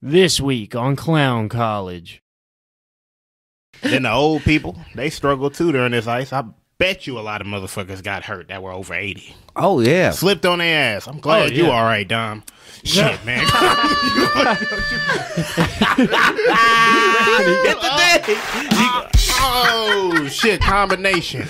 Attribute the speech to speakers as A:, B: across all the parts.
A: This week on Clown College.
B: then the old people, they struggled too during this ice. I bet you a lot of motherfuckers got hurt that were over 80.
C: Oh yeah.
B: Slipped on their ass. I'm glad
A: Oh,
B: you
A: yeah.
B: all right, Dom. Shit, man. Hit the day. Oh, shit. Combination.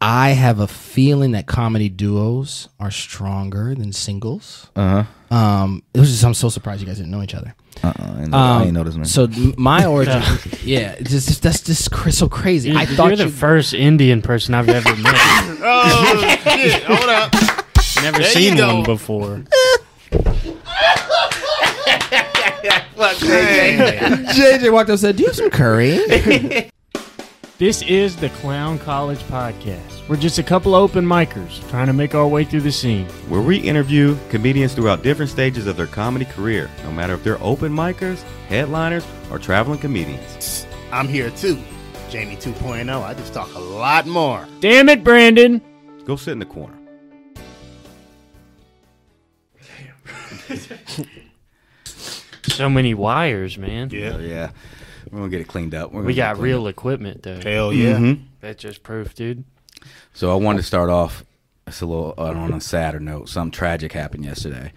D: I have a feeling that comedy duos are stronger than singles.
C: Uh huh.
D: Um, it was just I'm so surprised you guys didn't know each other.
C: Uh uh I ain't know-
D: Um,
C: I ain't know this man.
D: So m- my origin, yeah, it's just, that's just cr- so crazy. I
A: You're
D: thought
A: the
D: you,
A: first Indian person I've ever met.
B: Oh, shit. Hold up.
A: Never
B: There you
A: seen
B: go.
A: one before.
B: Hey.
D: JJ walked up and said, "Do you have some curry?"
A: This is the Clown College Podcast. We're just a couple of open micers trying to make our way through the scene.
E: where we interview comedians throughout different stages of their comedy career, no matter if they're open micers, headliners, or traveling comedians.
B: I'm here too. Jamie 2.0. I just talk a lot more.
A: Damn it, Brandon!
E: Go sit in the corner.
A: So many wires, man.
C: Oh, yeah. We're gonna get it cleaned up. We're
A: We
C: gonna get it
A: got
C: cleaned up.
A: real equipment, though.
B: Hell yeah.
A: That's just proof, dude.
C: So I wanted to start off it's a little uh, on a sadder note. Something tragic happened yesterday,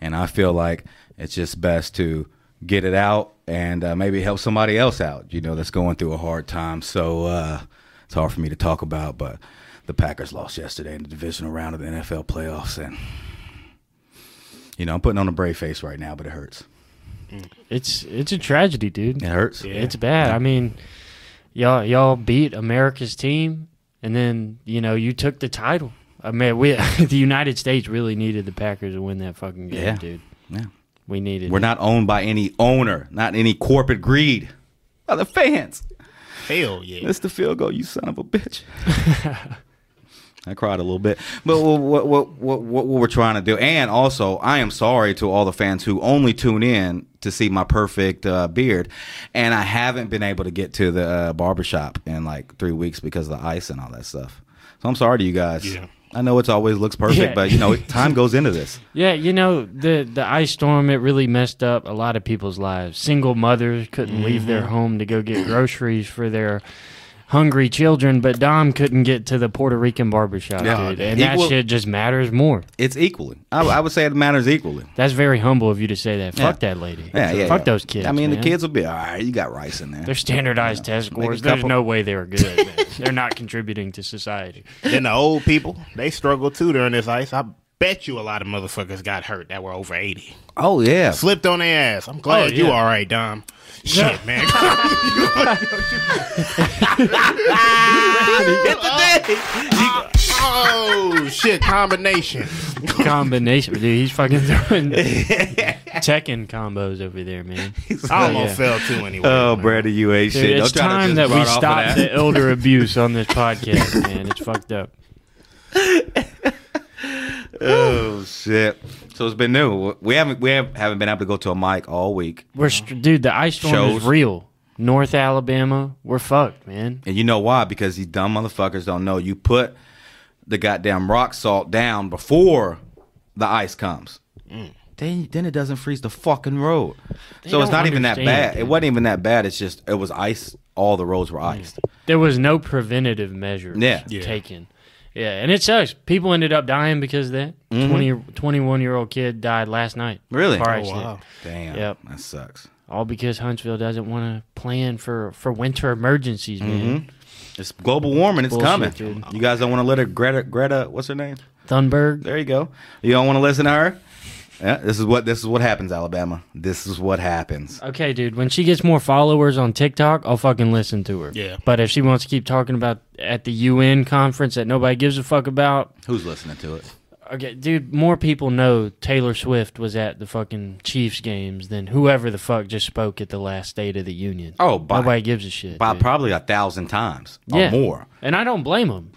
C: and I feel like it's just best to get it out and uh, maybe help somebody else out. You know, that's going through a hard time. So uh, it's hard for me to talk about, but the Packers lost yesterday in the divisional round of the NFL playoffs, and you know I'm putting on a brave face right now, but it hurts.
A: It's it's a tragedy, dude.
C: It hurts.
A: It's bad. I mean, y'all y'all beat America's team, and then you know you took the title. I mean, we the United States really needed the Packers to win that fucking game,
C: Yeah.
A: dude.
C: Yeah.
A: We needed.
C: We're
A: it.
C: not owned by any owner, not any corporate greed. By the fans.
B: Hell yeah.
C: It's the field goal, you son of a bitch. I cried a little bit, but what what, what what what we're trying to do, and also I am sorry to all the fans who only tune in to see my perfect uh, beard, and I haven't been able to get to the uh, barbershop in like three weeks because of the ice and all that stuff. So I'm sorry to you guys.
B: Yeah.
C: I know it's always looks perfect,
A: Yeah.
C: but you know time goes into this.
A: Yeah, you know the the ice storm. It really messed up a lot of people's lives. Single mothers couldn't leave
C: Mm-hmm.
A: their home to go get groceries for their hungry children, but Dom couldn't get to the Puerto Rican barbershop,
C: Yeah.
A: dude. And that
C: Equal-
A: shit just matters more.
C: It's equally. I, I would say it matters equally.
A: That's very humble of you to say that. Fuck
C: Yeah.
A: that lady.
C: Yeah, yeah.
A: Fuck
C: yeah.
A: those kids.
C: I mean,
A: man.
C: the kids will be all right. You got rice in there.
A: Their standardized test
C: make a
A: scores. There's
C: couple-
A: no way they were good. man. They're not contributing to society.
B: Then the old people, they struggled too during this ice. I bet you a lot of motherfuckers got hurt that were over 80.
C: oh yeah.
B: Slipped on their ass. I'm glad
A: Oh,
B: you
A: yeah.
B: all right, Dom. Shit, man. Hit the day. Oh, shit. Combination.
A: Combination, dude. He's fucking throwing Tekken combos over there, man.
B: I almost
A: Oh, yeah.
B: fell too anyway.
C: Oh, Brady, you ain't
A: Dude,
C: shit. Don't
A: it's
C: try to
A: time
C: just
A: that we
C: run off of
A: stop
C: that.
A: the elder abuse on this podcast, man. It's fucked up.
C: Oh shit! So it's been new. We haven't we have, haven't been able to go to a mic all week,
A: We're str- dude. The ice storm
C: Shows.
A: is real. North Alabama, we're fucked, man.
C: and you know why? Because these dumb motherfuckers don't know you put the goddamn rock salt down before the ice comes.
A: Mm.
C: Then then it doesn't freeze the fucking road. so it's
A: don't
C: not even that
A: understand,
C: bad. It
A: dude.
C: wasn't even that bad. It's just it was ice. All the roads were
A: Mm.
C: iced.
A: There was no preventative measures
C: Yeah. Yeah.
A: taken. Yeah, and it sucks. People ended up dying because of that. Twenty twenty-one year old kid died last night.
C: Mm-hmm. Really?
A: Car
C: Oh,
A: accident.
B: wow.
C: Damn.
A: Yep.
C: That sucks.
A: All because Huntsville doesn't want to plan for, for winter emergencies, man.
C: It's global warming. It's
A: Bullshit,
C: coming.
A: dude.
C: You guys don't want to let her Greta Greta. What's her name?
A: Thunberg.
C: There you go. You don't want to listen to her. Yeah, this is what this is what happens, Alabama. This is what happens.
A: Okay, dude. When she gets more followers on TikTok, I'll fucking listen to her.
B: Yeah.
A: But if she wants to keep talking about at the UN conference that nobody gives a fuck about,
C: Who's listening to it?
A: okay, dude. More people know Taylor Swift was at the fucking Chiefs games than whoever the fuck just spoke at the last State of the Union.
C: Oh, by-
A: nobody gives a shit.
C: By
A: dude.
C: probably a thousand times
A: Yeah.
C: or more.
A: And I don't blame them.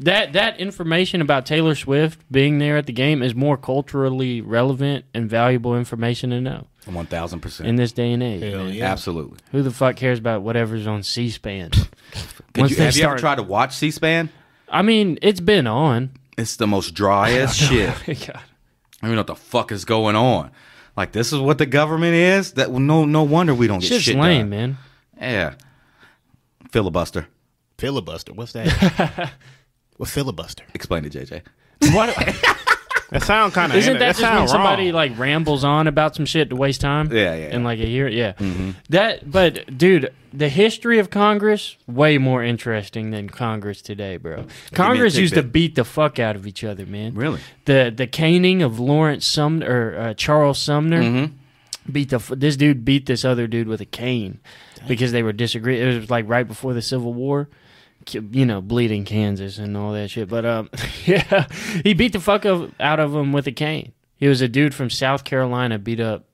A: That that information about Taylor Swift being there at the game is more culturally relevant and valuable information to know
C: One thousand percent.
A: in this day and age.
B: Hell
A: man.
B: yeah.
C: Absolutely.
A: Who the fuck cares about whatever's on C-SPAN?
C: Could
A: Once
C: you,
A: they
C: have you ever
A: start-
C: tried to watch C-SPAN?
A: I mean, it's been on. Oh
C: It's the most dry as shit. I don't even know what the fuck is going on. Like this is what the government is. That well, no no wonder we don't get
A: Shit's
C: shit
A: lame,
C: done.
A: man.
C: Yeah, filibuster.
B: Filibuster. What's that? what filibuster?
C: Explain to JJ.
B: That sound kind of.
A: Isn't that, just
B: sound
A: when somebody
B: wrong.
A: like rambles on about some shit to waste time?
C: Yeah, yeah,
A: And
C: yeah. Mm-hmm.
A: like a year, yeah. That, but dude, the history of Congress way more interesting than Congress today, bro. Congress used to
C: tidbit.
A: beat the fuck out of each other, man.
C: Really?
A: The the caning of Lawrence Sumner or uh, Charles Sumner
C: Mm-hmm.
A: beat the f- this dude beat this other dude with a cane because they were disagree. It was like right before the Civil War. K- You know, bleeding Kansas and all that shit, but um, yeah, he beat the fuck of, out of him with a cane. He was a dude from South Carolina beat up.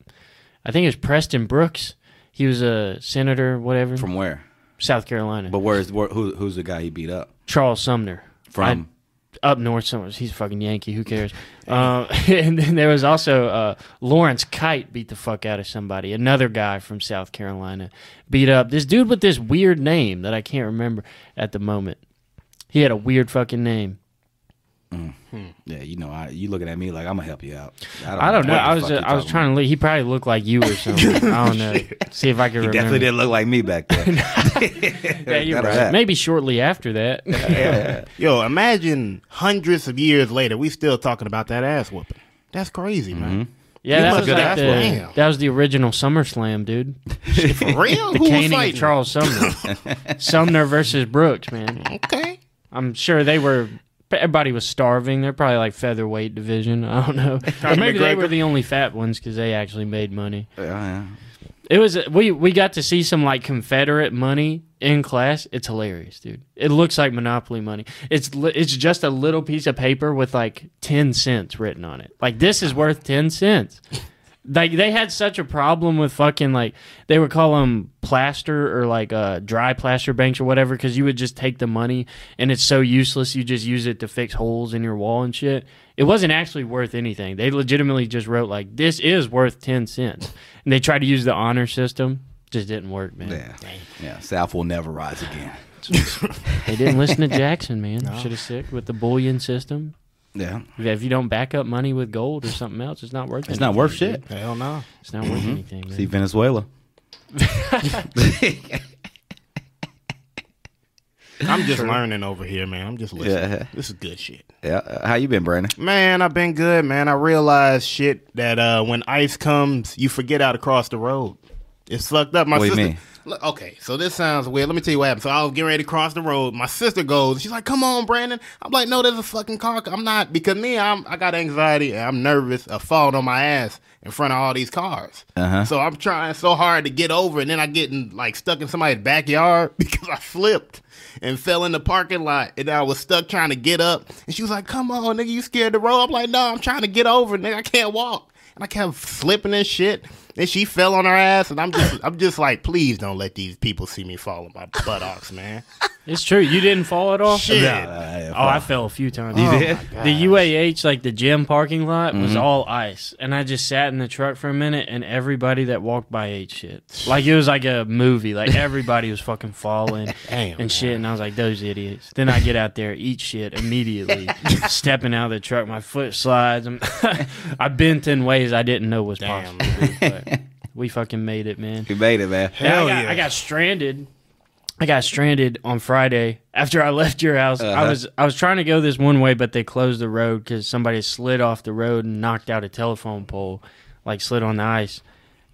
A: I think it was Preston Brooks. He was a senator, whatever, from
C: From where?
A: South Carolina.
C: But where's where, who, who's the guy he beat up?
A: Charles Sumner
C: From
A: I- up north somewhere. He's a fucking Yankee. Who cares? uh, and then there was also uh, Lawrence Kite beat the fuck out of somebody. Another guy from South Carolina beat up this dude with this weird name that I can't remember at the moment. He had a weird fucking name.
C: yeah, you know, I, you looking at me like I'm gonna help you out.
A: I don't know.
C: what the
A: I was
C: fuck
A: uh,
C: you
A: I was
C: talking
A: trying to. Look, he probably looked like you or something. I don't know. See if I can
C: about.
A: remember.
C: He definitely didn't look like me back then.
A: Yeah, you're
C: That'll
A: right.
C: happen.
A: Maybe shortly after that.
B: Yo, imagine hundreds of years later, we still talking about that ass whooping. That's crazy,
A: Mm-hmm.
B: man.
A: Yeah,
B: You
A: that
B: must
A: was
B: have
A: like
B: asked
A: the,
B: for him.
A: that was the original SummerSlam, dude.
B: For real?
A: The
B: Who was
A: caning of
B: fighting?
A: Charles Sumner. Sumner versus Brooks, man.
B: Okay.
A: I'm sure they were. Everybody was starving. They're probably like featherweight division. I don't know. Or maybe they were the only fat ones because they actually made money.
C: Yeah, yeah.
A: It was we we got to see some like Confederate money in class. It's hilarious, dude. It looks like Monopoly money. It's li- it's just a little piece of paper with like ten cents written on it. Like this is worth ten cents. Like they had such a problem with fucking like they would call them plaster or like uh, dry plaster banks or whatever because you would just take the money and it's so useless you just use it to fix holes in your wall and shit. It wasn't actually worth anything. They legitimately just wrote like this is worth ten cents and they tried to use the honor system. Just didn't work, man.
C: yeah, yeah. South will never rise again.
A: They didn't listen to Jackson, man. Should have stick with the bullion system.
C: Yeah,
A: If you don't back up money with gold or something else, it's not worth.
C: it's not worth
A: anything,
C: shit. Mm-hmm.
A: dude.
B: Hell no.
A: It's not worth anything. Man.
C: See Venezuela.
B: I'm just learning over here, man. I'm just listening.
C: Yeah.
B: This is good shit.
C: Yeah, uh, how you been, Brandon?
B: Man, I've been good, man. I realized shit that uh, when ice comes, you forget how to cross the road. It's fucked up. My
C: What do you
B: sister.
C: mean?
B: Look, okay, so this sounds weird. Let me tell you what happened. So I was getting ready to cross the road. My sister goes. She's like, "Come on, Brandon." I'm like, "No, there's a fucking car." co-" I'm not because me. I'm. I got anxiety. And I'm nervous. of falling on my ass in front of all these cars.
C: Uh-huh.
B: So I'm trying so hard to get over, and then I get in, like stuck in somebody's backyard because I slipped and fell in the parking lot, and I was stuck trying to get up. And she was like, "Come on, nigga, you scared the road?" I'm like, "No, I'm trying to get over, nigga. I can't walk." And I kept slipping and shit. And she fell on her ass, and I'm just, I'm just like, please don't let these people see me fall on my buttocks, man.
A: It's true. You didn't fall at all.
B: Shit.
A: Oh, I fell a few times. Oh,
C: You did?
A: The UAH, like the gym parking lot, was all ice, and I just sat in the truck for a minute, and everybody that walked by ate shit. Like it was like a movie. Like everybody was fucking falling
B: Damn, man.
A: and shit, and I was like, those idiots. Then I get out there, eat shit immediately. Stepping out of the truck, my foot slides. I'm- I bent in ways I didn't know was
B: Damn,
A: possible. But we fucking made it, man.
C: You made it, man.
A: And
B: Hell
A: I got,
B: yeah.
A: I got stranded. I got stranded on Friday after I left your house.
B: Uh-huh.
A: I was I was trying to go this one way, but they closed the road because somebody slid off the road and knocked out a telephone pole, like slid on the ice.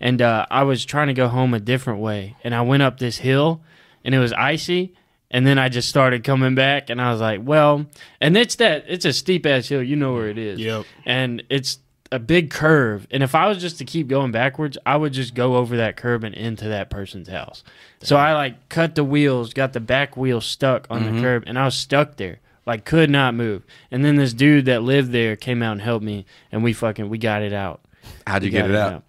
A: And uh, I was trying to go home a different way, and I went up this hill, and it was icy. And then I just started coming back, and I was like, "Well," and it's that it's a steep ass hill, you know where it is
B: Yep.
A: and it's a big curve. And if I was just to keep going backwards, I would just go over that curb and into that person's house. So I like cut the wheels, got the back wheel stuck on the curb, and I was stuck there. Like could not move. And then this dude that lived there came out and helped me and we fucking we got it out.
C: How'd you
A: We got
C: get it out?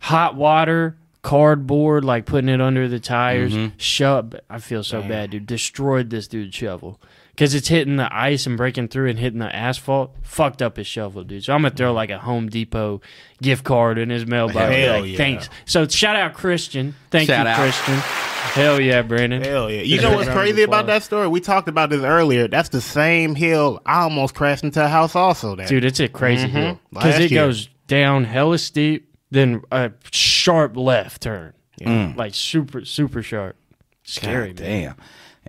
A: Hot water, cardboard, like putting it under the tires.
B: Mm-hmm.
A: Shove. I feel so bad, dude. Destroyed this dude's shovel because it's hitting the ice and breaking through and hitting the asphalt. Fucked up his shovel, dude. So I'm gonna
B: Mm.
A: throw like a Home Depot gift card in his mailbox.
B: Hell
A: Like,
B: yeah.
A: Thanks. So shout out Christian. Thank
C: Shout
A: you,
C: out.
A: Christian. Hell yeah, Brandon.
B: Hell yeah! You
A: Just
B: know
A: a
B: what's
A: round of
B: crazy about
A: applause.
B: that story? We talked about this earlier. That's the same hill I almost crashed into a house. Also, that
A: dude? It's a crazy hill because
B: Mm-hmm. Last
A: it
B: year.
A: goes down hella steep. then a sharp left turn,
B: Mm.
A: like super super sharp, scary.
C: God
A: man.
C: damn.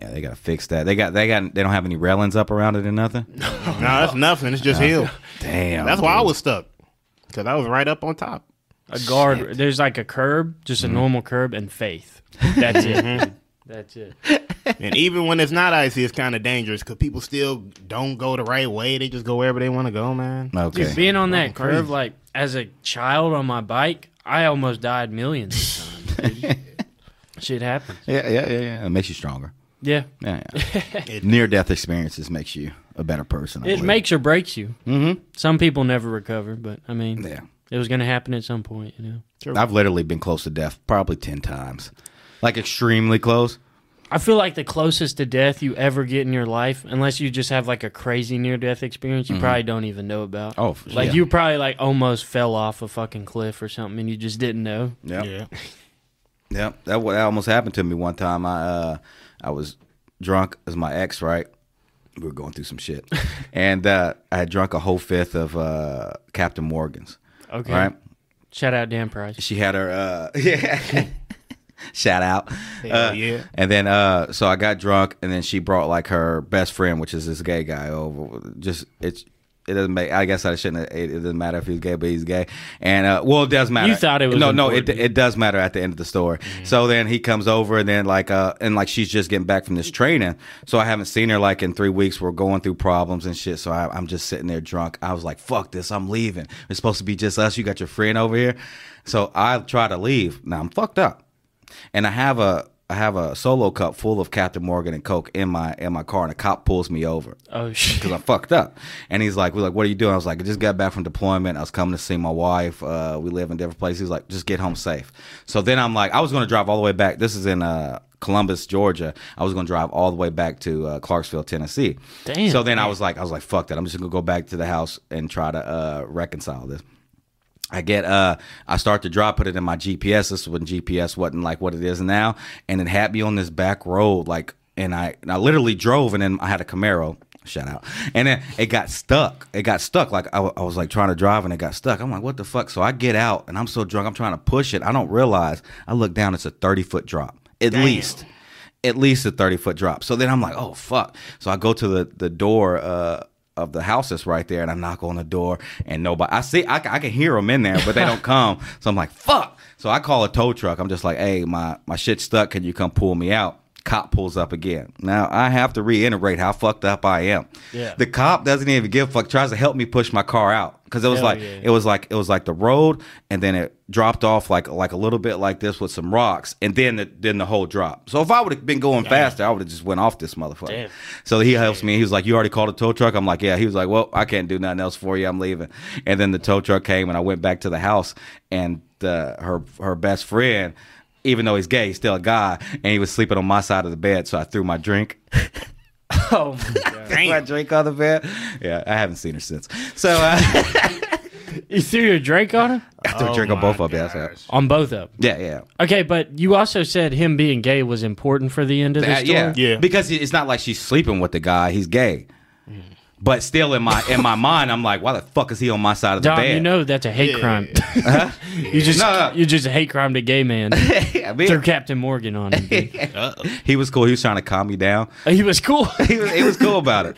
C: Yeah, they gotta fix that. They got they got they don't have any railings up around it or nothing.
B: No, that's nothing. It's just hill.
C: Damn.
B: That's why I
C: dude.
B: was stuck because I was right up on top.
A: A guard. There's like a curb, just a normal curb, and faith. That's it. dude. That's it.
B: And even when it's not icy, it's kind of dangerous because people still don't go the right way. They just go wherever they want to go, man.
C: Okay.
A: Dude, being on that curve, like as a child on my bike, I almost died millions of times. dude. Shit happens.
C: Yeah, yeah, yeah, yeah. It makes you stronger.
A: Yeah.
C: Yeah. yeah. Near death experiences makes you a better person. I
A: It
C: believe.
A: makes or breaks you. Mm-hmm. Some people never recover, but I mean,
C: Yeah.
A: it was going to happen at some point, you know.
C: I've literally been close to death probably ten times, like extremely close.
A: I feel like the closest to death you ever get in your life, unless you just have like a crazy near death experience, you probably don't even know about.
C: Mm-hmm. Oh, for-
A: like
C: yeah.
A: you probably like almost fell off a fucking cliff or something, and you just didn't know.
C: Yep. Yeah. Yep. That what that almost happened to me one time. I uh I was drunk as my ex, right? We were going through some shit. and uh I had drunk a whole fifth of uh Captain Morgan's.
A: Okay,
C: Right?
A: shout out Dan Price.
C: She had her uh yeah. Shout out.
B: Hell
C: Uh,
B: yeah.
C: And then uh so I got drunk and then she brought like her best friend, which is this gay guy over just it's it doesn't make. I guess I shouldn't. It, it doesn't matter if he's gay, but he's gay. And uh, well, it does matter.
A: You thought it was
C: no, no. It,
A: important. Mm-hmm.
C: it does matter at the end of the story. So then he comes over, and then like uh, and like she's just getting back from this training. So I haven't seen her like in three weeks. We're going through problems and shit. So I, I'm just sitting there drunk. I was like, "Fuck this! I'm leaving. It's supposed to be just us. You got your friend over here." So I try to leave. Now I'm fucked up and I have a I have a solo cup full of Captain Morgan and Coke in my in my car, and a cop pulls me over
A: Oh shit!
C: because I'm fucked up. And he's like, "We're like, what are you doing?" I was like, "I just got back from deployment. I was coming to see my wife. Uh, we live in different places." He's like, "Just get home safe." So then I'm like, I was going to drive all the way back. This is in uh, Columbus, Georgia. I was going to drive all the way back to uh, Clarksville, Tennessee.
A: Damn.
C: So then I was like, I was like, "Fuck that! I'm just going to go back to the house and try to uh, reconcile this." I get uh I start to drive, put it in my GPS. This is when GPS wasn't like what it is now, and it had me on this back road, like and I and I literally drove and then I had a Camaro. Shout out. And then it got stuck. It got stuck. Like I, wa- I was like trying to drive and it got stuck. I'm like, what the fuck? So I get out and I'm so drunk. I'm trying to push it. I don't realize. I look down. It's a 30 foot drop at least at least a 30 foot drop. So then I'm like, oh, fuck. So I go to the, the door uh, of the house that's right there and I knock on the door and nobody, I see, I, ca- I can hear them in there, but they don't come. So I'm like, fuck. So I call a tow truck. I'm just like, hey, my, my shit's stuck. Can you come pull me out? Cop pulls up again. Now I have to reiterate how fucked up I am.
A: Yeah.
C: The cop doesn't even give a fuck. Tries to help me push my car out because it was
A: Hell
C: like
A: yeah.
C: it was like it was like the road and then it dropped off like like a little bit like this with some rocks and then the, then the whole drop so if i would have been going faster i would have just went off this motherfucker
A: Damn.
C: so he helps me he was like you already called a tow truck i'm like yeah he was like well i can't do nothing else for you i'm leaving and then the tow truck came and i went back to the house and the, her her best friend even though he's gay he's still a guy and he was sleeping on my side of the bed so i threw my drink
A: Oh my god!
C: threw my drink on the bed yeah i haven't seen her since so uh,
A: you threw your drink on him
C: i threw
B: Oh
C: a drink on both of them yeah, so-
A: on both of them.
C: yeah yeah
A: Okay, but you also said him being gay was important for the end of the
C: Uh,
A: story.
C: yeah,
B: Yeah.
C: Because it- it's not like she's sleeping with the guy; he's gay.
B: Mm.
C: But still, in my in my mind, I'm like, why the fuck is he on my side of the
A: Dom,
C: bed?
A: you know that's a hate crime. you just
C: No, no.
A: you just hate crime to gay man.
C: I mean,
A: Threw Captain Morgan on him. dude.
C: he was cool. He was trying to calm me down.
A: he was cool.
C: He was, he was cool about it.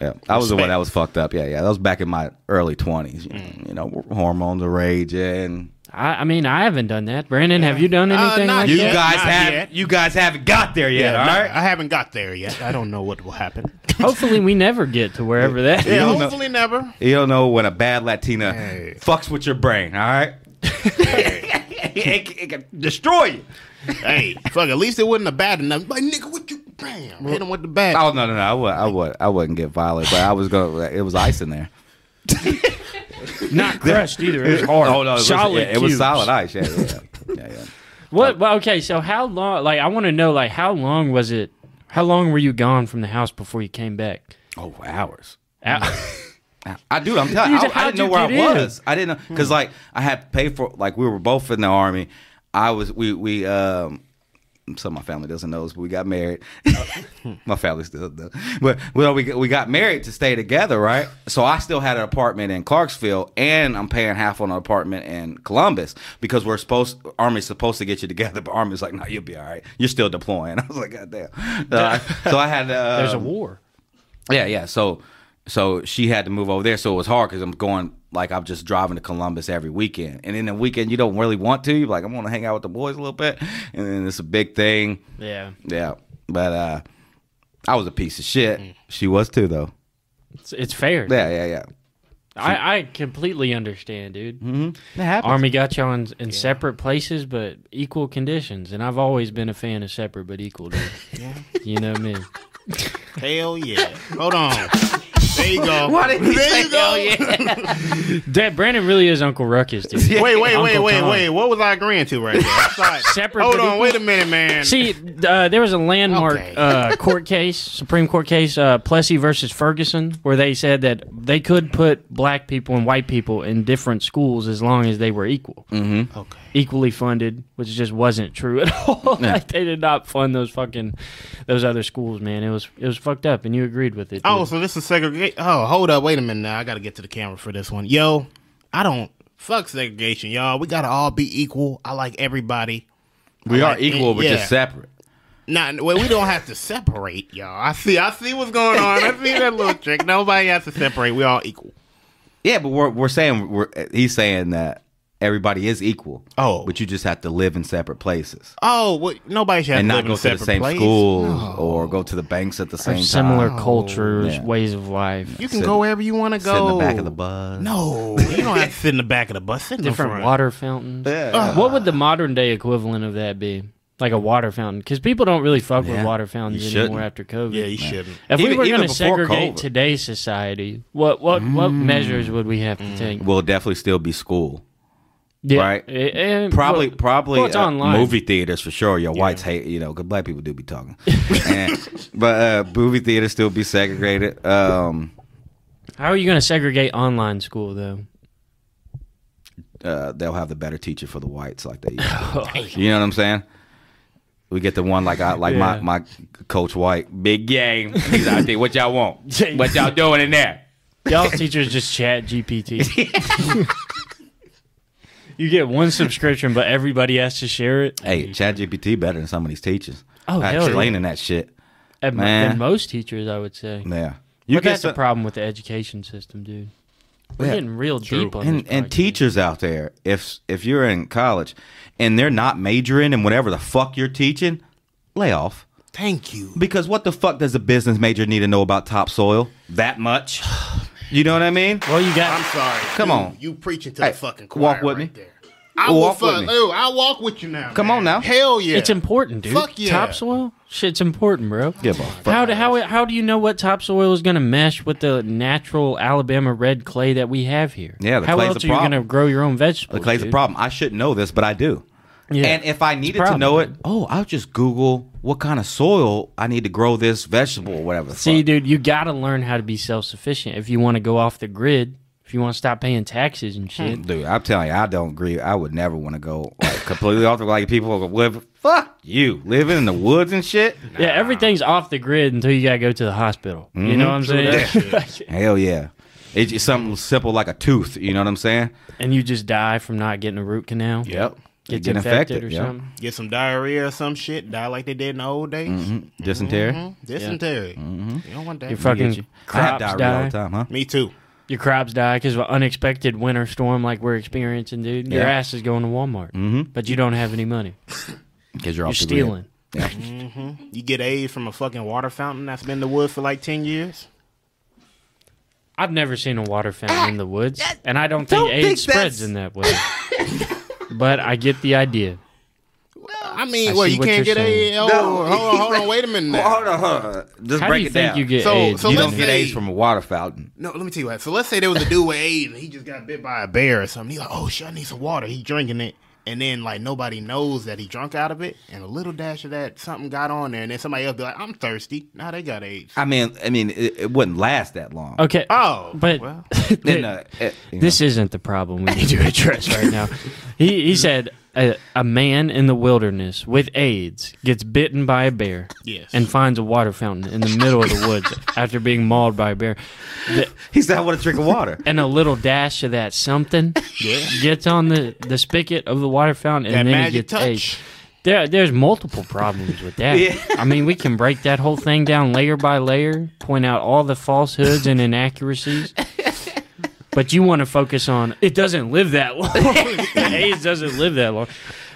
C: Yeah, I was the
B: Respect.
C: one
B: Mm.
C: that was fucked up. Yeah, yeah, that was back in my early twenties. You, know, hormones are raging.
A: I, I mean, I haven't done that. Brandon, have you done anything
B: not
A: like
B: yet.
C: You
A: that?
B: Yeah,
C: guys
B: not
C: have
B: yet.
C: you guys haven't got there yet.
B: no,
C: all right.
B: I haven't got there yet. I don't know what will happen.
A: Hopefully, we never get to wherever that.
B: yeah,
C: don't know.
B: hopefully never.
C: You don't know when a bad Latina
B: Hey.
C: fucks with your brain. All right. it, it can destroy you.
B: hey, fuck. At least it wasn't a bad enough. Like nigga, what you? Bam, hit him with the bat.
C: Oh no no no! I would I would I wouldn't get violent, but I was gonna. It was ice in there.
A: Not crushed either. It was hard.
C: Oh no! It was,
A: solid.
C: yeah, it was
A: cubes.
C: solid ice. Yeah yeah yeah. yeah, yeah.
A: What? Well, okay. So how long? Like, I want to know. Like, how long was it? How long were you gone from the house before you came back?
C: Oh hours.
A: Out-
C: I do. I'm telling you.
A: Dude,
C: I, I
A: how'd
C: didn't know
A: you
C: where I
A: get in?
C: was. I didn't know because like I had to pay for like we were both in the army. I was we we um some of my family doesn't know, this, but we got married. my family still does, but well, we we got married to stay together, right? So I still had an apartment in Clarksville, and I'm paying half on an apartment in Columbus because we're supposed Army's supposed to get you together, but Army's like, no, you'll be all right. You're still deploying. I was like, God damn. So I, so I had uh,
A: There's a war.
C: yeah, yeah. So, so she had to move over there. So it was hard because I'm going like I'm just driving to Columbus every weekend, and in the weekend you don't really want to. You're like, I'm going to hang out with the boys a little bit, and then it's a big thing.
A: Yeah.
C: Yeah, but uh, I was a piece of shit.
B: Mm.
C: She was too, though.
A: It's, it's fair.
C: Yeah, yeah, yeah.
A: I, I completely understand, dude.
B: Mm-hmm.
C: It happened.
A: Army got y'all in, in separate places, but equal conditions. And I've always been a fan of separate but equal, dude. You know me.
B: Hell yeah. Hold on. There you go.
C: Why did he
B: there
C: say
B: you go.
C: hell yeah?
A: Dad, Brandon really is Uncle Ruckus, dude.
B: Wait, wait, wait,
A: Uncle
B: wait,
A: Tom.
B: wait. What was I agreeing to right there? I'm sorry.
A: Separate
B: Hold
A: but
B: on.
A: equal.
B: Wait a minute, man.
A: See, uh, there was a landmark
B: Okay.
A: uh, court case, Supreme Court case, uh, Plessy versus Ferguson, where they said that they could put black people and white people in different schools as long as they were equal,
B: Mm. Okay.
A: equally funded, which just wasn't true at all. like they did not fund those fucking those other schools, man. It was it was fucked up, and you agreed with it. dude.
B: Oh, so this is segregation. Oh, hold up. Wait a minute now. I got to get to the camera for this one. Yo, I don't. Fuck segregation, y'all. We got to all be equal. I like everybody.
C: We are
B: Like,
C: equal, but
B: yeah.
C: just separate.
B: Nah, well, we don't have to separate, y'all. I see, I see what's going on. I see that little trick. Nobody has to separate. We all equal.
C: Yeah, but we're we're saying we're he's saying that everybody is equal.
B: Oh.
C: but you just have to live in separate places
B: Oh, well, nobody should have to
C: and not
B: live in
C: go
B: a
C: to the
B: separate
C: same
B: place.
C: schools or go to the banks at the same time.
A: similar cultures,
C: Oh, Yeah.
A: ways of life,
B: You can
C: Sit-
B: go wherever you want to go.
C: Sit in the back of the bus.
B: No, you don't have to sit in the back of the bus. Sit in the
A: different
B: front.
A: water fountains. What would the modern day equivalent of that be? Like a water fountain, because people don't really fuck with
C: Yeah.
A: water fountains
C: You
A: anymore
C: shouldn't.
A: after COVID.
B: Yeah, you shouldn't.
A: If we
C: Even-
A: were
C: even
A: going to
C: before
A: segregate
C: COVID. Mm.
A: today's society, what what what measures would we have to take?
C: Will definitely still be school.
A: Yeah,
C: Mm. right.
A: eh, eh,
C: Probably,
A: well-
C: probably
A: well, it's
C: uh,
A: online.
C: movie theaters for sure. Your whites hate, you know, 'cause black people do be talking. And- but uh, movie theaters still be segregated. Um,
A: How are you going to segregate online school though?
C: uh, they'll have the better teacher for the whites, like they. Used
A: Oh,
C: to. you know what I'm saying? We get the one like I like
A: Yeah.
C: my my coach White, big game. He's out there. What y'all want? What y'all doing in there?
A: Y'all teachers just chat GPT. you get one subscription, but everybody has to share it.
C: Hey, Chad GPT better than some of these teachers.
A: Oh,
C: Not
A: hell yeah.
C: explaining that shit.
A: At, mo-
C: Man.
A: than most teachers, I would say.
C: Yeah,
A: You but that's
C: some-
A: the problem with the education system, dude. We're
C: Yeah.
A: getting real deep on
C: and,
A: this
C: and
A: podcast.
C: teachers out there if if you're in college and they're not majoring in whatever the fuck you're teaching lay off
B: Thank you.
C: because what the fuck does a business major need to know about topsoil that much you know what i mean
A: Well, you got
B: I'm sorry.
C: Come
B: You-
C: on.
B: You preaching to
C: Hey,
B: the fucking choir
C: walk with
B: right
C: me.
B: there. I will
C: Walk with
B: fuck-
C: me.
B: oh, I walk with you now.
C: Come
B: man.
C: on now.
B: Hell yeah.
A: It's important, dude.
B: Fuck yeah.
A: Topsoil? Shit's important, bro.
C: Yeah, but-
A: how, do, how, how do you know what topsoil is going to mesh with the natural Alabama red clay that we have here?
C: Yeah, the
A: How
C: clay's
A: else are
C: the
A: you
C: problem.
A: going to grow your own vegetables?
C: the clay's the
A: dude?
C: problem i shouldn't know this but i do
A: Yeah.
C: and if i needed to
A: problem,
C: know it
A: dude.
C: oh i'll just google what kind of soil i need to grow this vegetable or whatever the
A: See,
C: fuck.
A: dude, you got to learn how to be self sufficient if you want to go off the grid, if you want to stop paying taxes and shit.
C: Dude, I'm telling you, I don't agree. I would never want to go like, completely off the like people who live. Fuck you, living in the woods and shit.
A: Yeah, everything's off the grid until you got to go to the hospital.
C: Mm-hmm.
A: You know what I'm saying?
C: Hell yeah. It's just something simple like a tooth, you know what I'm saying?
A: and you just die from not getting a root canal.
C: Yep.
A: Gets
C: Get
A: infected,
C: infected,
A: or
C: yeah.
A: something.
B: Get some diarrhea or some shit. Die like they did in the old days.
C: Mm-hmm. Dysentery.
B: Dysentery.
C: Mm-hmm.
B: You don't want that.
A: Your fucking
C: Get you. I have
A: crops
C: diarrhea
A: die.
C: all the time, huh?
B: me too.
A: Your crops die because of an unexpected winter storm like we're experiencing, dude. Your
C: Yeah.
A: ass is going to Walmart, mm-hmm. but you don't have any money.
C: Because
A: You're
C: you're off the grid.
A: stealing.
B: You get AIDS from a fucking water fountain that's been in the woods for like 10 years.
A: I've never seen a water fountain in the woods, and I don't think
C: Ah, Don't
A: AIDS
C: think
A: spreads
C: that's-
A: in that way. but I get the idea.
B: I mean,
A: I
B: well,
A: see
B: you
A: what
B: can't
A: you're
B: get AIDS. Oh, hold on, hold on. Wait a minute now.
C: Hold on, hold on. Just
A: How do
C: break
A: you
C: it
A: think
C: down.
A: you get
B: So-
A: AIDS?
B: so
C: You
A: dude?
C: don't
B: let's
C: get
B: say-
C: AIDS from a water fountain.
B: No, let me tell you what. So let's say there was a dude with AIDS and he just got bit by a bear or something. He's like, oh shit, I need some water. He drinking it. And then like nobody knows that he drunk out of it. And a little dash of that something got on there. And then somebody else be like, I'm thirsty. Now they got AIDS.
C: I mean, I mean, it, it wouldn't last that long.
A: Okay.
B: Oh,
A: but
B: well.
A: th-
C: Then, uh, it- you know.
A: this isn't the problem we need to address right now. He he said a, a man in the wilderness with AIDS gets bitten by a bear
B: Yes.
A: and finds a water fountain in the middle of the woods after being mauled by a bear. The-
C: He said, I want a drink of water.
A: and a little dash of that something
B: Yeah.
A: gets on the, the spigot of the water fountain and
B: That
A: then he
B: magic
A: gets
B: touch.
A: AIDS. There, there's multiple problems with that. I mean, we can break that whole thing down layer by layer, point out all the falsehoods and inaccuracies. But you want to focus on it doesn't live that long. AIDS doesn't live that long.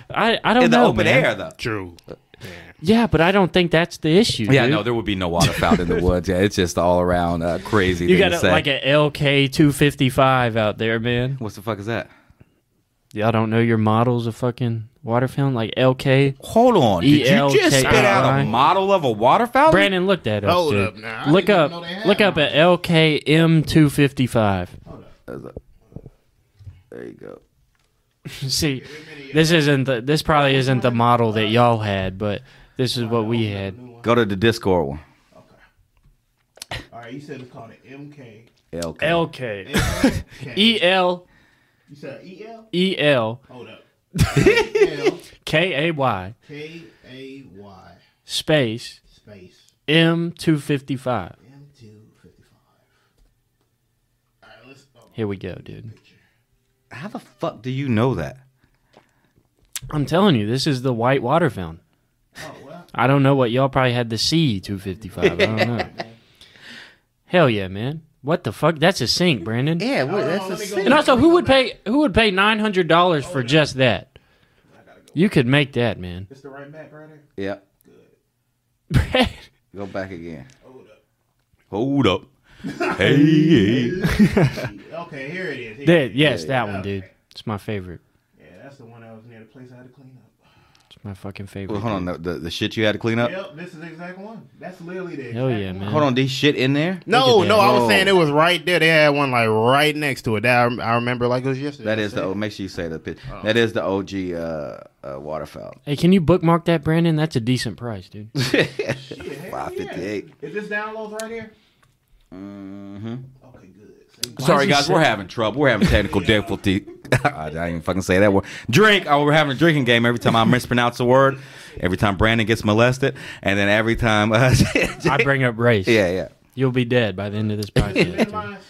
A: I, I don't
C: In the
A: know.
C: open
A: man.
C: air, though.
B: True.
A: Yeah, but I don't think that's the issue.
C: Yeah,
A: dude.
C: no, there would be no water fountain in the woods. Yeah, it's just all around uh, crazy
A: You
C: thing
A: got
C: to
A: a,
C: say.
A: like a LK 255 out there, man.
C: What's the fuck is that?
A: Y'all don't know your models of fucking water fountain? Like LK?
C: Hold on. Did
A: E
C: you just spit out a
A: ELKI?
C: model of a water fountain?
A: Brandon, look that up.
B: Hold
A: dude.
B: up now. I
A: Look
B: didn't
A: up
B: even know they had
A: look up at LKM255.
C: There you go.
A: See, this isn't the this probably isn't the model that y'all had, but this is what we had.
C: Go to the Discord one.
B: All right, you said it's called an MK.
C: LK.
A: LK
B: E.
A: E L
B: You said EL?
A: E L
B: Hold up. L
A: K A Y
B: K A Y
A: space
B: space
A: M255.
B: M two fifty five. All right, let's. Oh,
A: Here we go, dude.
C: How the fuck do you know that?
A: I'm telling you, this is the white water fountain.
B: oh well.
A: I don't know what y'all probably had the C two fifty five. I don't know. Hell yeah, man! What the fuck? That's a sink, Brandon.
C: Yeah, what,
B: Oh, let me
C: that's
B: go
C: a
A: And also, who would pay? Who would pay nine hundred dollars for just that? You could make that, man.
B: It's the right back right there.
C: Yep.
A: Brad,
C: Go back again.
E: Hold up. Hey, hey.
B: Okay, here it is. Here.
A: that, yes, that one, dude. It's my favorite.
B: Yeah, that's the one that was near the place I had to clean up.
A: It's my fucking
C: Well,
A: favorite.
C: hold on. The, the, the shit you had to clean up?
B: Yep, this is the exact one. That's literally the.
A: Hell
B: exact
A: yeah,
B: one.
A: man.
C: Hold on. These shit in there?
B: No,
A: Look at
B: no,
A: that.
B: I was
C: Whoa.
B: saying it was right there. They had one like right next to it. That I, rem- I remember like it was yesterday.
C: That is the
B: I
C: oh, make sure you say the pitch. That is the OG uh, uh, water fountain.
A: Hey, can you bookmark that, Brandon? That's a decent price, dude.
B: said. Shit, hell
C: Five fifty
B: yeah.
C: eight.
B: Is this downloads right here?
C: Mm-hmm.
B: Okay, good. See?
C: Sorry
A: is it
C: guys, we're
A: so-
C: having trouble. We're having technical difficulty. I didn't even fucking say that word. Drink. Oh, we're having a drinking game every time I mispronounce a word. Every time Brandon gets molested, and then every time. Uh,
A: I bring up race.
C: yeah, yeah.
A: You'll be dead by the end of this podcast. dude.
B: Minimize.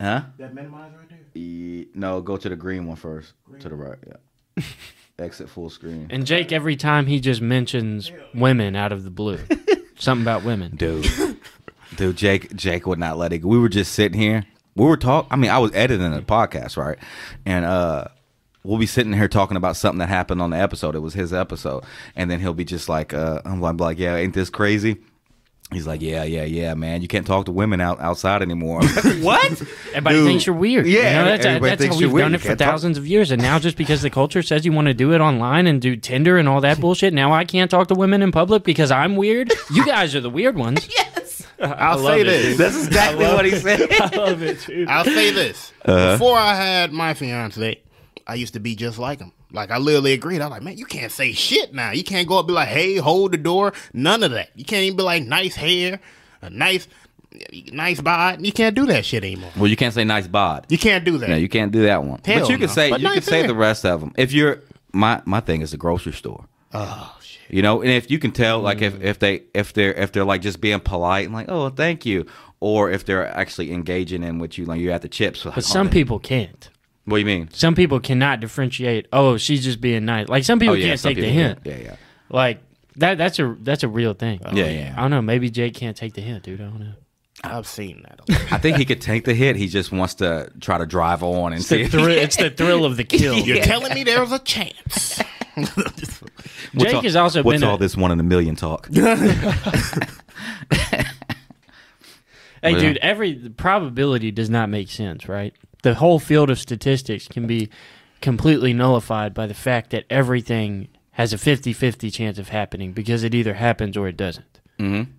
C: Huh?
B: That minimize right there.
C: E- No, go to the green one first. To the right. Yeah. Exit full screen.
A: And Jake, every time he just mentions women out of the blue, something about women.
C: dude dude jake jake would not let it go we were just sitting here we were talking i mean i was editing the podcast right and uh we'll be sitting here talking about something that happened on the episode it was his episode and then he'll be just like uh i'm like, like yeah ain't this crazy he's like yeah yeah yeah man you can't talk to women out outside anymore what
A: Everybody
C: Dude.
A: thinks you're weird.
C: Yeah,
A: You know, that's,
C: everybody
A: that's
C: thinks
A: how
C: you're
A: we've
C: weird.
A: done
C: You
A: it for
C: can't talk-
A: thousands of years. And now, just because the culture says you want to do it online and do Tinder and all that bullshit, now I can't talk to women in public because I'm weird. You guys are the weird ones.
B: I'll
A: love
B: say
A: it,
B: this.
C: that's exactly what he said
A: love it too.
B: I'll say this.
C: Uh-huh.
B: Before I had my fiance, I used to be just like him. Like I literally agreed. I'm like, man, you can't say shit now. You can't go up and be like, hey, hold the door. None of that. You can't even be like, nice hair, a nice, nice bod. You can't do that shit anymore.
C: well you can't say nice bod
B: You can't do that.
C: No, you can't do that one.
B: Hell
C: but you can
B: no.
C: say
B: But
C: you
B: no,
C: can
B: it's
C: say
B: there.
C: the rest of them. If you're my my thing is the grocery store. Oh shit. You know, and if you can tell, like if, if they if they're if they're like just being polite and like oh thank you, or if they're actually engaging in what you like you're at the chips.
A: But some people can't.
C: What do you mean?
A: Some people cannot differentiate. Oh, she's just being nice. Like some people can't
C: Oh, some
A: take the
C: people
A: hint.
C: can. Yeah, yeah.
A: Like that. That's a that's a real thing.
C: Yeah, yeah.
A: I don't know. Maybe Jake can't take the hint, dude. I don't know.
B: I've seen that. A lot.
C: I think he could take the hit. He just wants to try to drive on and see.
A: The
C: if-
A: thrill, It's the thrill of the kill.
B: You're telling me there's a chance.
A: Jake
C: all-
A: has also
C: what's
A: been a-
C: all this one in a million talk.
A: Hey,
C: Yeah.
A: dude, every the probability does not make sense, right? The whole field of statistics can be completely nullified by the fact that everything has a 50 50 chance of happening because it either happens or it doesn't. Mm-hmm.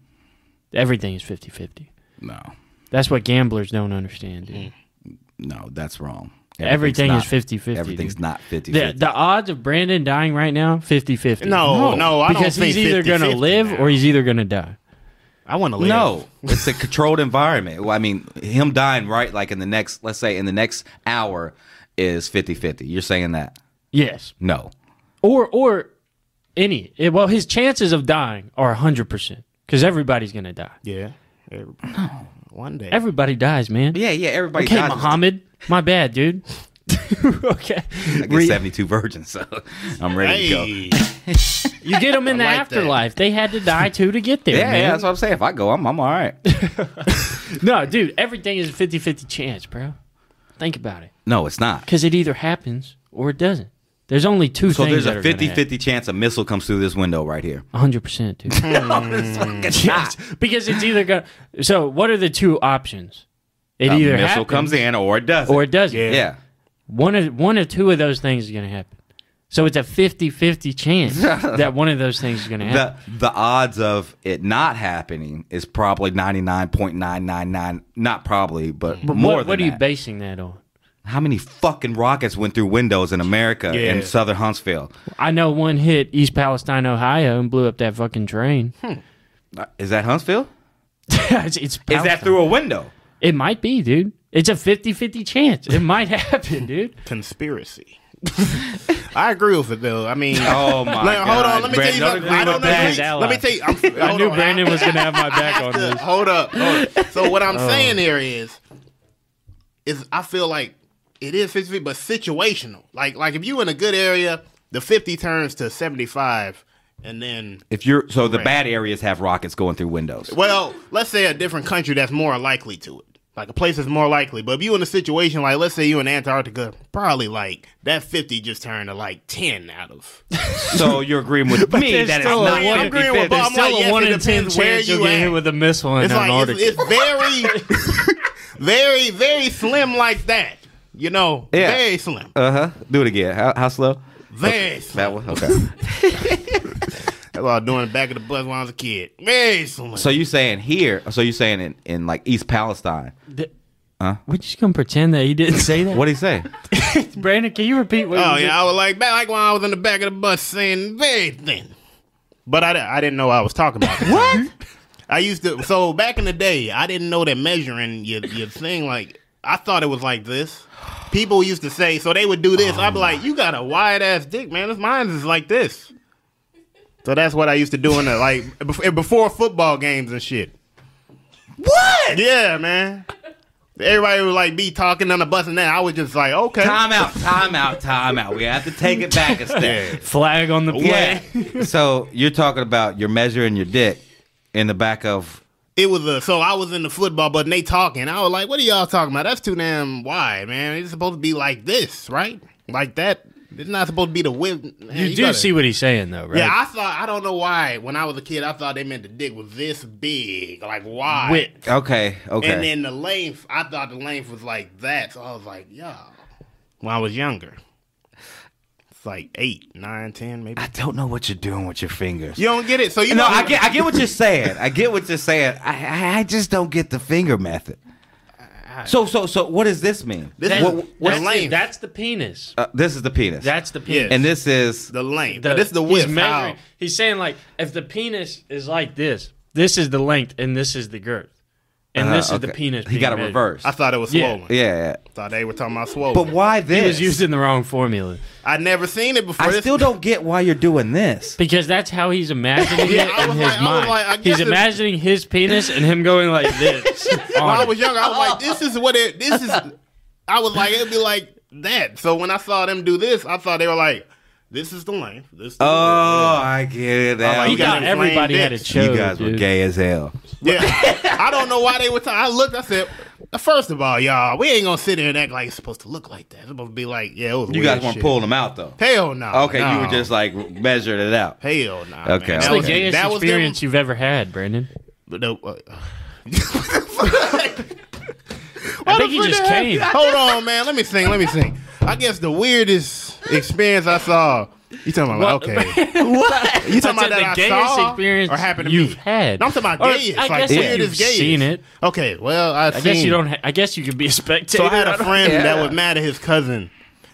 A: Everything is 50 50.
C: no,
A: That's what gamblers don't understand, dude.
C: no, that's wrong.
A: Everything
C: Everything's
A: is
C: not-
A: 50-50,
C: Everything's
A: dude.
C: not 50
A: The, the odds of Brandon dying right now, 50 50.
B: No, no, I don't
A: Because he's
B: think
A: either going to
B: 50-50
A: live
B: now.
A: or he's either going to die.
B: I want to live.
C: No, it's a controlled environment. Well, I mean, him dying right like in the next, let's say in the next hour is 50 50. You're saying that.
A: Yes.
C: No.
A: Or or any. eh, Well, his chances of dying are 100% because everybody's going to die.
B: Yeah. Every- One day.
A: Everybody dies, man.
C: Yeah, yeah. Everybody
A: Okay,
C: dies.
A: Muhammad. My bad, dude. okay.
C: I get 72 virgins, so I'm ready to go.
B: Hey.
A: You get them in the
B: like that.
A: afterlife. They had to die too to get there,
C: Yeah,
A: man.
C: yeah, that's what I'm saying. If I go, I'm, I'm all right.
A: No, dude, everything is a 50 50 chance, bro. Think about it.
C: No, it's not.
A: Because it either happens or it doesn't. There's only two
C: So
A: things.
C: there's a 50 50 chance a missile comes through this window right here.
A: 100%, dude.
C: Mm. Yes.
A: because it's either going to. So, what are the two options? It
C: A
A: either
C: Uh, missile
A: happens
C: comes in or it doesn't.
A: or it doesn't.
B: Yeah.
C: yeah.
A: One, of, one or two of those things is going to happen. So, it's a 50 50 chance that one of those things is going to happen.
C: The the odds of it not happening is probably 99.999 not probably, but more
A: what
C: than
A: what are you
C: that.
A: basing that on?
C: How many fucking rockets went through windows in America
B: Yeah.
C: in southern Huntsville?
A: I know one hit East Palestine, Ohio, and blew up that fucking train.
C: Is that Huntsville?
A: it's, it's
C: Is that
A: Palestine.
C: through a window?
A: It might be, dude. It's a 50-50 chance. It might happen, dude.
B: Conspiracy. I agree with it though. I mean,
C: Oh my
B: Like,
C: god.
B: hold on, let me tell you. Something.
C: Brandon,
B: I don't
C: don't
B: know.
C: agree
A: Brandon's
B: Let
C: with
B: me,
A: ally.
B: let me tell you. I'm,
A: I knew Brandon was going to have my back on
B: to
A: this.
B: hold up. hold up. So what
C: Oh.
B: I'm saying there is, is I feel like it is 50, but situational. Like like if you in a good area, the 50 turns to 75, and then
C: If you're so the
B: Right.
C: bad areas have rockets going through windows.
B: well, let's say a different country that's more likely to it. Like a place that's more likely. But if you in a situation like let's say you in Antarctica, probably like that 50 just turned to like 10 out of.
C: So you're agreeing with me
A: there's
C: that it's
A: still a
C: not
A: one-
B: I'm agreeing with Bob. I'm
A: Still
B: like,
A: a
B: yes,
A: one
B: it
A: in ten
B: depends where
A: chance you'll
B: you
A: get hit
B: at.
A: with a missile in
B: It's like
A: Antarctica.
B: it's, it's very, very, very slim like that. You know,
C: Yeah.
B: very slim,
C: Uh huh. Do it again. How, how slow?
B: very slim.
C: That one. Okay.
B: That's what I was doing in the back of the bus when I was a kid. Very slim.
C: so you saying here? So you saying in, in like East Palestine?
A: The- We're just gonna pretend that he didn't say that.
C: What do you say?
A: Brandon? Can you repeat? What
B: oh
A: you
B: yeah, I was like back like when I was in the back of the bus saying very thin, but I, di- I didn't know I was talking about what. I used to so back in the day I didn't know that measuring your your thing like I thought it was like this. People used to say so they would do this. I'd be like, you got a wide ass dick, man. This mine is like this. So that's what I used to do in the like bef- before football games and shit. What? Yeah, man. Everybody would like be talking on the bus and that. I was just like, okay.
C: Time out. Time out. Time out. We have to take it back a step.
A: did? flag on the play.
C: Yeah. so you're talking about you're measuring your dick in the back of.
B: It was a so I was in the football, but they talking. I was like, "What are y'all talking about? That's too damn wide, man. It's supposed to be like this, right? Like that. It's not supposed to be the width." Man,
A: You, do
B: gotta-
A: see what he's saying though, right?
B: Yeah, I thought I don't know why when I was a kid I thought they meant the dick was this big, like wide,
A: Width.
C: Okay. Okay.
B: and then the length. I thought the length was like that, so I was like, "Y'all." When I was younger, it's like eight, nine, ten, maybe.
C: I don't know what you're doing with your fingers.
B: You don't get it, so you know
C: no, I get. I get what you're saying. I get what you're saying. I, I- I just don't get the finger method. So so so what does this mean?
B: This
A: That's,
B: is
C: What-
B: the
A: that's, the,
B: length.
A: that's the penis.
C: Uh, this is the penis.
A: That's the penis.
B: Yeah.
C: and this is
B: the length.
A: The-
B: this is the width.
A: He's,
B: How?
A: measuring, he's saying like if the penis is like this, this is the length and this is the girth, and
C: Uh,
B: Uh-huh,
A: this is the
C: okay.
A: penis.
C: He got a
A: being measured.
C: reverse.
B: I thought it was
A: Yeah.
B: swollen.
C: yeah, yeah.
B: Thought they were talking about swole.
C: But why
A: He
C: this?
A: was using the wrong formula
B: I'd never seen it before.
C: I
B: This-
C: still don't get why you're doing this.
A: because that's how he's imagining
B: Yeah,
A: it
B: I
A: in
B: was
A: his
B: like- I was
A: mind.
B: like, I
A: he's
B: guess it-
A: imagining his penis and him going like this.
B: When
A: on
B: I
A: it.
B: was younger, I was like, this is what it. This is. I was like, it'd be like that. So when I saw them do this, I thought they were like, this is the length. This. Is the
C: Oh,
B: length.
C: I get it.
B: like,
C: Now.
A: He
C: You
B: Oh, you
A: thought
B: got
A: everybody
B: inflamed
A: had a
B: dicks.
A: show.
C: guys were
A: dude.
C: gay as hell.
B: yeah. I don't know why they were. talking. I looked. I said, first of all, y'all, we ain't gonna sit here and act like it's supposed to look like that. It's supposed to be like, yeah, it was.
C: You
B: weird
C: guys weren't
B: shit.
C: pulling them out though.
B: Hell no.
C: Okay,
B: no.
C: you were just like measuring it out.
B: Hell no.
C: Okay,
B: man.
A: That's
C: That's
B: That
C: the
A: the
B: was,
A: gayest
B: that was them-
A: experience you've ever had, Brandon.
B: the- uh,
A: I think he just came.
B: Hold on, man. Let me sing. Let me sing. I guess the weirdest experience I saw. You talking about like, okay?
A: what?
B: You talking about
A: the
B: that
A: gayest
B: I saw
A: experience
B: or happened to
A: you've
B: me?
A: had?
B: No, I'm talking about
A: Or,
B: gayest,
A: I
B: like
A: guess if
B: weirdest
A: you've
B: gayest.
A: seen it.
B: Okay, well I've
A: I
B: seen.
A: guess you don't. Ha- I guess you could be a spectator.
B: So I had
A: I
B: a
A: don't-
B: friend that
C: Yeah.
B: was mad at his cousin,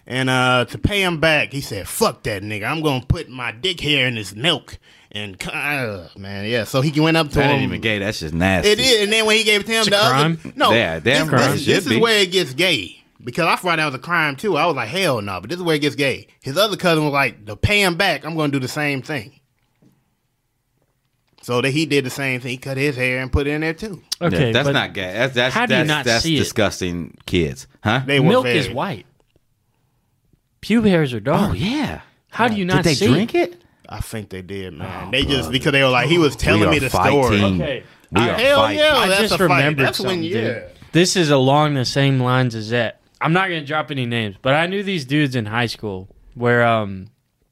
B: and uh, to pay him back, he said, "Fuck that nigga! I'm gonna put my dick hair in his milk." And c- uh, man, yeah. So he went up to
C: That
B: him.
C: ain't even gay. That's just nasty.
B: It is, and then when he gave it to him,
A: It's a
B: the
A: crime.
B: other no,
C: Yeah, damn
B: this,
C: crime.
B: This,
C: Should
B: this is
C: be.
B: where it gets gay. Because I thought that was a crime too. I was like, hell no, but this is where it gets gay. His other cousin was like, to pay him back, I'm gonna do the same thing. So that he did the same thing. He cut his hair and put it in there too.
A: Okay,
C: that's
A: but
C: not gay. That's that's
A: how do you
C: that's,
A: not
C: that's
A: see it?
C: disgusting. Kids, huh?
B: They were
A: Milk
B: very-
A: is white. Pube hairs are dark.
C: oh yeah.
A: How do you not
C: Did they
A: see?
C: drink it?
B: I think they did, man. they just because they were like he was telling
C: Oh, are
B: me the story.
C: fighting.
A: Okay.
C: We are
B: Uh, Hell
C: fighting.
B: yeah,
A: I
B: Oh, that's
A: just
B: a fight.
A: remembered
B: That's
A: something,
B: when yeah.
A: dude. This is along the same lines as that. I'm not gonna drop any names, but I knew these dudes in high school where um,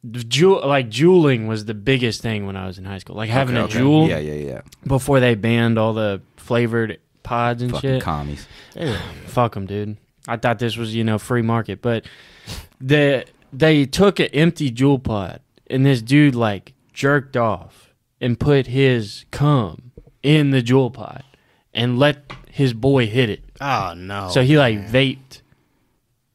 A: jewel like jeweling was the biggest thing when I was in high school. Like having
C: Okay, okay.
A: a jewel
C: Yeah, yeah, yeah.
A: before they banned all the flavored pods and
C: Fucking
A: shit.
C: commies.
A: Fuck them, dude. I thought this was you know free market, but the they took an empty jewel pod and this dude like jerked off and put his cum in the jewel pod and let his boy hit it.
B: Oh no.
A: So he like vaped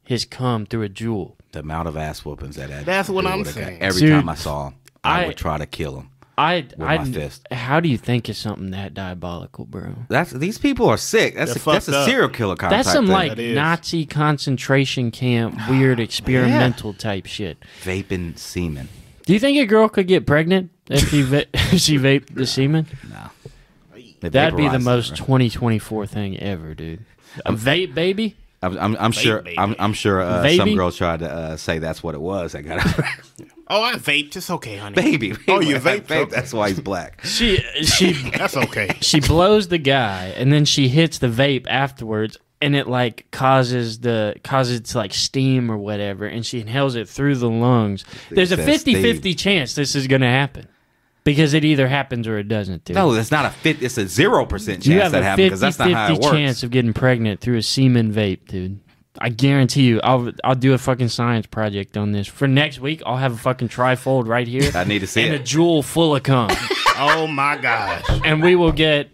A: his cum through a jewel.
C: The amount of ass whoopings that that
B: That's what
C: dude
B: I'm
C: would've got.
B: saying.
C: Every
A: Dude,
C: time I saw him, I,
A: I-
C: would try to kill him.
A: I, I,
C: my fist.
A: how do you think is something that diabolical, bro?
C: That's these people are sick. That's
B: They're
C: a, that's
B: fucked
C: a
B: up.
C: serial killer kind
A: That's
C: of type
A: some
C: thing.
A: like
B: That is.
A: Nazi concentration camp, weird experimental type shit.
C: vaping semen.
A: Do you think a girl could get pregnant if she va- if she vaped the semen?
C: They
A: That'd be the
C: vaporize it,
A: most
C: right?
A: 2024 thing ever, dude. A vape baby?
C: I'm, I'm, I'm sure.
B: baby.
C: I'm, I'm sure uh,
A: Baby?
C: some girls tried to uh, say that's what it was. I got a
B: oh, I vaped. It's okay, honey.
C: baby.
B: Oh, you
C: I
B: vaped?
C: vaped.
B: Okay.
C: That's why he's black.
A: She she
B: That's okay.
A: she blows the guy and then she hits the vape afterwards and it like causes the causes it to like steam or whatever and she inhales it through the lungs. There's a
C: That's
A: 50-50 chance this is going to happen. Because it either happens or it doesn't, dude.
C: No, that's not a fit. It's a zero percent
A: you
C: chance
A: have
C: that
A: a 50
C: happens because that's not how it
A: 50
C: works.
A: chance of getting pregnant through a semen vape, dude. I guarantee you, I'll I'll do a fucking science project on this for next week. I'll have a fucking trifold right here
C: I need to see
A: and a
C: it.
A: jewel full of cum,
B: oh my gosh.
A: and we will get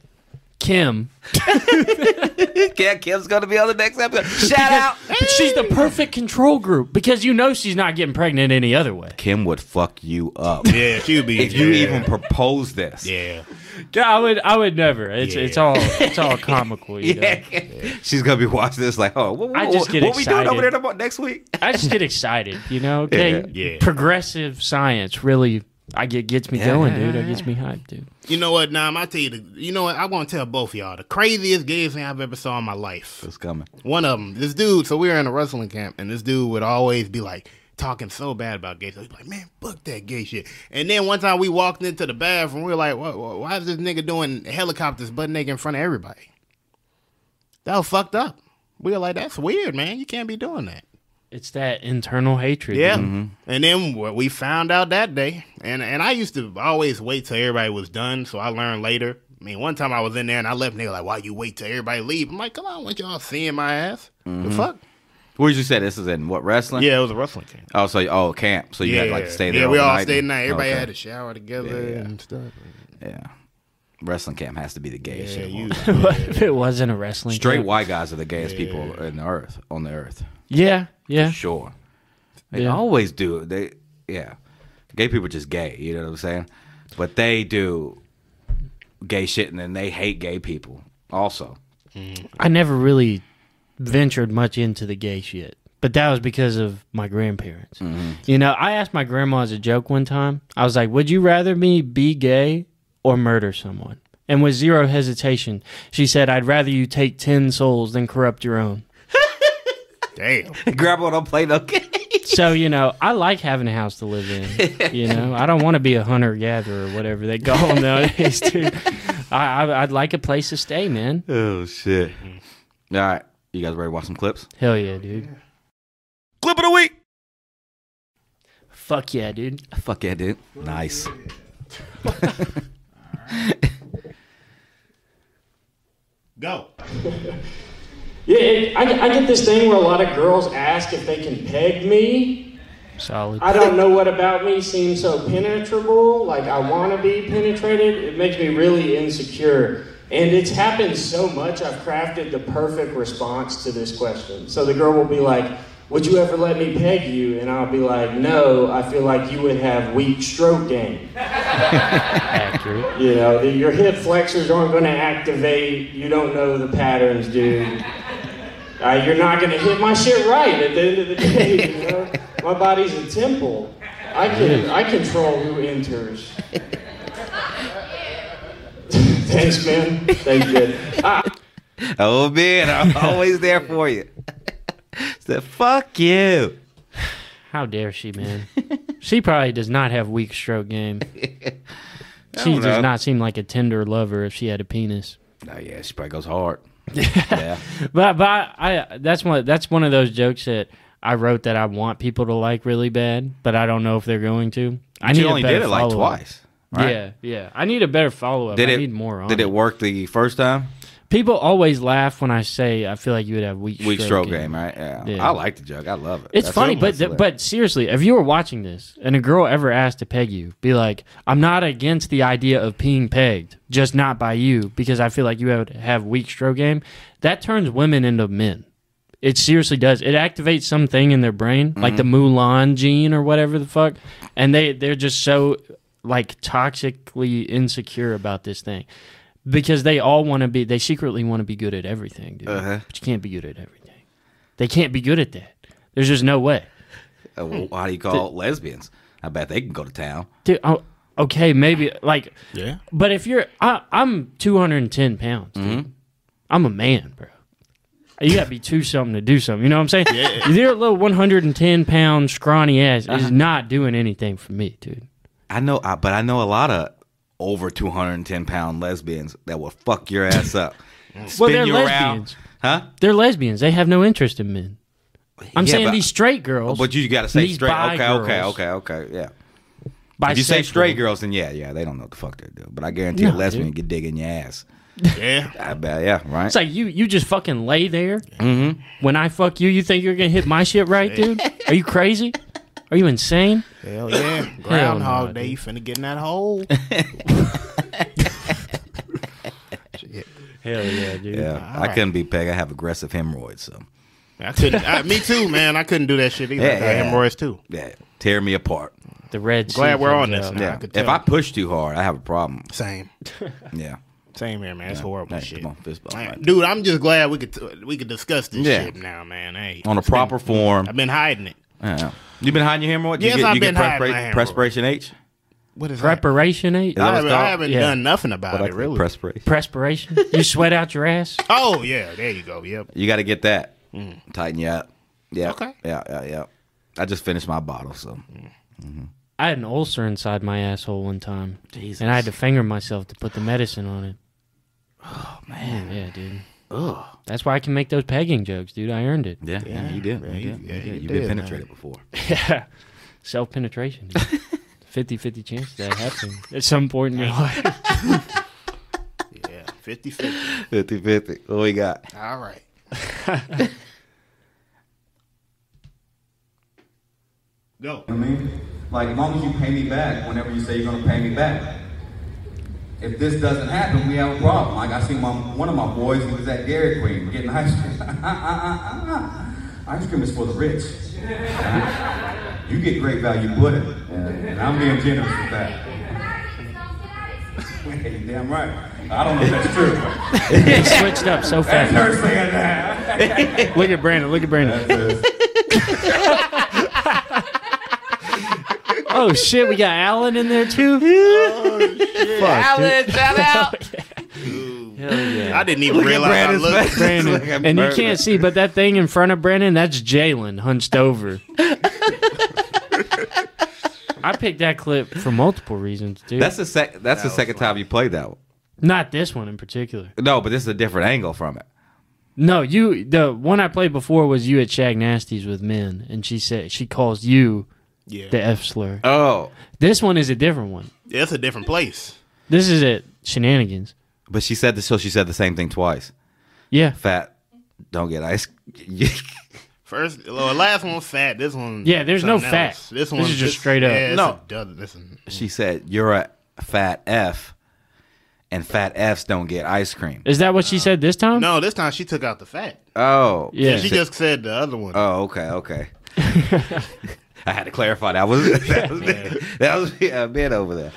A: Kim.
C: Yeah, Kim's gonna be on the next episode. Shout out.
A: She's the perfect control group because you know she's not getting pregnant any other way.
C: Kim would fuck you up
B: Yeah, she would be.
C: if you
B: yeah.
C: even propose this.
B: Yeah.
A: I would I would never. It's it's all it's all comical. You know?
C: She's gonna be watching this like, oh, what,
A: I
C: what-
A: just get
C: what we doing
A: excited.
C: over there tomorrow, next week?
A: I just get excited, you know. Okay,
B: Yeah, yeah.
A: progressive science really, I get gets me going, dude. It gets me hyped, dude.
B: You know what, Nam? I tell you, the, you know what? I want to tell both of y'all the craziest gay thing I've ever saw in my life.
C: It's coming.
B: One of them, this dude. So we were in a wrestling camp, and this dude would always be like talking so bad about gay. So he's like, "Man, fuck that gay shit." And then one time we walked into the bathroom, we were like, "Why, why why is this nigga doing helicopters butt naked in front of everybody?" That was fucked up. We were like, "That's weird, man. You can't be doing that."
A: It's that internal hatred.
B: Yeah.
A: dude.
C: Mm-hmm.
B: And then what we found out that day, and and I used to always wait till everybody was done, so I learned later. I mean, one time I was in there and I left, and they were like, "Why you wait till everybody leave?" I'm like, "Come on, what y'all seeing my ass?
C: Mm-hmm.
B: The fuck?"
C: Where did you say this is in? What wrestling?
B: Yeah, it was a wrestling camp.
C: Oh, so oh camp. So you had to like stay there.
B: Yeah, we all
C: overnight
B: stayed
C: and-
B: the night. Everybody
C: okay.
B: had to shower together and stuff.
C: Yeah. Wrestling camp has to be the gayest
B: Yeah,
C: shit.
B: you,
A: But if it wasn't a wrestling
C: Straight
A: camp-
C: white guys are the gayest people in the earth on the earth.
A: Yeah, yeah.
C: Sure. They
A: Yeah.
C: always do. They yeah. Gay people just gay, you know what I'm saying? But they do gay shit and then they hate gay people also.
A: I never really ventured much into the gay shit, but that was because of my grandparents.
C: Mm-hmm.
A: You know, I asked my grandma as a joke one time. I was like, "Would you rather me be gay or murder someone?" And with zero hesitation, she said, "I'd rather you take ten souls than corrupt your own."
B: damn.
C: Grandma don't play no game.
A: So you know, I like having a house to live in. You know, I don't want to be a hunter gatherer, or whatever they call them nowadays. Dude, I, I, I'd like a place to stay, man.
C: Oh shit. All right. You guys ready to watch some clips?
A: Hell yeah, dude.
C: Clip of the week.
A: Fuck yeah, dude.
C: Fuck yeah, dude. Nice.
B: Go.
F: Yeah, it, I, I get this thing where a lot of girls ask if they can peg me.
A: Solid.
F: I don't know what about me seems so penetrable. Like, I want to be penetrated. It makes me really insecure. And it's happened so much, I've crafted the perfect response to this question. So the girl will be like, Would you ever let me peg you? And I'll be like, No, I feel like you would have weak stroke game.
A: Accurate.
F: You know, the, your hip flexors aren't going to activate. You don't know the patterns, dude. Uh, you're not going to hit my shit right at the end of the day. You know? my body's a temple. I can I control who enters. Thanks, man. Thank you. I,
C: Oh man, I'm always there for you. so fuck you.
A: How dare she, man? she probably does not have weak stroke game. She does
C: know.
A: not seem like a tender lover if she had a penis.
C: Oh yeah, she probably goes hard. yeah.
A: But but I, I that's one that's one of those jokes that I wrote that I want people to like really bad, but I don't know if they're going to. I
C: She
A: a
C: only
A: better
C: did it like
A: follow-up.
C: twice. Right?
A: Yeah, yeah. I need a better follow up. I
C: Did it
A: need more on
C: Did it work the first time?
A: People always laugh when I say I feel like you would have weak
C: Weak
A: stroke
C: stroke game, right? Yeah.
A: Yeah.
C: I like the joke. I love it.
A: It's
C: That's
A: funny,
C: it.
A: but
C: That's
A: but seriously, if you were watching this and a girl ever asked to peg you, be like, "I'm not against the idea of being pegged, just not by you, because I feel like you would have weak stroke game." That turns women into men. It seriously does. It activates something in their brain, like the Mulan gene or whatever the fuck, and they they're just so like toxically insecure about this thing because they all want to be. They secretly want to be good at everything, dude. But you can't be good at everything. They can't be good at that. There's just no way.
C: hilarious. Uh, well, How do you call lesbians? I bet they can go to town.
A: Dude, oh, okay, maybe like,
B: Yeah.
A: but if you're, I, I'm 210 pounds. Dude.
C: Mm-hmm.
A: I'm a man, bro. You gotta be two something to do something. You know what I'm saying? Yeah. Your little 110 pound scrawny ass
C: Uh-huh.
A: is not doing anything for me, dude.
C: I know, I, but I know a lot of over 210 pound lesbians that will fuck your ass up. Spin
A: Well, they're
C: you
A: lesbians.
C: around. Huh?
A: They're lesbians. They have no interest in men. I'm
C: Yeah,
A: saying
C: but-
A: these straight girls.
C: But you got to say
A: these
C: straight.
A: bi
C: Okay, okay,
A: girls,
C: okay, okay. Yeah. If you say
A: bisexual-
C: straight girls, then yeah, yeah, they don't know what the fuck they do. But I guarantee
A: No,
C: a lesbian
A: dude.
C: can dig in your ass.
B: Yeah.
C: I bet, yeah, right?
A: It's like you you just fucking lay there.
C: Mm-hmm.
A: When I fuck you, you think you're gonna hit my shit right, dude? Are you crazy? Are you insane?
B: Hell yeah. Groundhog
A: no,
B: Day. You finna get in that hole.
A: Hell yeah, dude.
C: yeah, I
B: right.
C: couldn't be pegged. I have aggressive hemorrhoids, so
B: I couldn't. I, me too, man. I couldn't do that shit either.
C: Yeah,
B: I got
C: yeah.
B: hemorrhoids too.
C: yeah, tear me apart.
A: The red. uh, Sea
B: Glad we're
A: comes
B: on this.
A: out.
B: Now.
C: Yeah,
B: I could
C: if
B: tell.
C: I push too hard, I have a problem.
B: same,
C: Yeah,
B: same here, man. It's horrible
C: Hey,
B: shit.
C: come on, fist bump.
B: Man, Dude, I'm just glad we could we could discuss this
C: Yeah.
B: shit now, man. Hey,
C: on a
B: it's been-
C: proper form.
B: I've been hiding it.
C: Yeah. You been hiding your hemorrhoid?
B: Yes,
C: you get,
B: I've
C: you
B: been
C: get
B: hiding my hemorrhoid.
C: Perspiration H.
B: What is that?
A: Preparation eh? eight.
B: I
C: what
B: haven't,
C: it's
B: I
C: called?
B: haven't
A: Yeah.
B: done nothing about
C: Like
B: it, really.
C: perspiration.
A: Perspiration. you sweat out your ass.
B: Oh yeah, there you go. Yep.
C: You got to get that. Tighten you up. Yeah.
B: Mm. Okay. Mm.
C: Yeah, yeah, yeah. I just finished my bottle, so
A: I had an ulcer inside my asshole one time, and I had to finger myself to put the medicine on it. Oh man. Yeah, dude. Ugh. That's why I can make those pegging jokes, dude. I earned it.
C: yeah, yeah, you did.
B: you-
C: you did.
B: yeah,
C: you did.
B: you did,
C: You've been
B: man.
C: penetrated before.
A: Self penetration. 50 50 chance of that happening at some point in your life.
B: Yeah. 50 50.
C: 50 50. What we got?
B: All right. Go.
G: You know what I mean? Like, as long as you pay me back whenever you say you're gonna pay me back. If this doesn't happen, we have a problem. Like, I see my, one of my boys, he was at Dairy Queen getting ice cream. ice cream is for the rich. You get great value pudding, and, and I'm being generous with that. Hey, you damn right. I don't know if that's true.
A: It switched up so fast.
G: That's her saying that.
A: Look at Brandon. Look at Brandon. Oh, shit. We got Alan in there, too.
C: Alan, shout out.
B: I didn't even realize I
C: Brandon's
B: looked.
C: face.
A: Brandon.
C: Like I'm
A: and you
C: burning.
A: can't see, but that thing in front of Brandon, that's Jalen hunched over. I picked that clip for multiple reasons, dude.
C: That's the sec- that's the second time you played that one.
A: Not this one in particular.
C: No, but this is a different angle from it.
A: No, you. The one I played before was you at Shag Nasty's with men, and she said she calls you
B: Yeah.
A: the F slur.
C: Oh.
A: This one is a different one.
B: That's a different place.
A: This is at Shenanigans.
C: But she said this so she said the same thing twice.
A: Yeah,
C: Fat, don't get ice.
B: First, well, last one was fat. This one.
A: Yeah, there's no
B: something
A: fat.
B: else.
A: This
B: This one
A: is just straight up.
C: No.
B: listen.
C: she said, You're a fat F, and fat Fs don't get ice cream.
A: is that what she said this time?
B: No, this time she took out the fat.
C: Oh.
A: Yeah.
B: She just said the other one.
C: Oh, okay, okay. I had to clarify that was that was, that was a bit over there.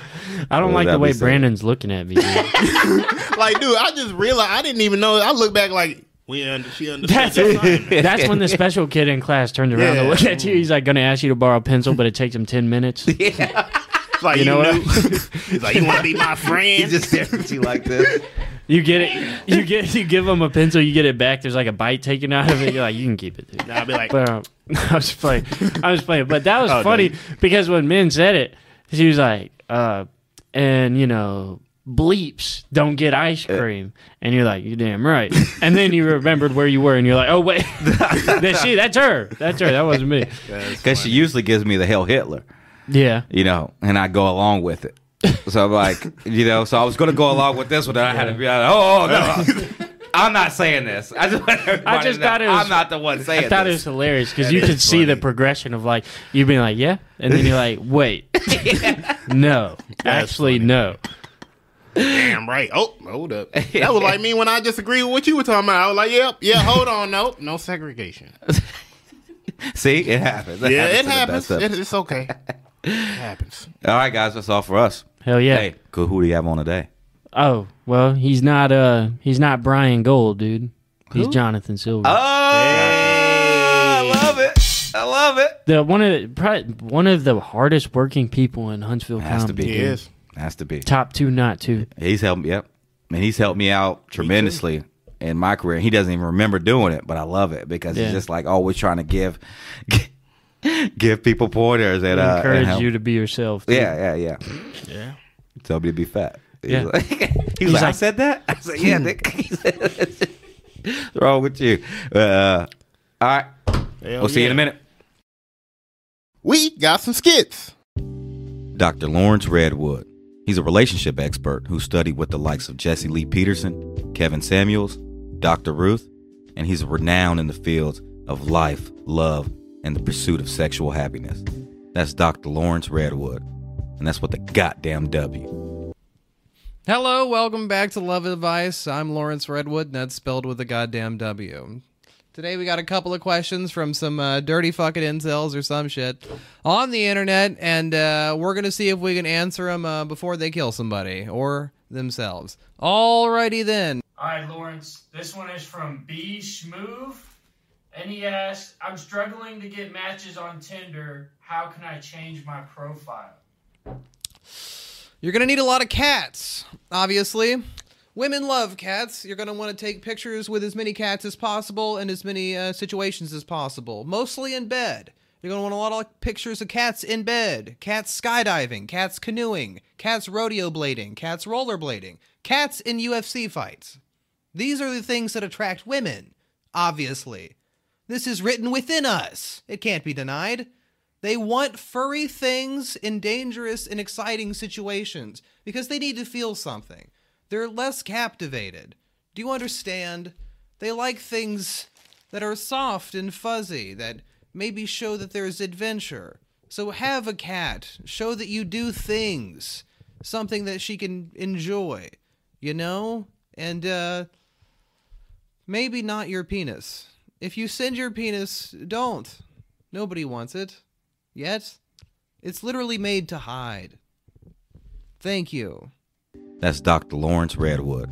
A: I don't
C: Well,
A: like the
C: that'd
A: way
C: be sad.
A: Brandon's looking at me. dude.
B: like, dude, I just realized I didn't even know. I look back like We under, she understood
A: That's
B: the assignment.
A: that's when the special kid in class turned around to
B: Yeah.
A: look at you. He's like, going to ask you to borrow a pencil, but it takes him ten minutes.
B: It's like, you,
A: You know
B: know,
A: what?
B: it's like you want to be my friend.
C: He just stared at you like this.
A: You get it. You get. You give him a pencil. You get it back. There's like a bite taken out of it. You're like, you can keep it. Dude.
B: and I'll be like,
A: But um, I was playing. I was playing. But that was
B: Oh,
A: funny
B: dude.
A: because when Min said it, she was like, uh, and you know, bleeps don't get ice cream. And you're like, you're damn right. And then you remembered where you were and you're like, oh, wait. that's, she, that's her. That's her. That wasn't me.
C: Because she usually gives me the hell Hitler,
A: Yeah.
C: you know, and I go along with it. So I'm like, you know, so I was going to go along with this one, and I had to be like, oh, no. I'm not saying this. I just, want everybody
A: just
C: to know
A: thought it was-
C: I'm not the one saying
A: I thought it
C: this.
A: was hilarious because you could see the progression of like you being like, yeah, and then you're like, wait, no, actually no.
B: damn right. Oh, hold up. That was like me when I disagreed with what you were talking about. I was like, yep, yeah, hold on, no, no segregation.
C: See, it happens.
B: Yeah, it
C: to the
B: happens.
C: best of us.
B: It- it's okay. It happens.
C: All right, guys, that's all for us.
A: Hell yeah.
C: Hey, cool. Who do you have on today?
A: Oh well, he's not uh he's not Brian Gold, dude. He's Jonathan
C: Uh,
A: Silver.
C: I love it. I love it.
A: the one of the, probably one of the hardest working people in Huntsville
C: Has to
A: comedy.
C: be.
B: It
A: dude.
B: is.
C: Has to be.
A: Top two, not two.
C: He's helped me. Yep. And he's helped me out tremendously in my career. He doesn't even remember doing it, but I love it because
A: Yeah.
C: he's just like always trying to give give people pointers and uh, and
A: Encourage
C: help.
A: you to be yourself. dude.
C: Yeah, yeah, yeah.
B: Yeah.
C: Tell me to be fat. He's
A: Yeah.
C: like, he's like, I
A: like-
C: said that. I said, yeah, Nick. He said, What's wrong with you? Uh, all right.
B: Hell
C: We'll see you in a
B: Oh, yeah.
C: minute.
B: We got some skits.
C: Dr. Lawrence Redwood. He's a relationship expert who studied with the likes of Jesse Lee Peterson, Kevin Samuels, Dr. Ruth, and he's renowned in the fields of life, love, and the pursuit of sexual happiness. That's Dr. Lawrence Redwood, and that's what the goddamn W.
H: Hello, welcome back to Love Advice. I'm Lawrence Redwood, and that's spelled with a goddamn W. Today we got a couple of questions from some uh, dirty fucking incels or some shit on the internet, and uh, we're gonna see if we can answer them uh, before they kill somebody or themselves. Alrighty then.
A: All right, Lawrence. This one is from B Schmoove, and he asks, "I'm struggling to get matches on Tinder. How can I change my profile?"
H: You're going to need a lot of cats, obviously. Women love cats. You're going to want to take pictures with as many cats as possible in as many uh, situations as possible, mostly in bed. You're going to want a lot of pictures of cats in bed, cats skydiving, cats canoeing, cats rodeo blading, cats rollerblading, cats in UFC fights. These are the things that attract women, obviously. This is written within us. It can't be denied. They want furry things in dangerous and exciting situations because they need to feel something. They're less captivated. Do you understand? They like things that are soft and fuzzy, that maybe show that there's adventure. So have a cat. Show that you do things, something that she can enjoy, you know? And, uh, maybe not your penis. If you send your penis, don't. Nobody wants it. Yet. It's literally made to hide. Thank you.
C: That's Dr. Lawrence Redwood,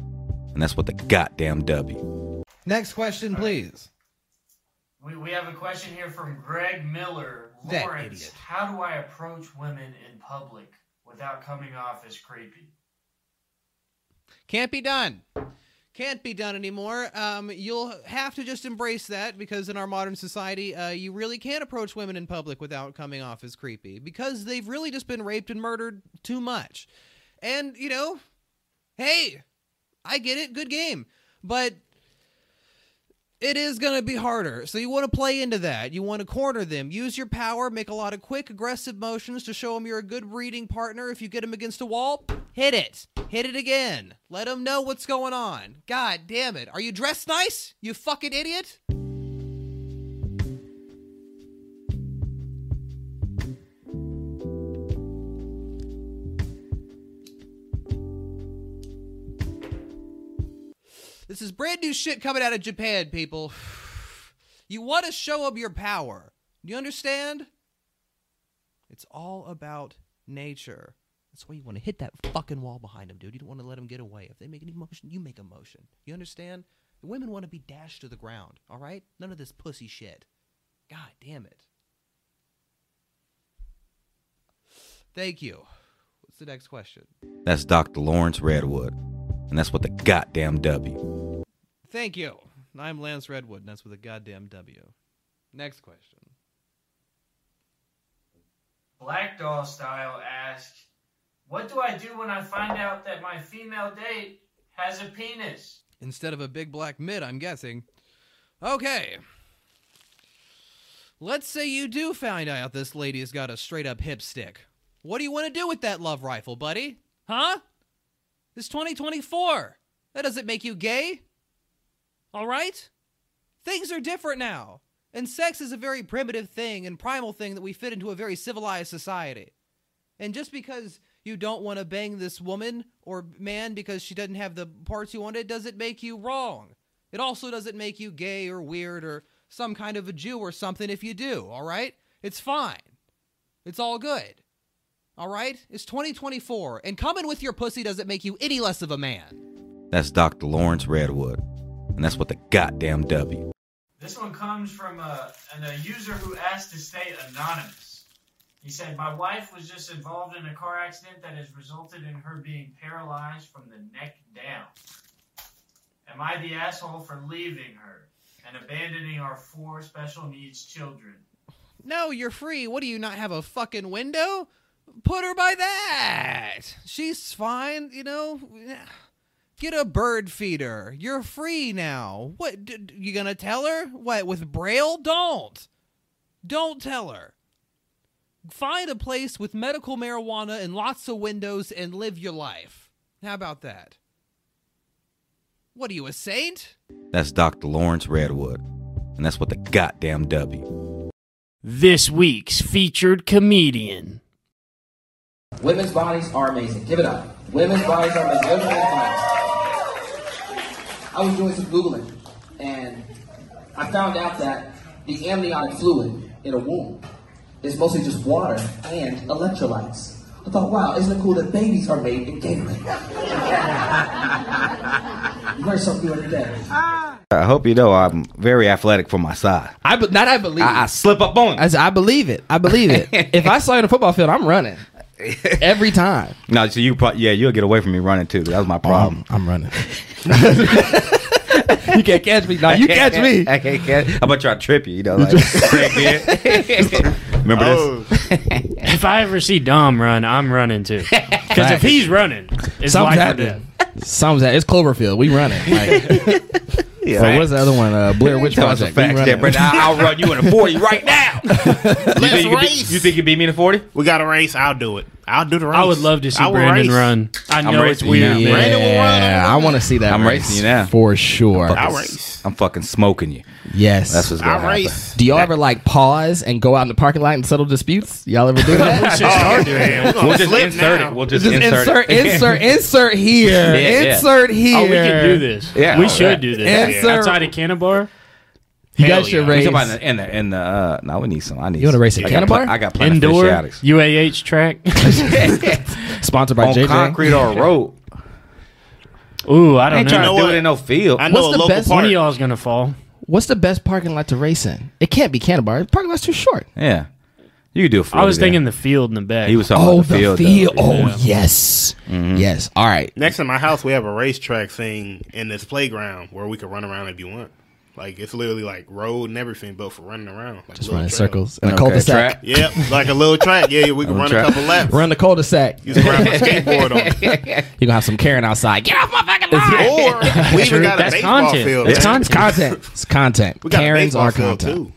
C: and that's what the goddamn W.
H: Next question, please.
A: We, we have a question here from Greg Miller.
H: That
A: Lawrence,
H: idiot.
A: how do I approach women in public without coming off as creepy?
H: Can't be done. Can't be done anymore. Um, you'll have to just embrace that because in our modern society, uh, you really can't approach women in public without coming off as creepy because they've really just been raped and murdered too much. And, you know, hey, I get it. Good game. But it is going to be harder. So you want to play into that. You want to corner them. Use your power. Make a lot of quick, aggressive motions to show them you're a good reading partner. If you get them against a wall, hit it. Hit it again. Let them know what's going on. God damn it. Are you dressed nice? You fucking idiot? This is brand new shit coming out of Japan, people. You want to show up your power. You understand? It's all about nature. That's why you want to hit that fucking wall behind them, dude. You don't want to let them get away. If they make any motion, you make a motion. You understand? Women want to be dashed to the ground, all right? None of this pussy shit. God damn it. Thank you. What's the next question?
C: That's Dr. Lawrence Redwood. And that's what the goddamn W.
H: Thank you. I'm Lance Redwood, and that's with a goddamn W. Next question.
I: Black Doll Style asks, What do I do when I find out that my female date has a penis?
H: Instead of a big black mid, I'm guessing. Okay. Let's say you do find out this lady's got a straight up hip stick. What do you want to do with that love rifle, buddy? Huh? It's 2024. That doesn't make you gay. All right? Things are different now. And sex is a very primitive thing and primal thing that we fit into a very civilized society. And just because you don't want to bang this woman or man because she doesn't have the parts you wanted doesn't make you wrong. It also doesn't make you gay or weird or some kind of a Jew or something if you do, all right? It's fine. It's all good. All right? It's 2024, and coming with your pussy doesn't make you any less of a man.
C: That's Dr. Lawrence Redwood. And that's what the goddamn W.
I: This one comes from a, an, a user who asked to stay anonymous. He said, My wife was just involved in a car accident that has resulted in her being paralyzed from the neck down. Am I the asshole for leaving her and abandoning our four special needs children?
H: No, you're free. What do you not have a fucking window? Put her by that. She's fine, you know. Get a bird feeder. You're free now. What d- d- you gonna tell her? What with braille? Don't. Don't tell her. Find a place with medical marijuana and lots of windows and live your life. How about that? What are you, a saint?
C: That's Dr. Lawrence Redwood. And that's what the goddamn W.
A: This week's featured comedian.
J: Women's bodies are amazing. Give it up. Women's bodies are amazing. Women's bodies. I was doing some Googling and I found out that the amniotic fluid in a womb is mostly just water and electrolytes. I thought, wow, isn't it cool that babies are made in Gatorade? you learn something new every day.
C: I hope you know I'm very athletic for my size.
D: I be- not I believe.
C: I, I
D: I,
C: slip up on
D: I,
C: you.
D: said, I believe it. I believe it. if I saw you on a football field, I'm running every time.
C: No, so you probably, yeah, you'll get away from me running too. That was my problem.
D: Um, I'm running. you can't catch me. Now you catch me.
C: I can't catch. I'm about to try to trip you. You know, like Greg Beard. Remember
B: Oh,
A: If I ever see Dom run, I'm running too. Because if he's running, it's
D: Something's
A: life or
D: happening.
A: death.
D: Something's happening. It's Cloverfield. We running. Like,
C: this? Yeah.
D: so what's the other one? Uh, Blair Witch
C: Tell us the
D: Project. We
C: facts,
D: running.
C: there, brother. I- I'll run you in a forty right now. you, think you, could beat-
B: race.
C: you think you beat me in a forty?
B: we got a race. I'll do it. I'll do the race.
A: I would love to see
B: I will
A: Brandon
B: race.
A: run. I
C: I'm
A: know it's
C: racing
A: weird.
C: now.
A: man.
B: Brandon will run.
D: Yeah, I want to see that.
C: I'm
D: race
C: racing you now.
D: for sure.
B: I'll race.
C: I'm fucking smoking you.
D: Yes.
C: That's what's gonna
B: I'll
C: happen.
B: race.
D: do y'all ever like pause and go out in the parking lot and settle disputes? Y'all ever do that?
A: Just start doing it.
B: Man, Oh, we're gonna
C: We'll just
B: slip
C: insert
B: now.
C: it. We'll just,
D: Just
C: insert,
D: insert, insert, insert here,
C: yeah.
D: insert here.
A: Oh, we can do this.
C: Yeah,
A: we
C: all
A: should
C: right.
A: do this.
D: Yes, sir.
A: Outside of Cannabar,
D: You
B: Hell
D: guys should
B: yeah.
C: We
D: race.
C: talking about in the in the, in the uh, no, we need some. I need.
D: You wanna
C: some.
D: race at
C: I got,
D: Cannabar?
C: pl- I got plenty
A: indoor
C: of fish addicts.
A: UAH track.
D: Sponsored by
C: on
D: JJ.
C: concrete or a road.
A: Ooh, I
C: I
A: don't
C: ain't trying
A: know.
C: to
B: know
C: do
B: what?
C: it in no field.
B: I know
D: What's
B: a
D: the
B: local
D: best
B: park.
A: One of y'all's gonna fall.
D: What's the best parking lot to race in? It can't be Canterbury. The parking lot's too short.
C: Yeah, you could do. A 40
A: I was
C: there.
A: thinking the field in the back.
C: he was talking
D: Oh,
C: about the field. though. Mm-hmm.
D: Oh, yes, yes. All right.
B: Next to my house, we have a racetrack thing in this playground where we can run around if you want. Like it's literally like road and everything, but for running around, like
D: Just
B: little
D: run in
B: trail.
D: circles in a
C: Okay,
D: cul-de-sac.
C: track.
B: Yep, like a little track. Yeah, yeah, we can run
C: track.
B: a couple laps.
D: Run the cul-de-sac.
B: You can ride my skateboard on. it.
D: You're gonna have some Karen outside. Get off my fucking lawn.
B: Or we even got a
A: That's
B: baseball
A: content.
B: field. man.
D: It's, con- it's content. It's content.
B: We got
D: Karens
B: a baseball
D: are
B: field
D: content.
B: too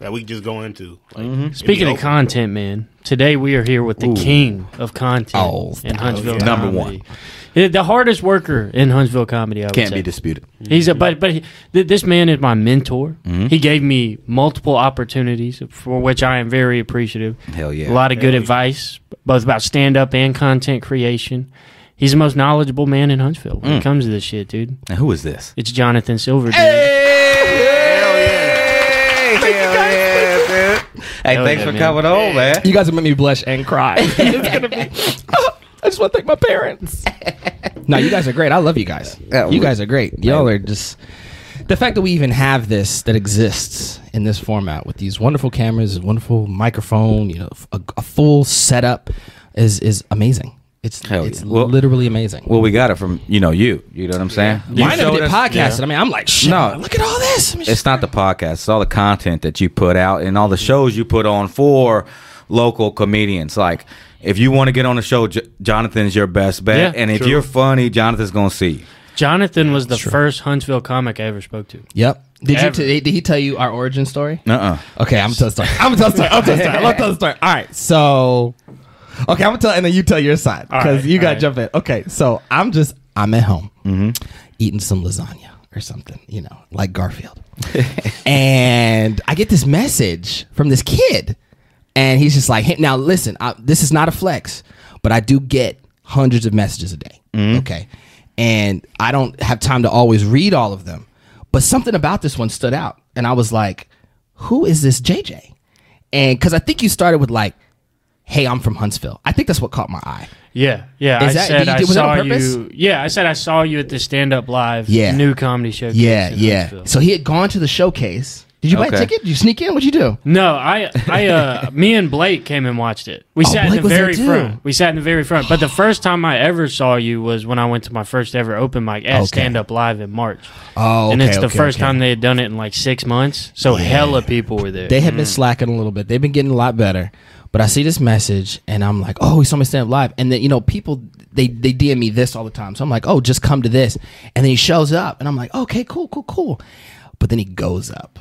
B: that we can just go into. Like, it'd be
A: Speaking of
B: open.
A: content, man, today we are here with the king of content
D: Oh,
A: in Huntsville.
C: yeah. Number
A: comedy. Yeah, the hardest worker in Huntsville comedy. I would
C: Can't
A: say.
C: be disputed.
A: He's a but but he, th- this man is my mentor.
D: Mm-hmm.
A: He gave me multiple opportunities for which I am very appreciative.
C: Hell yeah.
A: A lot of good advice both about stand up and content creation. He's the most knowledgeable man in Huntsville
D: Mm.
A: when it comes to this shit, dude.
C: Now, who is this?
A: It's Jonathan Silver. dude.
C: Hey, hell yeah, dude. Hey,
A: Hell
C: thanks
A: yeah,
C: for
A: man.
C: coming on, man.
D: "Oh, You guys have made me blush and cry. it's gonna be. I just want to thank my parents. No, you guys are great. I love you guys.
C: Yeah, we-
D: you guys are great. Y'all are just the fact that we even have this that exists in this format with these wonderful cameras, a wonderful microphone, you know, f- a, a full setup is is amazing. It's
C: Hell
D: it's
C: yeah. Well-
D: literally amazing.
C: Well, we got it from you know you. You know what I'm saying? You
D: Well, I never
C: showed
D: did
C: us-
D: podcasting.
C: Yeah.
D: I mean, I'm like, shit,
C: No.
D: look at all this. I mean,
C: It's not the podcast. It's all the content that you put out and all the shows you put on for local comedians. Like, if you want to get on a show, J- Jonathan's your best bet.
A: Yeah,
C: and if
A: true.
C: you're funny, Jonathan's gonna see you.
A: Jonathan was the first Huntsville comic I ever spoke to.
D: Yep. Did you
A: Ever.
D: t- did he tell you our origin story?
C: Uh-uh.
D: Okay, I'm gonna tell the story. I'm gonna tell the story. I'm gonna tell the story. I'm gonna tell the story. All right, so okay, I'm gonna tell, and then you tell your side because you got to jump in. Okay, so I'm just I'm at home eating some lasagna or something, you know, like Garfield, and I get this message from this kid, and he's just like, hey, "Now listen, I, this is not a flex, but I do get hundreds of messages a day. Okay, and I don't have time to always read all of them." But something about this one stood out. And I was like, who is this JJ? And because I think you started with like, hey, I'm from Huntsville. I think that's what caught my eye.
A: Yeah, yeah.
D: Is
A: I
D: that-
A: said
D: did you-
A: I
D: was that
A: saw
D: on purpose?
A: you. Yeah, I said I saw you at the stand up live.
D: Yeah.
A: new comedy show.
D: Yeah, yeah. So he had gone to the showcase. Did you buy a
C: Okay.
D: ticket? Did you sneak in? What'd you do?
A: no, I, I, uh, me and Blake came and watched it. We
D: Oh,
A: sat in
D: Blake
A: the
D: was there
A: very
D: too.
A: front. We sat in the very front. But the first time I ever saw you was when I went to my first ever open mic at
D: Okay.
A: Stand Up Live in March.
D: Oh,
A: and
D: okay,
A: it's the
D: okay,
A: first
D: okay.
A: time they had done it in like six months. So hella people were there.
D: They had been slacking a little bit. They've been getting a lot better. But I see this message and I'm like, oh, he saw me stand up live. And then, you know, people, they, they DM me this all the time. So I'm like, oh, just come to this. And then he shows up and I'm like, okay, cool, cool, cool. But then he goes up.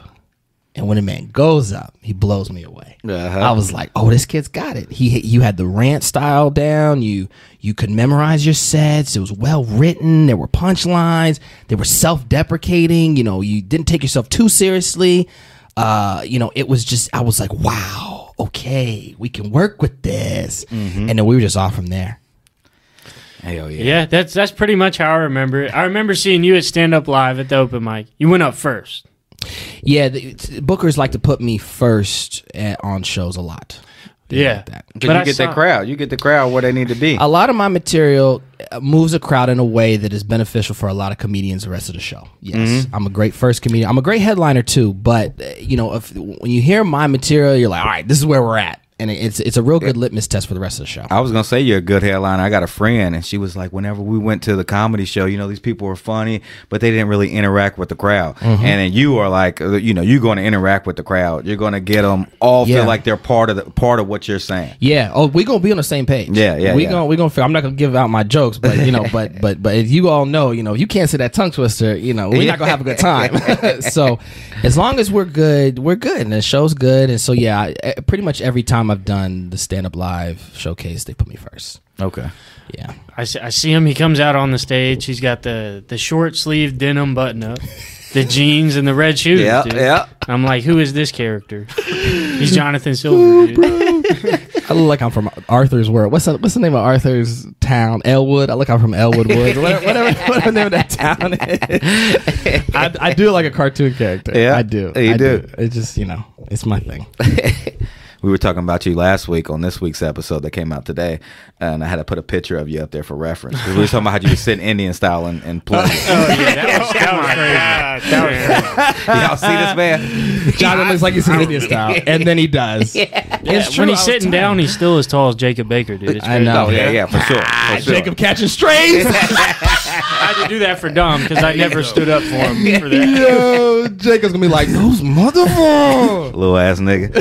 D: And when a man goes up, he blows me away. I was like, "Oh, this kid's got it." He, you had the rant style down. You, you could memorize your sets. It was well written. There were punchlines. They were self deprecating. You know, you didn't take yourself too seriously. Uh, you know, it was just, I was like, "Wow, okay, we can work with this." And then we were just off from there.
C: Hell yeah.
A: Yeah, that's that's pretty much how I remember it. I remember seeing you at Stand Up Live at the open mic. You went up first.
D: Yeah, the, it's- bookers like to put me first at, on shows a lot. They
A: Yeah,
D: like that.
C: But you get that crowd. You get the crowd where they need to be.
D: a lot of my material uh, moves a crowd in a way that is beneficial for a lot of comedians the rest of the show. Yes, I'm a great first comedian. I'm a great headliner too. But uh, you know, if when you hear my material, you're like, all right, this is where we're at, and it- it's it's a real good litmus test for the rest of the show.
C: I was gonna say you're a good headliner. I got a friend, and she was like, whenever we went to the comedy show, you know, these people were funny, but they didn't really interact with the crowd. And then you are like, uh, you know, you're going to interact with the crowd. You're going to get them all
D: Yeah.
C: feel like they're part of the part of what you're saying.
D: Yeah. Oh, we gonna be on the same page.
C: Yeah, yeah,
D: We
C: yeah.
D: gonna we gonna. Figure, I'm not gonna give out my jokes, but you know, but but but if you all know, you know, if you can't say that tongue twister, you know, we're not gonna have a good time. so, as long as we're good, we're good, and the show's good, and so yeah, I, eh, pretty much every time I've done the stand up live showcase, they put me first.
C: Okay.
D: Yeah.
A: I see, I see him. He comes out on the stage. He's got the the short sleeve denim button up, the jeans and the red shoes.
C: Yeah,
A: dude.
C: yeah.
A: I'm like, who is this character? He's Jonathan Silver. Dude.
D: I look like I'm from Arthur's World. What's the, what's the name of Arthur's town? Elwood. I look like I'm from Elwood Woods. Whatever, whatever, whatever the name of that town is. I, I do like a cartoon character.
C: Yeah,
D: I do.
C: you
D: I
C: do.
D: It's just you know, it's my thing.
C: We were talking about you last week on this week's episode that came out today, and I had to put a picture of you up there for reference. 'Cause We were talking about how you were sitting Indian style and, and playing. Y'all see this man?
D: Jonathan looks like he's in Indian style, and then he does. It's true,
A: when he's
D: I was
A: sitting
D: tired.
A: down, he's still as tall as Jacob Baker, dude. It's
D: I
A: crazy.
D: know.
C: Oh yeah, yeah, for sure.
D: Ah,
C: For sure.
D: Jacob catching strays.
A: I had to do that for Dom because I never stood up for him for that.
D: Yo, Jacob's gonna be like those motherfuckers.
C: Little ass nigga.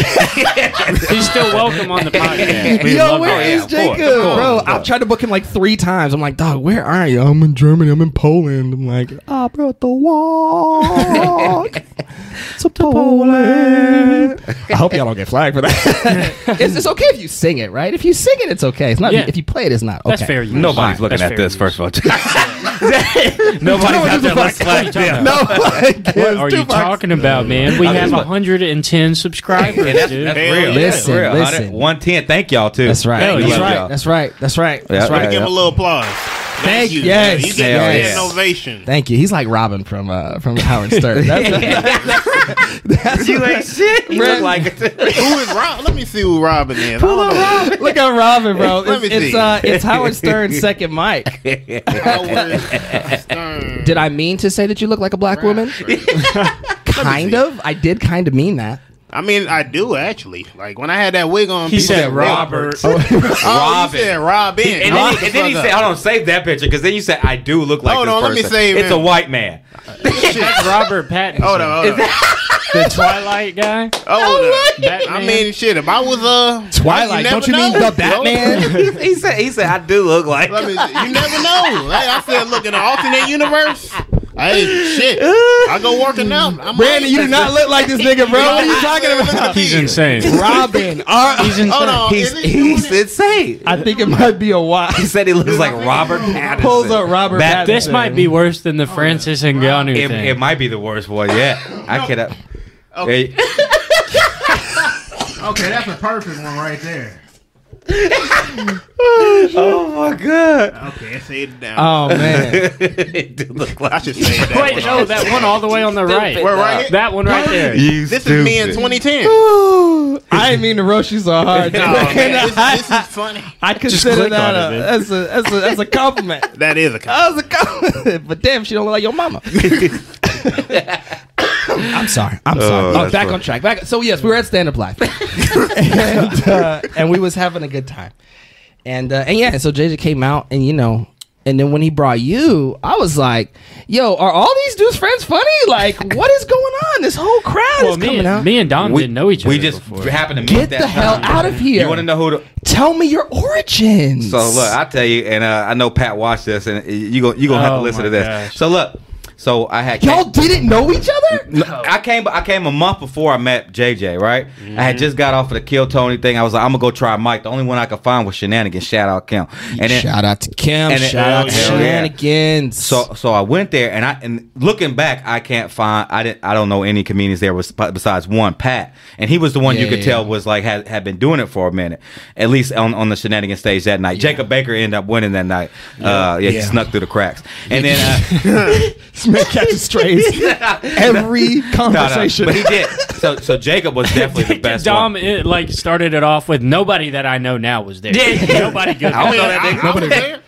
A: He's still welcome on the podcast. Oh, We
D: Yo,
A: love
D: where
A: him.
D: is
C: yeah, of course,
D: Jacob,
C: of course,
D: bro?
C: of
D: I've tried to book him like three times. I'm like, dog, where are you? I'm in Germany. I'm in Poland. I'm like, ah, bro, the walk to Poland. I hope y'all don't get flagged for that. it's, it's okay if you sing it, right? If you sing it, it's okay. It's not
A: Yeah.
D: if you play it, it's not. Okay.
A: That's fair use.
C: Nobody's looking
A: That's fair
C: at this.
A: use.
C: First of all,
A: Nobody's
D: No,
A: out there. Let's slap them.
D: No, what
A: What are you talking about, man? We have 110 subscribers, dude.
C: real.
D: Listen,
C: real.
D: listen.
C: One ten. Thank y'all too.
D: That's right.
C: Thank
D: That's
C: y'all.
D: right. That's right. That's right. That's
C: Yeah,
D: right.
B: Give him a little applause.
D: Thank
B: you.
D: Yes.
B: You get
D: yes.
B: an ovation.
D: Thank you. He's like Robin from uh, from Howard Stern. That's, that's
C: You ain't shit. You look like it.
B: who is Rob? Let me see who Robin is. I don't know.
D: Look at Robin, bro.
B: Let
D: It's,
B: me
D: it's
B: see.
D: uh, it's Howard Stern's second mic.
B: Howard Stern.
D: Did I mean to say that you look like a black woman? kind
B: see.
D: of. I did kind of mean that.
B: I mean, I do actually. Like when I had that wig on,
A: He
B: people
A: said Robert.
B: Oh, you
C: Robin.
B: said Robin.
C: And then, he, and then he
B: Motherfucker.
C: said, "Hold on, save that picture because then you said I do look like
B: Hold
C: this
B: on, let me
C: person.
B: save
C: it's
B: him.
C: a white man.
A: That's Robert Pattinson,
B: Hold on, hold on.
A: the Twilight guy.
B: Hold on.
A: Batman.
B: I mean, shit. If I was uh
D: Twilight,
B: never
D: don't you
B: know.
D: mean the Batman?
C: he, he said, "He said I do look like."
B: Let me, you never know. Like I said, look in an alternate universe. Hey, shit. I go working out. I'm
D: Brandon, you do not look like this nigga, bro. What are you talking about?
A: He's insane.
D: Robin,
A: He's insane.
B: Hold on.
C: He's,
B: is he doing
C: he's
B: it?
C: insane.
D: I think it might be a while.
C: He said he looks like Robert Pattinson.
D: Pulls up Robert
C: Bat-
D: Pattinson.
A: This might be worse than the Francis and Ngannou
C: It,
A: thing.
C: it might be the worst one yet. I cannot. Okay.
B: Okay, that's a perfect one right there.
C: oh my god!
B: Okay, say it down.
D: Oh man,
C: it do look
B: I
C: like
B: should say that.
A: Wait,
B: one.
A: no, that one all the way on the right.
B: We're right here.
A: That one right there.
C: you.
B: This is me in
C: stupid.
B: 2010.
D: I didn't mean to roast you so hard.
B: No,
D: dude.
B: Oh, man, this, this
D: I,
B: is funny.
D: I consider
A: click
D: that
A: on it,
D: a,
A: dude.
D: that's a that's a that's a compliment.
B: That is a cop.
C: Oh.
D: That was a compliment. But damn, she don't look like your mama. I'm sorry. I'm sorry. Oh,
C: that's
D: back
C: funny.
D: on track. Back. So yes, we were at Stand Up Live, and, uh, and we was having a good time. And uh, and yeah, and so JJ came out, and you know, and then when he brought you, I was like, "Yo, are all these dudes friends funny? Like, what is going on? This whole crowd
A: Well,
D: is
A: me,
D: coming out.
A: me and Dom didn't know each other
C: We just
A: before.
C: happened to meet
D: Get
C: that
D: the hell
C: time.
D: out of here!
C: You want to know who? The,
D: Tell me your origins.
C: So look, I tell you, and uh, I know Pat watched this, and you go, you gonna have to
A: Oh,
C: listen to
A: my
C: this.
A: gosh.
C: So look, so I had
D: y'all didn't know each other.
C: No, I came. I came a month before I met JJ. Right, I
D: Mm-hmm.
C: had just got off of the Kill Tony thing. I was like, I'm gonna go try Mike. The only one I could find was Shenanigans. Shout out Kim. And then
D: shout out to Kim.
C: and it-
D: shout out to
C: Hell yeah.
D: Shenanigans.
C: so so I went there, and I and looking back, I can't find. I didn't. I don't know any comedians there was besides one Pat, and he was the one you
D: Yeah,
C: could
D: yeah,
C: tell
D: yeah.
C: was like had, had been doing it for a minute, at least on, on the Shenanigans stage that night. Jacob Baker ended up winning that night. Uh, yeah, he
D: Yeah.
C: snuck through the cracks, and then. Uh,
D: Smith catches strays every
C: uh, No, no,
D: conversation.
C: but he did. So, so Jacob was definitely the best
A: Dom
C: one.
A: it, like started it off with nobody that I know now was there. nobody good.
C: I don't know that
B: I,
C: nigga.
B: I was there.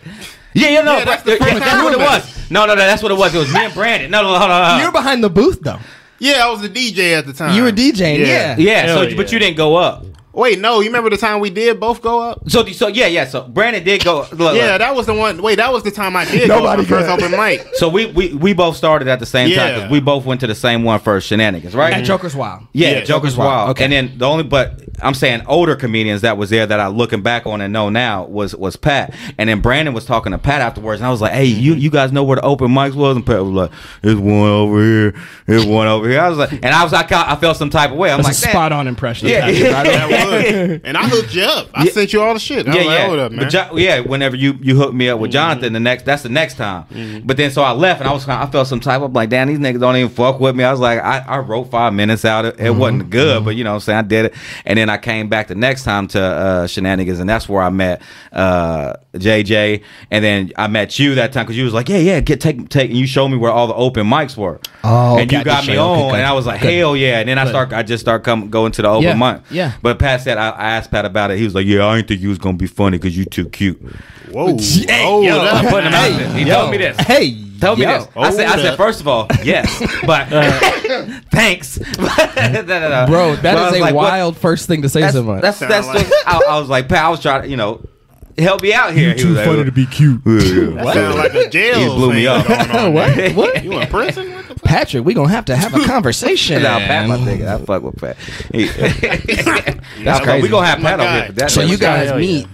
C: Yeah, yeah, no,
B: Yeah, that's
C: that's,
B: the first
C: that's what it
B: compliment.
C: was. No, no, no, that's what it was. It was me and Brandon. No, no, no, hold on, hold
D: You're
C: on.
D: behind the booth though.
B: Yeah, I was the DJ at the time.
D: You were DJing, yeah.
C: Uh, Yeah, so
A: Hell
C: but
A: yeah.
C: you didn't go up.
B: Wait, no, you remember the time we did both go up?
C: So, so yeah, yeah. So Brandon did go. Look, look.
B: Yeah, that was the one. Wait, that was the time I did go up my
D: Nobody
B: first
D: good.
B: open mic.
C: So we, we we both started at the same time
B: Yeah.
C: because we both went to the same one first, shenanigans, right?
D: At Joker's Wild.
C: Yeah,
B: Yeah,
C: Joker's Wild. Okay. And then the only but I'm saying older comedians that was there that I looking back on and know now was was Pat. And then Brandon was talking to Pat afterwards and I was like, Hey, you you guys know where the open mics was? And Pat was like, There's one over here, there's one over here. I was like and I was like I felt some type of way. I'm
D: That's a
C: like
D: spot on impression.
C: Yeah.
B: That was. And I hooked you up. I sent you all the shit. I
C: Yeah,
B: was like,
C: yeah,
B: hold up, man. Mm-hmm.
C: But Jo- yeah. Whenever you you hooked me up with Jonathan, the next that's the next time. But then so I left and I was kind of, I felt some type of like, damn, these niggas don't even fuck with me. I was like, I, I wrote five minutes out. It, it
B: Mm-hmm.
C: wasn't good, but you know what I'm saying I did it. And then I came back the next time to uh, Shenanigans, and that's where I met uh, JJ. And then I met you that time because you was like, yeah, yeah, get take take, and you showed me where all the open mics were.
D: Oh,
C: and you
D: got
C: got
D: this
C: me
D: show. Okay,
C: on,
D: good.
C: and I was like, hell yeah. And then I start, I just start coming going to the open
D: Yeah,
C: mic.
D: yeah.
C: But Pat said I, I asked Pat about it. He was like, "Yeah, I didn't think you was gonna be funny because you too cute."
B: Whoa.
D: Hey,
B: Hold
D: yo,
B: up.
C: I'm putting him out there. He told me this.
D: Hey,
C: Told me
D: yo.
C: this. I said, "I
B: Hold
C: said
B: up.
C: first of all, yes, but thanks, No, no, no.
D: Uh, Bro,
C: But I
D: that
C: was
D: is a
C: like, what-
D: wild first thing to say
C: That's
D: to someone.
C: that's, that's
B: Sound
C: the- I, I was like, Pat, I was trying to, you know, help me out here. He was like,
E: be cute.
C: "Yeah, yeah."
B: Sound like a jail.
C: He blew me
B: thing
C: up.
B: going on there.
D: what? What?
B: You in prison? What the fuck?
D: Patrick, we're going to have to have a conversation.
C: Nah, Pat, my nigga, I fuck with Pat. He- that's
D: crazy.
C: crazy. We gonna have
B: My
C: Pat on
B: guy.
C: here. for that.
D: so you guys
A: Hell yeah.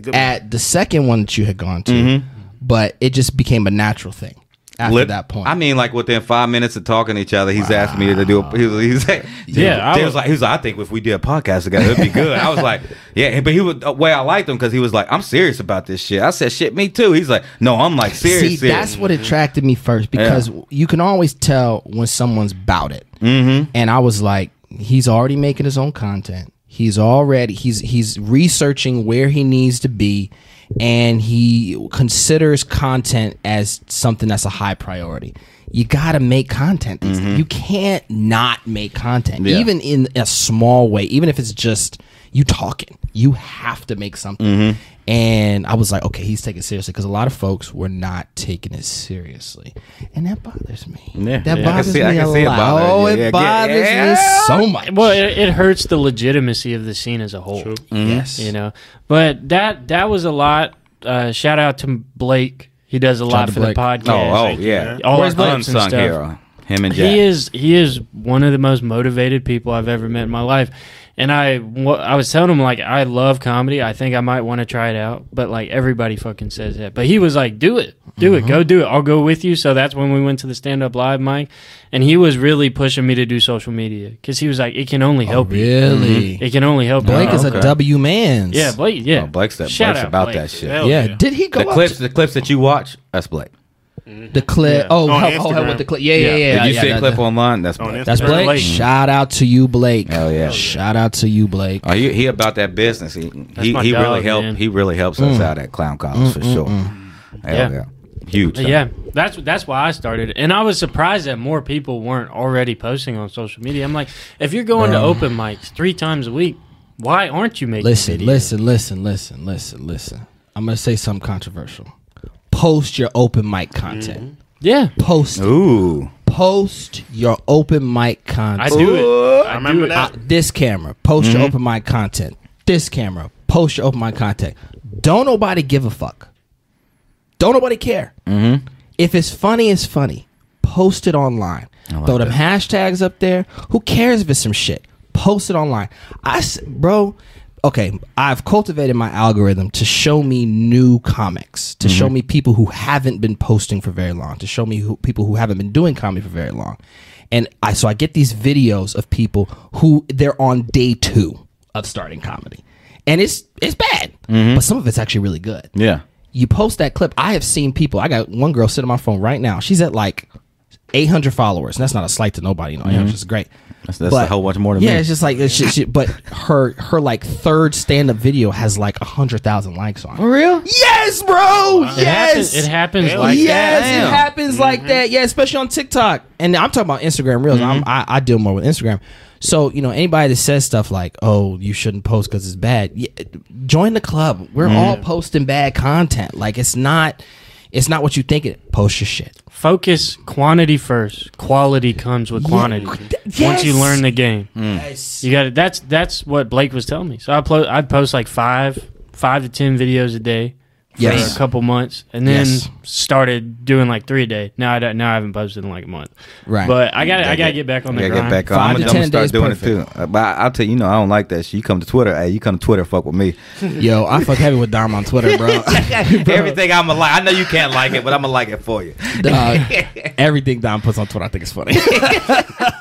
D: meet at the second one that you had gone to, but it just became a natural thing after
C: Lit-
D: that point.
C: I mean, like within five minutes of talking to each other, he's asked me to do. A, he was, he was,
A: Yeah, I
C: he was,
A: was-
C: like, he was like, I think if we did a podcast together, it'd be good. I was like, yeah, but he was the way I liked him because he was like, I'm serious about this shit. I said, shit, me too. He's like, no, I'm like serious.
D: See,
C: serious.
D: that's what attracted me first because you can always tell when someone's about it. Mm-hmm. And I was like, he's already making his own content. He's already he's he's researching where he needs to be and he considers content as something that's a high priority. You got to make content. these days. You can't not make content
C: Yeah.
D: even in a small way, even if it's just you talking. You have to make something. And I was like, okay, he's taking it seriously because a lot of folks were not taking it seriously, and that bothers me.
C: Yeah.
D: that
C: Yeah, I can
D: bothers
C: see- I
D: me
C: can
D: a
C: see it
D: lot.
C: bothering
D: oh,
C: you.
D: it
C: Yeah, get-
D: bothers
C: yeah.
D: me so much.
A: Well, it, it hurts the legitimacy of the scene as a whole.
D: yes,
A: you know. But that that was a lot. Uh, shout out to Blake. He does a lot
D: to
A: for
D: Blake.
A: the podcast.
C: Oh, oh yeah.
A: All
C: Where's
A: our clips
C: my
A: and
C: unsung
A: stuff.
C: hero? Him and Jack.
A: He is he is one of the most motivated people I've ever met in my life. And I wa- I was telling him like I love comedy. I think I might want to try it out, but like everybody fucking says that. But he was like, "Do it. Do it.
C: Uh-huh.
A: Go do it. I'll go with you." So that's when we went to the stand up live mic and he was really pushing me to do social media cuz he was like, "It can
C: Oh,
A: only help you.
D: really.
A: It can only help
D: Blake
A: you."
D: is
C: Mm-hmm. okay.
D: a W man.
A: yeah, Blake. Yeah,
C: Oh, Blake's that-
A: Shout
C: Blake's
A: out
C: about
A: Blake.
C: that shit.
A: Hell
D: yeah. Did he go
C: oh, The
D: up
C: clips,
D: to
C: the clips that you watch, that's Blake.
D: the clip? Oh,
B: On
D: help, oh, help
B: Instagram.
D: with the clip. Yeah, yeah, yeah.
C: If you
D: yeah,
C: see
D: that-
C: a clip online, that's
A: Oh,
C: Blake.
B: Instagram.
D: That's
A: They're
D: Blake.
A: late.
D: Shout out to you, Blake.
C: Hell yeah.
D: Shout out to you, Blake.
C: Oh, he, he about that business. He he,
A: my
C: he
A: dog,
C: really helped.
A: man.
C: He really helps
D: Mm.
C: us out at Clown College for sure. Hell yeah.
A: Yeah.
C: huge. time.
A: Yeah, that's that's why I started, and I was surprised that more people weren't already posting on social media. I'm like, if you're going to open mics three times a week, why aren't you making?
D: Listen,
A: videos?
D: listen, listen, listen, listen, listen. I'm gonna say something controversial. Post your open mic content.
C: Mm-hmm.
A: Yeah,
D: Post, it.
C: Ooh,
D: post your open mic
A: I
D: content.
A: do it. I
B: Remember
A: do it.
B: that?
D: this camera, post your open mic content. This camera, post your open mic content. Don't nobody give a fuck. Don't nobody care. If it's funny, it's funny. Post it online. Throw them hashtags up there. Who cares if it's some shit? Post it online. I, s- bro, okay, I've cultivated my algorithm to show me new comics, to show me people who haven't been posting for very long, to show me who, people who haven't been doing comedy for very long. And I so I get these videos of people who they're on day 2 of starting comedy. And it's it's bad, but some of it's actually really good
C: yeah.
D: you post that clip. I have seen people. I got one girl sitting on my phone right now. She's at like 800 followers. And that's not a slight to nobody. You know, 800 is great.
C: Mm-hmm. That's, that's a whole bunch more than
D: yeah,
C: me.
D: it's just like it's just, she- but her her like third stand up video has like hundred thousand likes on. it.
C: real?
D: Yes, bro.
A: It happens.
D: Yes.
A: It happens like
D: yes,
C: Damn.
D: it happens like that. Yeah, especially on TikTok. And I'm talking about Instagram Reels. I'm, I, I deal more with Instagram. So you know, anybody that says stuff like, "Oh, you shouldn't post because it's bad," yeah, join the club. We're all posting bad content. Like it's not, it's not what you think it. Post your shit.
A: that. Focus quantity first. Quality comes with quantity.
D: Th-
A: Once you
D: yes.
A: learn the game,
D: Yes.
A: you got it. That's that's what Blake was telling me. So I pl- I post like five five to ten videos a day. For
D: Yes.
A: a couple months, and then
D: Yes.
A: started doing like three a day. Now I don't, now I haven't posted in like a month.
D: Right.
A: But I got to I
C: Gotta
A: got to
C: get-
A: get back on the
C: Yeah, get
A: grind.
C: back on.
D: Five
C: I'm,
D: to
C: gonna- I'm gonna
D: 10
C: start
D: days
C: doing it
D: perfect.
C: too. Uh, But I- I'll tell you, you know, I don't like that shit. You come to Twitter, hey, you come to Twitter, fuck with me.
D: Yo, I fuck heavy with Dom on Twitter, bro.
C: Everything I'm gonna like, I know you can't like it, but I'm gonna like it for you.
D: Dog, everything Dom puts on Twitter, I think is funny.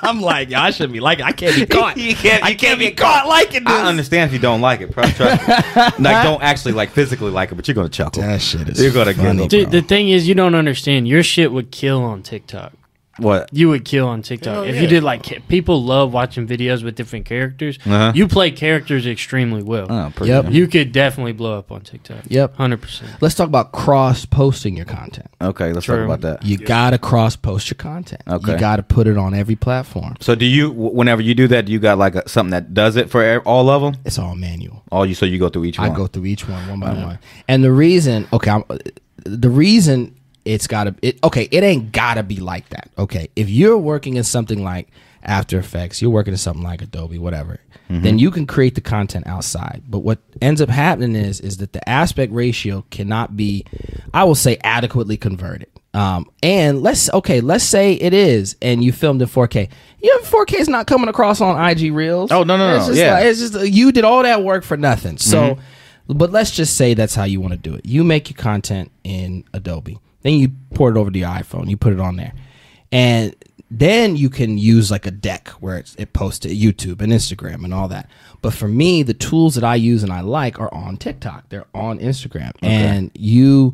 D: I'm like, yo, I shouldn't be like, I can't be caught.
C: You can't-
D: I
C: you
D: can't, be caught, liking this.
C: I understand if you don't like it, bro. Trust me. like, don't actually like physically like it, but you're gonna chuckle.
D: That shit is
C: You're gonna get
D: funny,
C: it.
A: Dude, the thing is, you don't understand. Your shit would kill on TikTok.
C: What?
A: You would kill on TikTok if you did like ca- people love watching videos with different characters.
C: Uh-huh.
A: You play characters extremely well.
C: Oh, pretty
D: Yep.
C: good.
A: You could definitely blow up on TikTok.
D: Yep.
A: hundred percent.
D: Let's talk about cross posting your content.
C: Okay, let's
A: True.
C: talk about that.
D: You gotta cross post your content.
C: Okay.
D: You gotta put it on every platform.
C: So do you? w- Whenever you do that, do you got like a, something that does it for e- all of them?
D: It's all manual.
C: All you so you go through each
D: I
C: one.
D: go through each one one by one. And the reason, okay, I'm, the reason it's gotta, it, okay, it ain't gotta be like that. Okay, if you're working in something like After Effects, you're working in something like Adobe, whatever,
C: Mm-hmm.
D: then you can create the content outside. But what ends up happening is, is that the aspect ratio cannot be, I will say, adequately converted. Um, and let's okay, let's say it is, and you filmed in 4K. Your 4K is not coming across on IG Reels.
C: Oh, no, no,
D: It's
C: no,
D: just
C: yeah.
D: like- it's just you did all that work for nothing. So,
C: Mm-hmm.
D: but let's just say that's how you want to do it. You make your content in Adobe, then you port it over to your iPhone, you put it on there, and then you can use like a deck where it's, it posts to YouTube and Instagram and all that. But for me, the tools that I use and I like are on TikTok. They're on Instagram, and you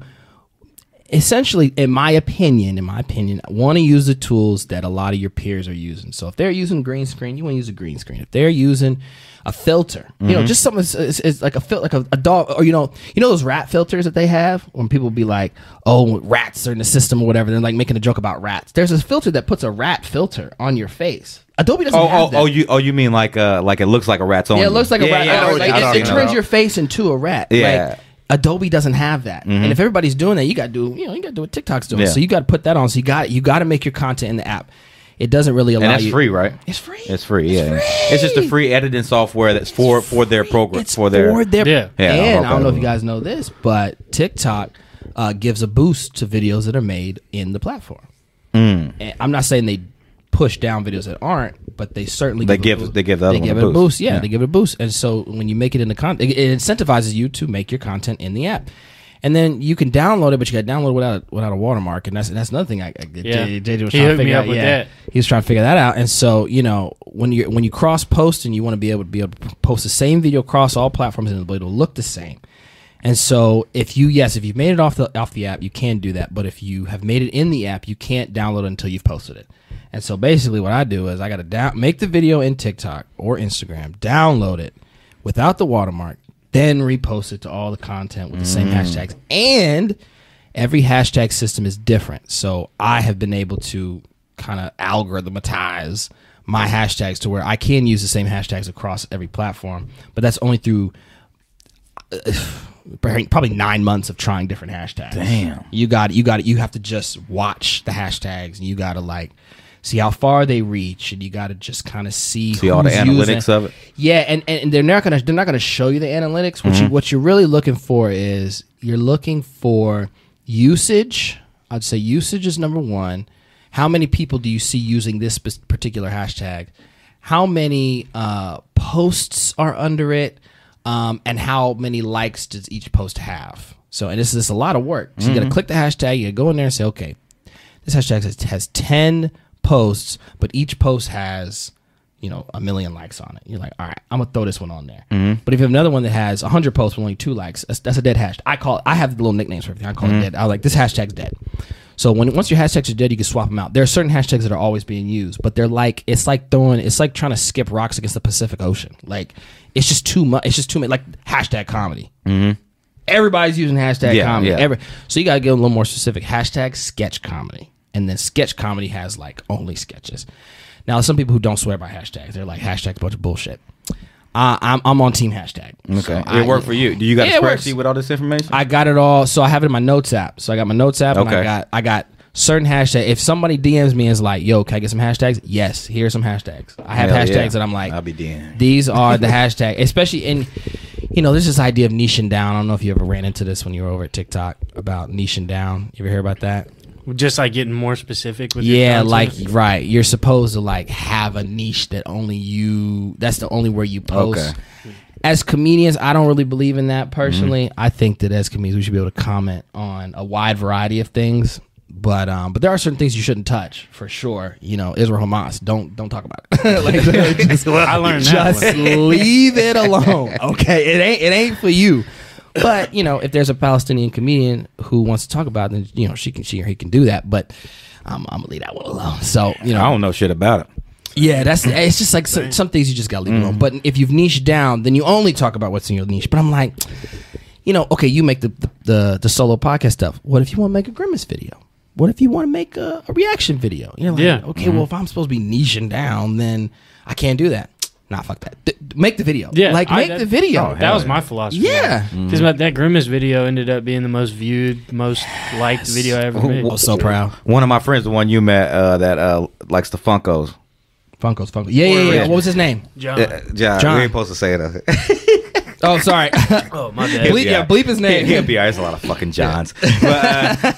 D: essentially, in my opinion, in my opinion, want to use the tools that a lot of your peers are using. So if they're using green screen, you want to use a green screen. If they're using a filter, you
E: Mm-hmm.
D: know, just something is, is like a fil- like a, a dog, or you know, you know those rat filters that they have when people be like, "Oh, rats are in the system" or whatever. They're like making a joke about rats. There's a filter that puts a rat filter on your face. Adobe doesn't
E: Oh,
D: have
E: oh,
D: that.
E: oh, you, oh, you mean like, uh, like it looks like a rat's on.
D: Yeah, it
E: you.
D: looks like a rat.
E: I know
D: or
E: what
D: like,
E: you're
D: it-
E: talking
D: it, turns
E: about.
D: your face into a rat.
E: Yeah. Mm-hmm.
D: Like, Adobe doesn't have that, and if everybody's doing that, you got to do you know you got to do what TikTok's doing.
E: Yeah.
D: So you got to put that on. So you got you got to make your content in the app. It doesn't really allow
E: and that's
D: you.
E: free, right?
D: It's free.
E: It's free. Yeah, it's just a free editing software that's for for their program
D: It's
E: for their.
A: Yeah.
E: Yeah,
D: and I don't
E: okay.
D: know if you guys know this, but TikTok uh, gives a boost to videos that are made in the platform.
E: Mm.
D: And I'm not saying they push down videos that aren't, but they certainly
E: They
D: give
E: give-
D: a boost.
E: they give the other
D: they
E: one
D: give
E: a
D: it a
E: boost.
D: boost. Yeah,
E: Yeah.
D: they give it a boost, and so when you make it in the content, it incentivizes you to make your content in the app. And then you can download it, but you got to download it without a, without a watermark, and that's that's another thing. I, I
A: Yeah.
D: J- JJ was
A: He
D: trying to
A: hooked me
D: figure
A: up
D: out.
A: with
D: yeah,
A: that.
D: he was trying to figure that out. And so you know when you when you cross post and you want to be able to be able to post the same video across all platforms and it'll look the same. And so if you yes if you've made it off the off the app you can do that, but if you have made it in the app you can't download it until you've posted it. And so basically what I do is I got to down make the video in TikTok or Instagram, download it without the watermark, then repost it to all the content with the
E: Mm.
D: same hashtags and every hashtag system is different. So I have been able to kind of algorithmatize my hashtags to where I can use the same hashtags across every platform, but that's only through uh, probably nine months of trying different hashtags. Damn, you got you got You have to just watch the hashtags, and you got to like see how far they reach, and you got to just kind of see
E: See all the
D: who's using-
E: analytics of it?
D: yeah, and, and, and they're not gonna they're not gonna show you the analytics. What you what you're really looking for is you're looking for usage. I'd say usage is number one. How many people do you see using this spec- particular hashtag? How many uh, posts are under it? Um, and how many likes does each post have? So, and this is a lot of work. So you gotta click the hashtag. You gotta go in there and say, okay, this hashtag has, has 10 posts but each post has you know a million likes on it you're like all right i'm gonna throw this one on there but if you have another one that has 100 posts with only two likes that's, that's a dead hashtag i call i have little nicknames for everything i call it dead i like this hashtag's dead so when once your hashtags are dead you can swap them out there are certain hashtags that are always being used but they're like it's like throwing it's like trying to skip rocks against the pacific ocean like it's just too much it's just too much like hashtag comedy everybody's using hashtag
E: Yeah,
D: comedy.
E: yeah.
D: Every, so you gotta get a little more specific. Hashtag sketch comedy, and then sketch comedy has like only sketches. Now, some people who don't swear by hashtags, they're like hashtag's a bunch of bullshit. Uh, I'm I'm on team hashtag. So
E: Okay,
D: I-
E: it worked for you. Do you got a
D: Yeah, it works.
E: spreadsheet with all this information?
D: I got it all. So I have it in my notes app. So I got my notes app, and I
E: Okay.
D: got I got certain hashtags. If somebody DMs me and is like, "Yo, can I get some hashtags?" Yes, here's some hashtags. I have
E: Hell
D: hashtags
E: yeah.
D: that I'm like,
E: I'll be DMing.
D: These are the hashtag, especially in. You know, there's this idea of niching down. I don't know if you ever ran into this when you were over at TikTok about niching down. You ever hear about that?
A: Just like getting more specific with
D: yeah
A: your
D: like
A: content.
D: right you're supposed to like have a niche that only you that's the only where you post
E: Okay.
D: as comedians i don't really believe in that personally
A: Mm-hmm.
D: i think that as comedians we should be able to comment on a wide variety of things but um but there are certain things you shouldn't touch for sure you know israel hamas don't don't talk about it like, like, just,
A: I learned that
D: just
A: one.
D: leave it alone okay it ain't it ain't for you but you know if there's a palestinian comedian who wants to talk about it then you know she can she or he can do that but i'm, I'm gonna leave that one alone so you know
E: I don't know shit about it.
D: yeah, that's it's just like some, some things you just gotta leave alone.
A: Mm-hmm.
D: But if you've niched down, then you only talk about what's in your niche. But I'm like, you know, okay, you make the the, the, solo podcast stuff. What if you want to make a grimace video? What if you want to make a, a reaction video? You're like,
A: Yeah.
D: okay, well, if I'm supposed to be niching down, then I can't do that. Nah, fuck that. D- d- make the video.
A: Yeah,
D: like
A: I-
D: make
A: that-
D: the video.
A: That was my philosophy.
D: Oh, Yeah.
A: because that grimace video ended up being the most viewed, most liked video I ever made.
D: I was Oh, so proud.
E: One of my friends, the one you met, uh, that uh, likes the Funkos.
D: Funkos, Funkos. Yeah, yeah, yeah, yeah. What was his name?
A: John.
E: Uh, John,
D: John.
E: we ain't supposed to say it.
D: Oh, sorry.
A: Oh my bad.
D: bleep, yeah, bleep his name.
E: He'll be all right. There's a lot of fucking Johns. uh,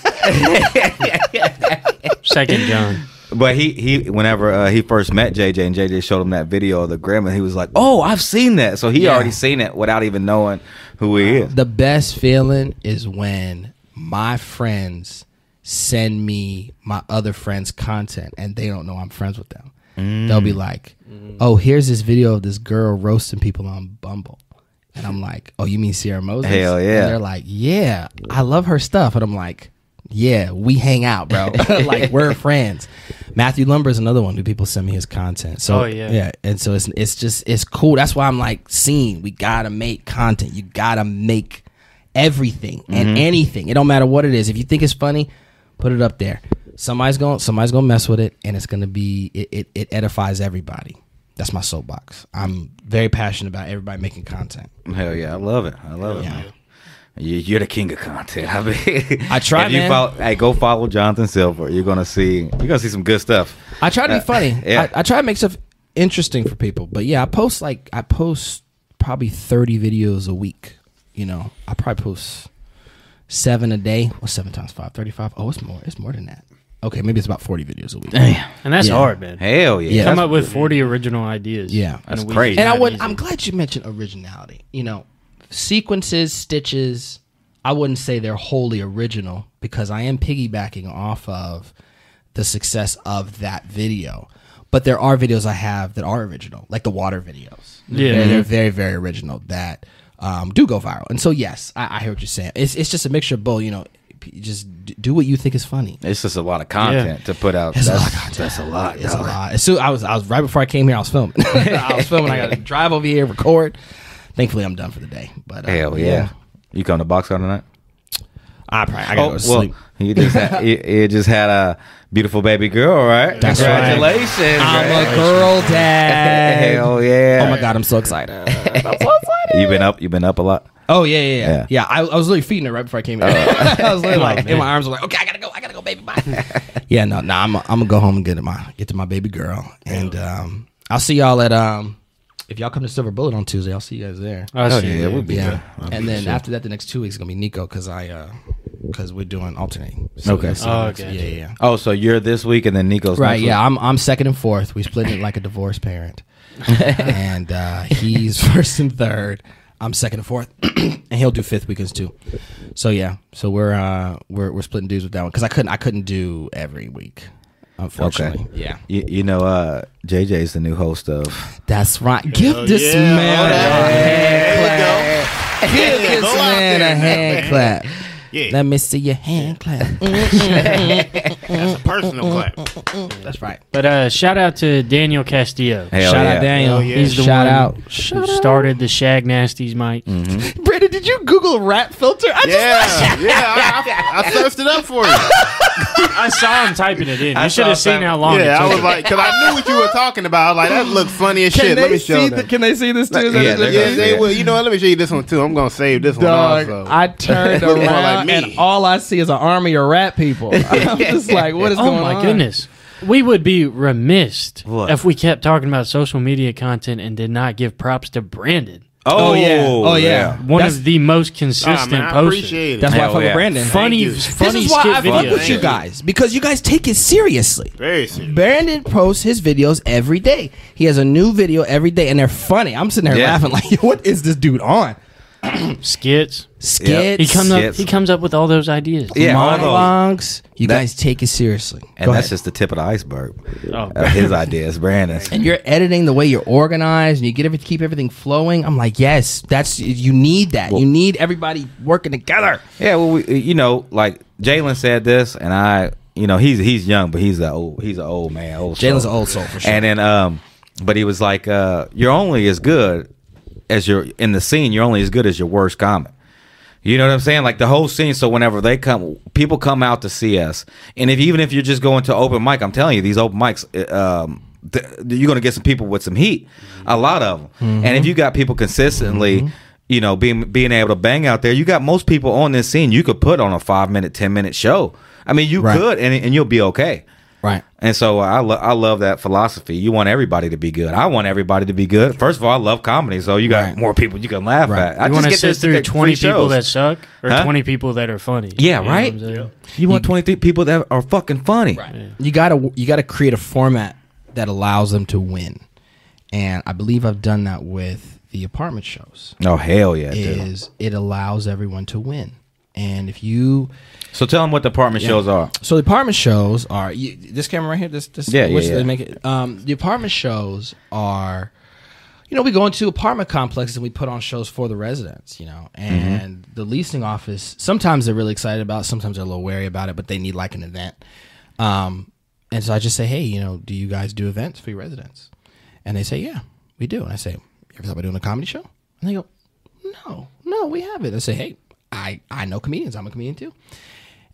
A: Second John.
E: But he he whenever uh, he first met JJ and JJ showed him that video of the grandma, he was like, "Oh, I've seen that." So he
D: Yeah.
E: already seen it without even knowing who he is.
D: The best feeling is when my friends send me my other friends' content and they don't know I'm friends with them.
E: Mm.
D: They'll be like, "Oh, here's this video of this girl roasting people on Bumble." And I'm like, "Oh, you mean Sierra Moses?"
E: Hell yeah.
D: And they're like, "Yeah, I love her stuff." And I'm like, yeah, we hang out, bro. like we're friends. Matthew Lumber is another one who people send me his content.
A: Oh,
D: So
A: yeah.
D: yeah, and so it's it's just it's cool. That's why I'm like, scene. We gotta make content. You gotta make everything
A: Mm-hmm.
D: and anything. It don't matter what it is. If you think it's funny, put it up there. Somebody's going to somebody's gonna mess with it, and it's gonna be it. It, it edifies everybody. That's my soapbox. I'm very passionate about everybody making content.
C: Hell yeah, I love it. I love
D: Yeah.
C: it. Man. You- You're the king of content. I mean,
D: I try,
C: If you
D: man.
C: follow, hey, go follow Jonathan Silver. You're gonna see. You're gonna see some good stuff.
D: I try to be
C: Uh,
D: funny.
C: yeah.
D: I, I try to make stuff interesting for people. But yeah, I post like I post probably thirty videos a week. You know, I probably post seven a day. What's seven times five? Thirty-five. Oh, it's more. It's more than that. Okay, maybe it's about forty videos a week.
A: And that's
D: Yeah.
A: hard, man.
C: Hell yeah.
D: Yeah.
A: Come
C: That's-
A: up with 40 original ideas.
D: Yeah.
A: in a
C: That's
A: week.
C: crazy.
D: And I
A: Not
D: would.
A: easy.
D: I'm glad you mentioned originality. You know, sequences, stitches. I wouldn't say they're wholly original because I am piggybacking off of the success of that video. But there are videos I have that are original, like the water videos.
A: Yeah. Mm-hmm.
D: they're, they're very very original that um, do go viral. And so yes, I, I hear what you're saying. It's it's just a mixture of both. You know, p- just d- do what you think is funny.
C: It's just a lot of content to put out.
D: It's a
C: that's,
D: lot of content.
C: that's a lot.
D: It's
C: dog.
D: a lot. So I was I was right before I came here. I was filming. I was filming. I got to drive over here, record. Thankfully, I'm done for the day. But uh,
C: Hell yeah. Oh, You come to boxcar tonight?
D: I probably I gotta go to sleep.
C: you just had, you, you just had a beautiful baby girl, right?
D: That's right.
C: Congratulations!
D: I'm a
C: right?
D: girl dad.
C: Hell yeah!
D: Oh my god, I'm so excited. I'm so excited.
C: You been up? You been up a lot?
D: Oh yeah, yeah, yeah.
C: Yeah. Uh, Oh,
D: Yeah, I, I was literally feeding her right before I came here. I was literally like, in my arms were like, okay, I gotta go, I gotta go, baby. Bye. yeah, no, no, I'm, I'm gonna go home and get to my get to my baby girl, and um, I'll see y'all at um, if y'all come to Silver Bullet on Tuesday, I'll see you guys there.
A: I see,
C: yeah,
A: man.
C: we'll be
D: yeah,
C: there.
D: and then after that, the next two weeks is gonna be Nico because I uh, because we're doing alternating. So
C: Okay.
D: that's-
A: Oh, gotcha.
D: yeah, yeah, yeah.
C: Oh, so you're this week, and then Nico's
D: Right,
C: next
D: yeah.
C: week?
D: I'm I'm second and fourth. We split it like a divorced parent, and uh, he's first and third. I'm second and fourth, and he'll do fifth weekends too. So yeah, so we're uh, we're we're splitting dudes with that one because I couldn't I couldn't do every week, unfortunately. Yeah,
C: You, you know, uh, JJ's the new host of.
D: that's right. Give this
B: yeah.
D: man
B: Hold on.
D: a hand clap. Give
B: Yeah,
D: this
B: go out
D: man
B: there
D: a
B: now,
D: hand
B: man.
D: clap.
B: Yeah,
D: Let me see your hand clap. Mm,
B: that's a personal clap.
D: That's right.
A: But uh, shout out to Daniel Castillo.
C: Hell
D: Shout
C: yeah.
D: out Daniel.
B: Hell yeah.
D: He's the Shout
A: one
D: out.
A: who started the Shag Nasties mic.
D: Brandon, did you Google rap filter? I
B: Yeah, yeah, I, I, I searched it up for you.
A: I saw him typing it in.
C: I
A: You should have
C: saw
A: seen
C: that.
A: how long
B: yeah,
A: it
B: I
A: took.
B: was like, because I knew what you were talking about. I was like, that looks funny as shit. Let me show them.
D: can they see this too? Is that
C: yeah,
D: what
C: they're
D: it
C: gonna
D: is?
B: yeah, they
C: Yeah.
B: will. You know what? Let me show you this one too. I'm gonna save this
D: Dog,
B: one also.
D: I turned
B: Look
D: around
B: more like me.
D: and all I see is an army of rat people. I'm just like, what is
A: oh
D: going on?
A: my goodness. We would be remiss
C: What?
A: if we kept talking about social media content and did not give props to Brandon.
D: Oh, yeah. Oh, yeah.
A: One
D: That's-
A: of the most
B: Ah,
A: consistent
B: man, I
A: posters.
B: appreciate it.
D: That's why I
C: Hell
D: fuck
C: yeah.
D: with Brandon.
A: Funny,
B: you.
A: funny
D: this is why
A: skit
D: I fuck
A: video.
D: with you guys because you guys take it seriously.
B: Very serious.
D: Brandon posts his videos every day. He has a new video every day, and they're funny. I'm sitting there
C: Yeah.
D: laughing like, what is this dude on?
A: Skits.
D: Skits,
A: He comes up.
C: Skits.
A: He comes up with all those ideas.
C: Yeah, all those.
D: monologues. You
C: That-
D: guys take it seriously,
C: And
D: Go
C: that's
D: ahead.
C: just the tip of the iceberg.
A: Oh.
C: of his ideas, Brandon's.
D: and you're editing the way you're organized and you get every, keep everything flowing i'm like yes that's you need that you need everybody working together
C: Yeah, well, we, you know, like Jalen said this, and I, you know, he's he's young, but he's a old he's an old man. Old soul.
D: Jalen's an old soul, for sure.
C: And then, um, but he was like, uh, "You're only as good as you're in the scene. You're only as good as your worst comment." You know what I'm saying? Like the whole scene. So whenever they come, people come out to see us, and if even if you're just going to open mic, I'm telling you, these open mics, uh, um, th- you're gonna get some people with some heat, a lot of them.
D: Mm-hmm.
C: And if you got people consistently, you know, being being able to bang out there, you got most people on this scene. You could put on a five minute, ten minute show. I mean, you
D: Right.
C: could, and and you'll be okay.
D: right
C: And so I, lo- I love that philosophy. You want everybody to be good. I want everybody to be good. First of all, I love comedy, so you got
D: Right.
C: more people you can laugh at. I
A: You want to sit
C: the-
A: through
C: the free
A: twenty people
C: shows.
A: that suck or
C: Huh?
A: twenty people that are funny?
C: Yeah,
A: You know
C: right?
A: what I'm saying?
C: You want 23 people that are fucking funny.
D: you gotta you gotta create a format that allows them to win and i believe i've done that with the apartment shows
C: Oh, hell yeah, dude.
D: is it allows everyone to win and if you
C: So tell them what the apartment shows are.
D: So the apartment shows are you, this camera right here. This, this
C: Yeah, yeah,
D: which
C: yeah.
D: they make it. Um, the apartment shows are, you know, we go into apartment complexes and we put on shows for the residents, you know, and the leasing office, sometimes they're really excited about it, sometimes they're a little wary about it, but they need like an event. Um, and so I just say, hey, you know, do you guys do events for your residents? And they say, yeah, we do. And I say, every time I doing a comedy show? And they go, no, no, we haven't. I say, hey, I, I know comedians. I'm a comedian too.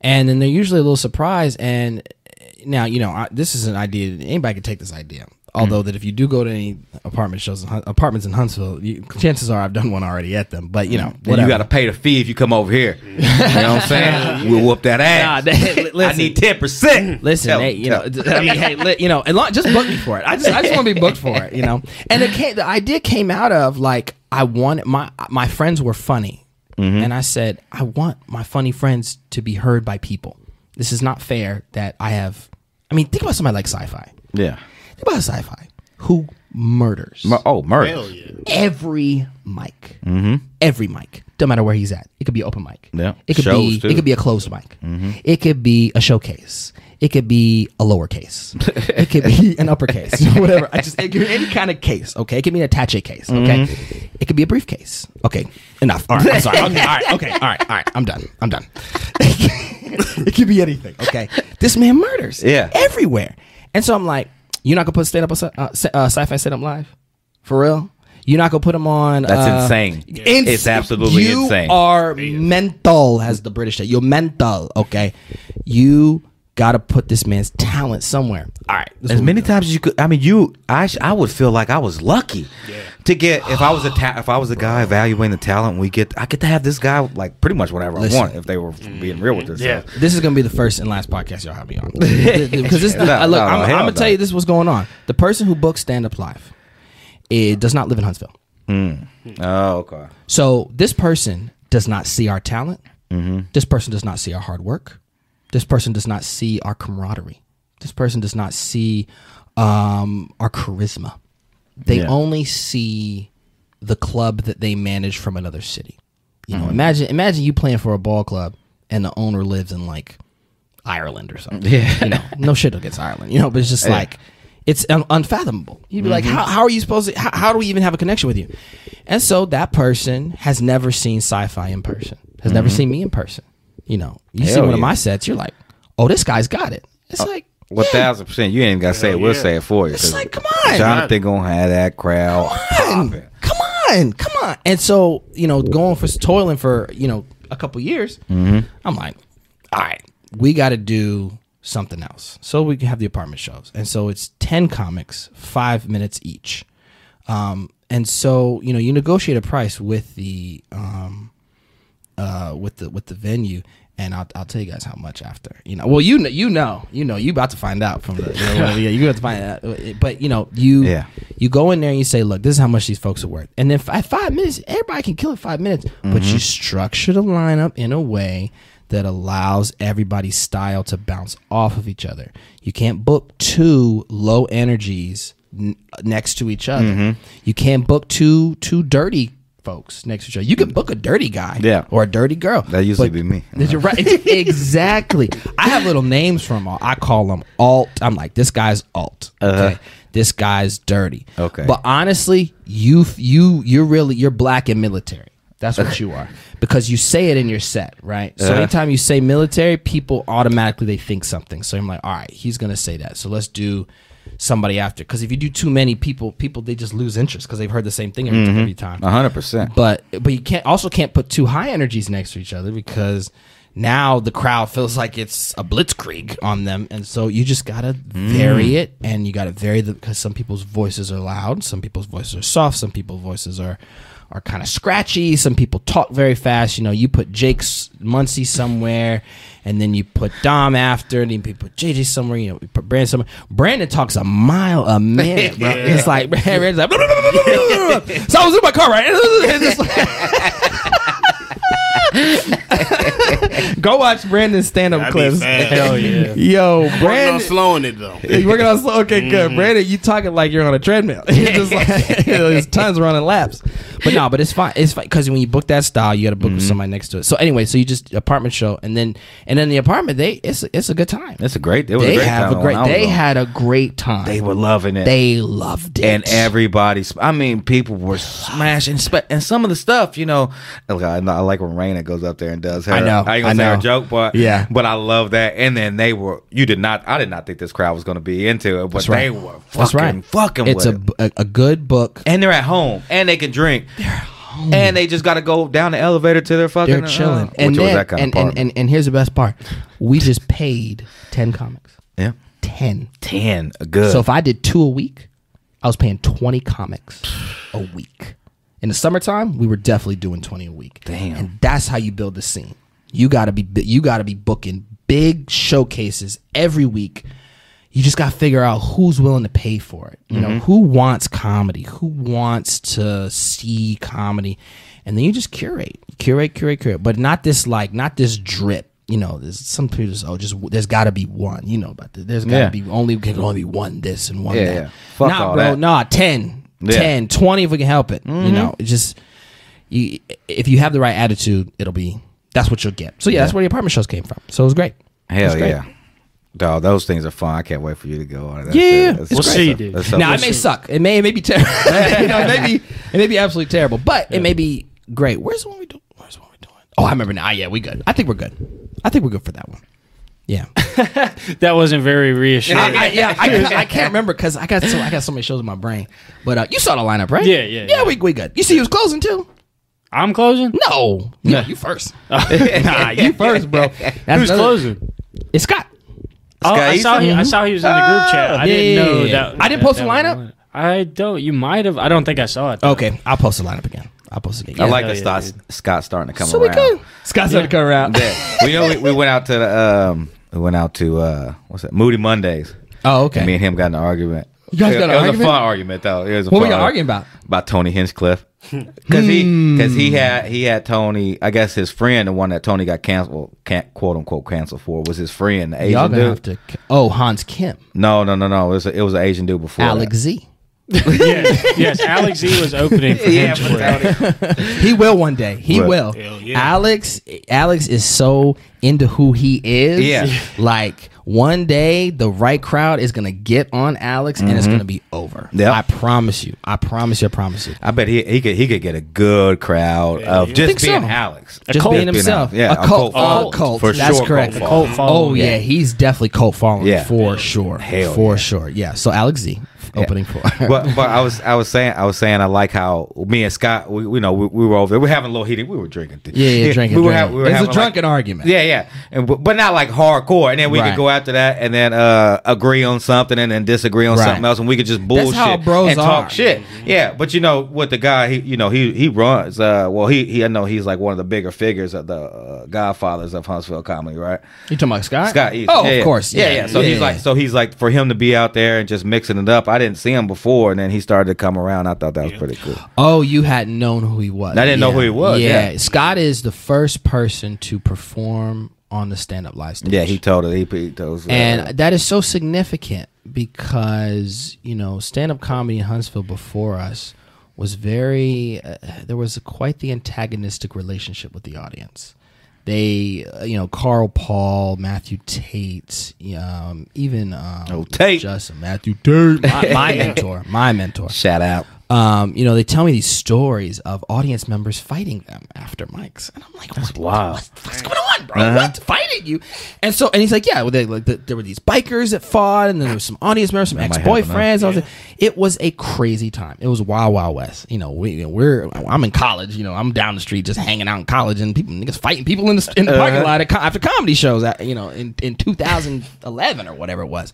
D: And then they're usually a little surprised. And eh, now, you know, I, this is an idea. Anybody could take this idea. Although that if you do go to any apartment shows, in Hun- apartments in Huntsville, you, chances are I've done one already at them. But you know,
C: Then
D: whatever.
C: you got to pay the fee if you come over here. You know what I'm saying? We'll whoop that ass.
D: Nah, they- li-
C: I
D: listen. Mm.
C: need ten percent.
D: Listen, hey, you know, I mean, hey, li- you know, and lo- just book me for it. I just, I just want to be booked for it, you know. And it came, the idea came out of like I wanted my my friends were funny, and I said I want my funny friends to be heard by people. This is not fair that I have. I mean, think about somebody like sci-fi.
C: Yeah.
D: Think about sci-fi who murders
C: Mur- Oh, murder.
B: Hell yeah.
D: every mic, every mic. Don't matter where he's at. It could be open mic.
C: Mm-hmm. Yeah.
D: It could
C: Shows,
D: be
C: too. Mm-hmm.
D: it could be a closed mic. It could be a showcase. It could be a lowercase. it could be an uppercase. Whatever. I just it could be any kind of case. Okay. It could be an attaché case. Okay.
C: Mm-hmm.
D: It could be a briefcase. Okay. Enough. All right. I'm sorry. Okay. All right. Okay. All right. All right. I'm done. I'm done. it could be anything. Okay. This man murders.
C: Yeah.
D: Everywhere. And so I'm like, you're not gonna put stand up on sci- uh, sci- uh, sci-fi stand up live, for real. You're not gonna put them on.
C: That's
D: uh,
C: insane.
D: Ins-
C: It's absolutely
D: you
C: insane.
D: are mental, as the British say. You're mental, okay? You gotta put this man's talent somewhere. All right. this
C: as
D: is what
C: many
D: we do.
C: times as you could. I mean, you, I, sh- I would feel like I was lucky to get if I was a ta- if I was a guy evaluating the talent. We get, I get to have this guy like pretty much whatever
D: Listen.
C: I want if they were being real
D: Mm-hmm.
C: with themselves.
D: This is gonna be the first and last podcast y'all have me on because this.
C: No,
D: I- look,
C: no,
D: I'm,
C: no,
D: I'm
C: hell
D: gonna
C: no.
D: tell you this: is what's going on? The person who books stand up live, it does not live in Huntsville.
C: Oh, okay.
D: So this person does not see our talent. This person does not see our hard work. This person does not see our camaraderie. This person does not see um, our charisma. They
C: Yeah.
D: only see the club that they manage from another city. You know, imagine imagine you playing for a ball club and the owner lives in like Ireland or something. Yeah. You know, no shit against Ireland. You know, but it's just like it's un- unfathomable. You'd be like, how, how are you supposed to? How, how do we even have a connection with you? And so that person has never seen sci-fi in person. Has never seen me in person. You know, you see
C: Hell
D: one of
C: yeah.
D: my sets, you're like, oh, this guy's got it. It's like,
C: One
D: yeah.
C: thousand percent. You ain't even gotta say it. We'll say it for you.
D: It's
C: 'cause
D: like, come on.
C: Jonathan gonna have that crowd.
D: come on,
C: popping.
D: come on, come on. And so, you know, going for toiling for, you know, a couple years, I'm like, all right, we got to do something else. So we can have the apartment shows. And so it's 10 comics, five minutes each. Um, and so, you know, you negotiate a price with the, um, uh, with the, with the venue. And I'll, I'll tell you guys how much after you know. Well, you know, you know, you know, you about to find out from the yeah, you about to find out. But you know, you
C: Yeah.
D: you go in there and you say, look, this is how much these folks are worth. And then at five minutes, everybody can kill in five minutes. But
C: Mm-hmm.
D: you structure the lineup in a way that allows everybody's style to bounce off of each other. You can't book two low energies n- next to each other.
C: Mm-hmm.
D: You can't book two two dirty folks next to each other. You can book a dirty guy
C: Yeah.
D: or a dirty girl.
C: That usually
D: but-
C: be me.
D: that You're right. It's- exactly. I have little names from all. I call them alt. I'm like, this guy's alt. Okay. This guy's dirty.
C: Okay.
D: But honestly, you you you're really you're black and military. That's what you are because you say it in your set, right? So anytime you say military, people automatically they think something. So I'm like, all right, he's gonna say that. So let's do somebody after because if you do too many people, people they just lose interest because they've heard the same thing every, every time
C: A hundred percent.
D: but but you can't also can't put two high energies next to each other because now the crowd feels like it's a blitzkrieg on them and so you just gotta vary it and you gotta vary the because some people's voices are loud some people's voices are soft some people's voices are are kind of scratchy some people talk very fast you know you put jake's muncie somewhere and then you put dom after and then you put jj somewhere you know you put brandon somewhere brandon talks a mile a minute bro. it's like brandon's like so i was in my car right And it's like- Go watch Brandon's stand up
B: That'd be
D: clips.
B: sad.
A: Hell yeah.
D: Yo,
B: Working
D: Brandon.
B: on slowing it though.
D: You working on slow? Okay, good.
B: Mhm.
C: Mm-hmm.
D: Brandon, you talking like you're on a treadmill. You're just like there's tons running laps. But no, but it's fine. It's fine because when you book that style, you got to book
C: Mm-hmm.
D: with somebody next to it. So anyway, so you just apartment show, and then and then the apartment they it's it's a good time.
C: That's a great. It was
D: They
C: a great
D: have
C: time
D: a
C: when
D: great.
C: I was
D: They
C: on.
D: had a great time.
C: They were loving it.
D: They loved it.
C: and everybody. sp- I mean, people were smashing. Spe- and some of the stuff, you know, look, I, I like when Raina goes up there and does her.
D: I know,
C: I ain't
D: I
C: gonna say
D: know.
C: her joke, but
D: Yeah.
C: but I love that. And then they were. You did not. I did not think this crowd was gonna be into it, but
D: That's right.
C: they were. Fucking,
D: That's right.
C: Fucking.
D: It's
C: with
D: a,
C: it.
D: b- a a good book.
C: And they're at home, and they can drink. They're home, and they just got to go down the elevator to their fucking.
D: They're chilling.
C: Uh,
D: and,
C: which was
D: then-
C: that kind
D: and,
C: of
D: and, and and here's the best part. We just paid ten comics.
C: yeah,
D: Ten.
C: ten good.
D: So if I did two a week, I was paying 20 comics a week. In the summertime, we were definitely doing 20 a week. Damn. And that's how you build the scene. You got to be bi- you got to be booking big showcases every week. You just got to figure out who's willing to pay for it. You
C: Mm-hmm.
D: know, who wants comedy? Who wants to see comedy? And then you just curate, curate, curate, curate, but not this like not this drip. You know, there's some people just oh, just there's got to be one. You know about this. There's got to
C: Yeah.
D: be only can only be one this and one
C: Yeah,
D: that.
C: yeah. Fuck
D: nah,
C: all
D: bro,
C: that.
D: nah, 10,
C: Yeah. Mm-hmm.
D: 10, 20 if we can help it. You know, it just you if you have the right attitude, it'll be that's what you'll get. So yeah, that's where the apartment shows came from. So it was great.
C: Hell
D: great.
C: yeah. Dog, those things are fun. I can't wait for you to go on it. That's
D: Yeah, yeah,
C: it. That's-
D: it's We'll
C: that's
A: see,
C: a-
A: dude.
C: that's a-
D: Now it may suck. It may it may be terrible. you know, it may be it may be absolutely terrible, but it may be great. Where's the one we do? Where's the one we doing? Oh, I remember now. Ah, yeah, we good. I think we're good. I think we're good for that one. Yeah,
A: That wasn't very reassuring.
D: I, I- yeah. I, I can't remember because I got so I got so many shows in my brain. But uh, you saw the lineup, right?
A: Yeah, yeah,
D: yeah.
A: yeah.
D: we we good. You see, he was closing too.
A: I'm closing.
D: No, no, you first. nah, you first, bro. That's
A: Who's
D: another-
A: closing?
D: It's Scott.
A: Oh, I
C: Sky's-
A: saw he, I saw he was in the group chat. I
D: yeah,
A: didn't
D: yeah,
A: know
D: yeah, yeah.
A: that.
D: I didn't post
A: that
D: the
A: was
D: lineup?
A: one. I don't. You might have. I don't think I saw it.
D: Okay, I'll post the lineup again. I'll post it again.
C: I like
A: Hell
C: that
A: yeah,
C: Scott- Scott's starting to come
D: So we
C: around.
D: good. Scott's gonna come around.
C: Yeah. we know we, we went out to the, um we went out to uh what's that? Moody Mondays.
D: Oh,
C: And me
D: okay.
C: and him got in an argument.
D: You guys
C: it,
D: got an
C: it was
D: argument?
C: a fun argument though. It was a
D: What were
C: fun
D: you
C: argument.
D: arguing about? Hmm.
C: About Tony Hinchcliffe. Cause he because he had he had Tony, I guess his friend, the one that Tony got canceled can't quote unquote canceled for was his friend, the Asian
D: Y'all gonna
C: dude.
D: have to. Oh, Hans Kim,
C: No, no, no, no. It was a, it was an Asian dude before. that.
D: Alex Z.
A: yes, yes. Alex Z was opening for
C: Yeah,
A: yeah,
C: but
D: He will one day. He
C: Right.
D: will.
B: Hell yeah.
D: Alex Alex is so into who he is.
C: Yeah.
D: Like one day the right crowd is gonna get on Alex and it's gonna be over.
C: Mm-hmm. Yep.
D: I promise you. I promise you, I promise you.
C: I bet he, he could he could get a good crowd of
D: Think
C: just
D: so.
C: being Alex,
D: Just
C: Just
D: being
C: Alex.
D: himself.
C: Yeah,
D: a cult,
C: following.
D: a cult.
C: for
D: That's
C: sure.
D: correct.
C: Cult following.
D: Oh yeah. he's definitely cult following
C: Yeah.
D: for sure.
C: Hell
D: for
C: yeah.
D: sure. Yeah. So Alex Z opening for
C: but but I was I was saying I was saying I like how me and Scott we you know we, we were over there we were having a little heated we were drinking th-
D: Yeah, yeah, drinking,
C: we were,
D: drinking.
C: ha- we were
D: It's a
C: having, like-
D: drunken argument.
C: yeah yeah and, but but not like hardcore and then we
D: Right.
C: could go after that and then uh agree on something and then disagree on
D: Right.
C: something else and we could just bullshit
D: That's how bros
C: and
D: are.
C: talk shit yeah but you know with the guy he you know he he runs uh well he, he I know he's like one of the bigger figures of the uh, Godfathers of Huntsville comedy right
D: You talking about Scott?
C: Scott East.
D: Oh,
C: Yeah,
D: of
C: yeah.
D: course.
C: Yeah, yeah. So he's
D: yeah.
C: like, so he's like, for him to be out there and just mixing it up. I didn't see him before, and then he started to come around. I thought that was pretty cool.
D: Oh, you hadn't known who he was.
C: I didn't know who he was, yeah.
D: Scott is the first person to perform on the stand up live stage.
C: Yeah, he told it. He, he told us. uh,
D: and that is so significant because, you know, stand up comedy in Huntsville before us was very, uh, there was quite the antagonistic relationship with the audience. They, uh, you know, Carl Paul, Matthew Tate, um, even um,
C: Oh, Tate.
D: Justin, Matthew Tate, my, my mentor, my mentor
C: shout out.
D: um, you know, they tell me these stories of audience members fighting them after mics, and I'm like, what,
C: wild. Uh-huh.
D: what the fuck's going on, bro? What fighting you? And so, and he's like, yeah, well, they, like, the, there were these bikers that fought, and then there was some audience members, some ex
C: might happen, huh?
D: boyfriends. I was like, it was a crazy time. It was wild, wild west. You know, we you know, we're I'm in college. You know, I'm down the street just hanging out in college, and people niggas fighting people in the in the
C: Uh-huh.
D: parking lot at, co- after comedy shows. uh, You know, in in 2011 or whatever it was.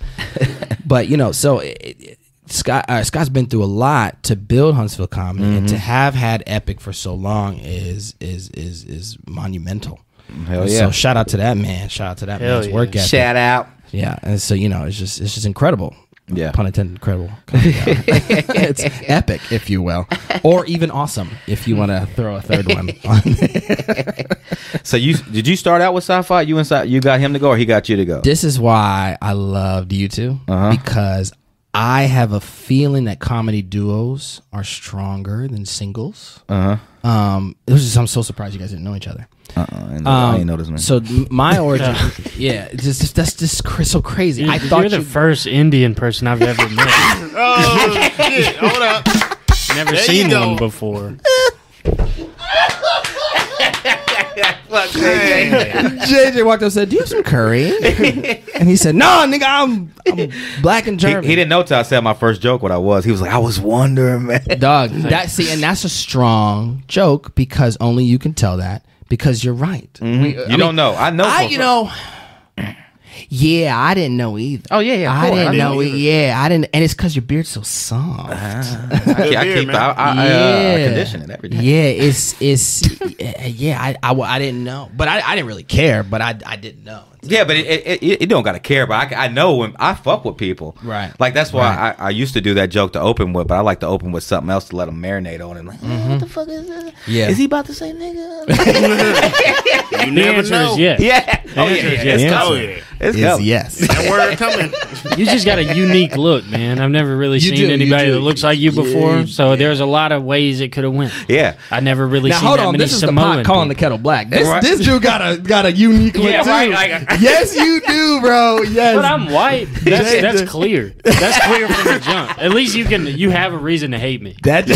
D: but you know, so. It, it, Scott uh, Scott's been through a lot to build Huntsville comedy, and
C: Mm-hmm.
D: to have had Epic for so long is is is is monumental.
C: Hell
D: And
C: yeah.
D: So shout out to that man. Shout out to that
A: Hell
D: man's work
A: yeah.
D: ethic.
C: Shout out.
D: Yeah, and so you know, it's just it's just incredible.
C: Yeah.
D: Pun intended, incredible. comedy album. it's epic, if you will, or even awesome, if you want to throw a third one. on
C: So you did you start out with sci-fi? You inside? You got him to go, or he got you to go?
D: This is why I loved you 2
C: Uh-huh.
D: because I have a feeling that comedy duos are stronger than singles.
C: Uh
D: huh. Um, it was just, I'm so surprised you guys didn't know each other.
C: huh. I didn't know this man.
D: um, So m- my origin, yeah, it's just, just- that's just cr- so crazy. I
A: You're
D: thought
A: the
D: you,
A: first Indian person I've ever met.
B: Oh shit! Hold up.
A: Never
B: There you
A: seen
B: go.
A: one before.
B: Hey.
D: JJ walked up and said, "Do you have some curry?" and he said, "No, nigga, I'm, I'm black and
C: he,
D: German."
C: he didn't know till I said my first joke what I was. He was like, I was wondering, man.
D: Dog, that see, and that's a strong joke because only you can tell that because you're right. We-
C: You don't know. I know.
D: I,
C: for-
D: you know, yeah, I didn't know either.
C: Oh yeah, yeah. of
D: I
C: course.
D: didn't, Uh-huh.
C: I
D: know. it. Yeah, I didn't, and it's because your beard's so soft.
C: I, keep- I
B: beard,
C: keep.
B: man.
C: I, I, I, uh,
D: Yeah.
C: condition it every day.
D: Yeah, it's it's yeah. I, I, I didn't know, but I, I didn't really care, but I I didn't know.
C: Yeah, but it, it, it, it don't gotta care. But I, c- I know when I fuck with people,
D: Right.
C: Like that's why I, I used to do that joke to open with, but I like to open with something else to let them marinate on it. Like, "Eh, what the fuck is this?
D: Yeah.
C: is he about to say nigga?
B: You
A: The
B: never
A: answer
B: know.
A: is yes.
C: yeah, oh yeah, yeah. It's
A: yes.
B: Oh
C: coming.
B: yeah.
C: It's
D: Is
C: coming.
D: yes.
B: That word coming.
A: You just got a unique look, man. I've never really
D: You
A: seen
D: do, you
A: anybody
D: do.
A: that looks like you before. So there's a lot of ways it could have went.
C: Yeah.
A: I never really
D: Now
A: seen
D: hold
A: that
D: on,
A: many
D: this is
A: Samoan.
D: the pot calling the
A: people.
D: kettle black. This
C: Right.
D: this dude got a got a unique look
C: Yeah,
D: too.
C: right, like-
D: yes, you do, bro. Yes,
A: But I'm white. That's, that's clear. That's clear from the jump. At least you can you have a reason to hate me.
D: that.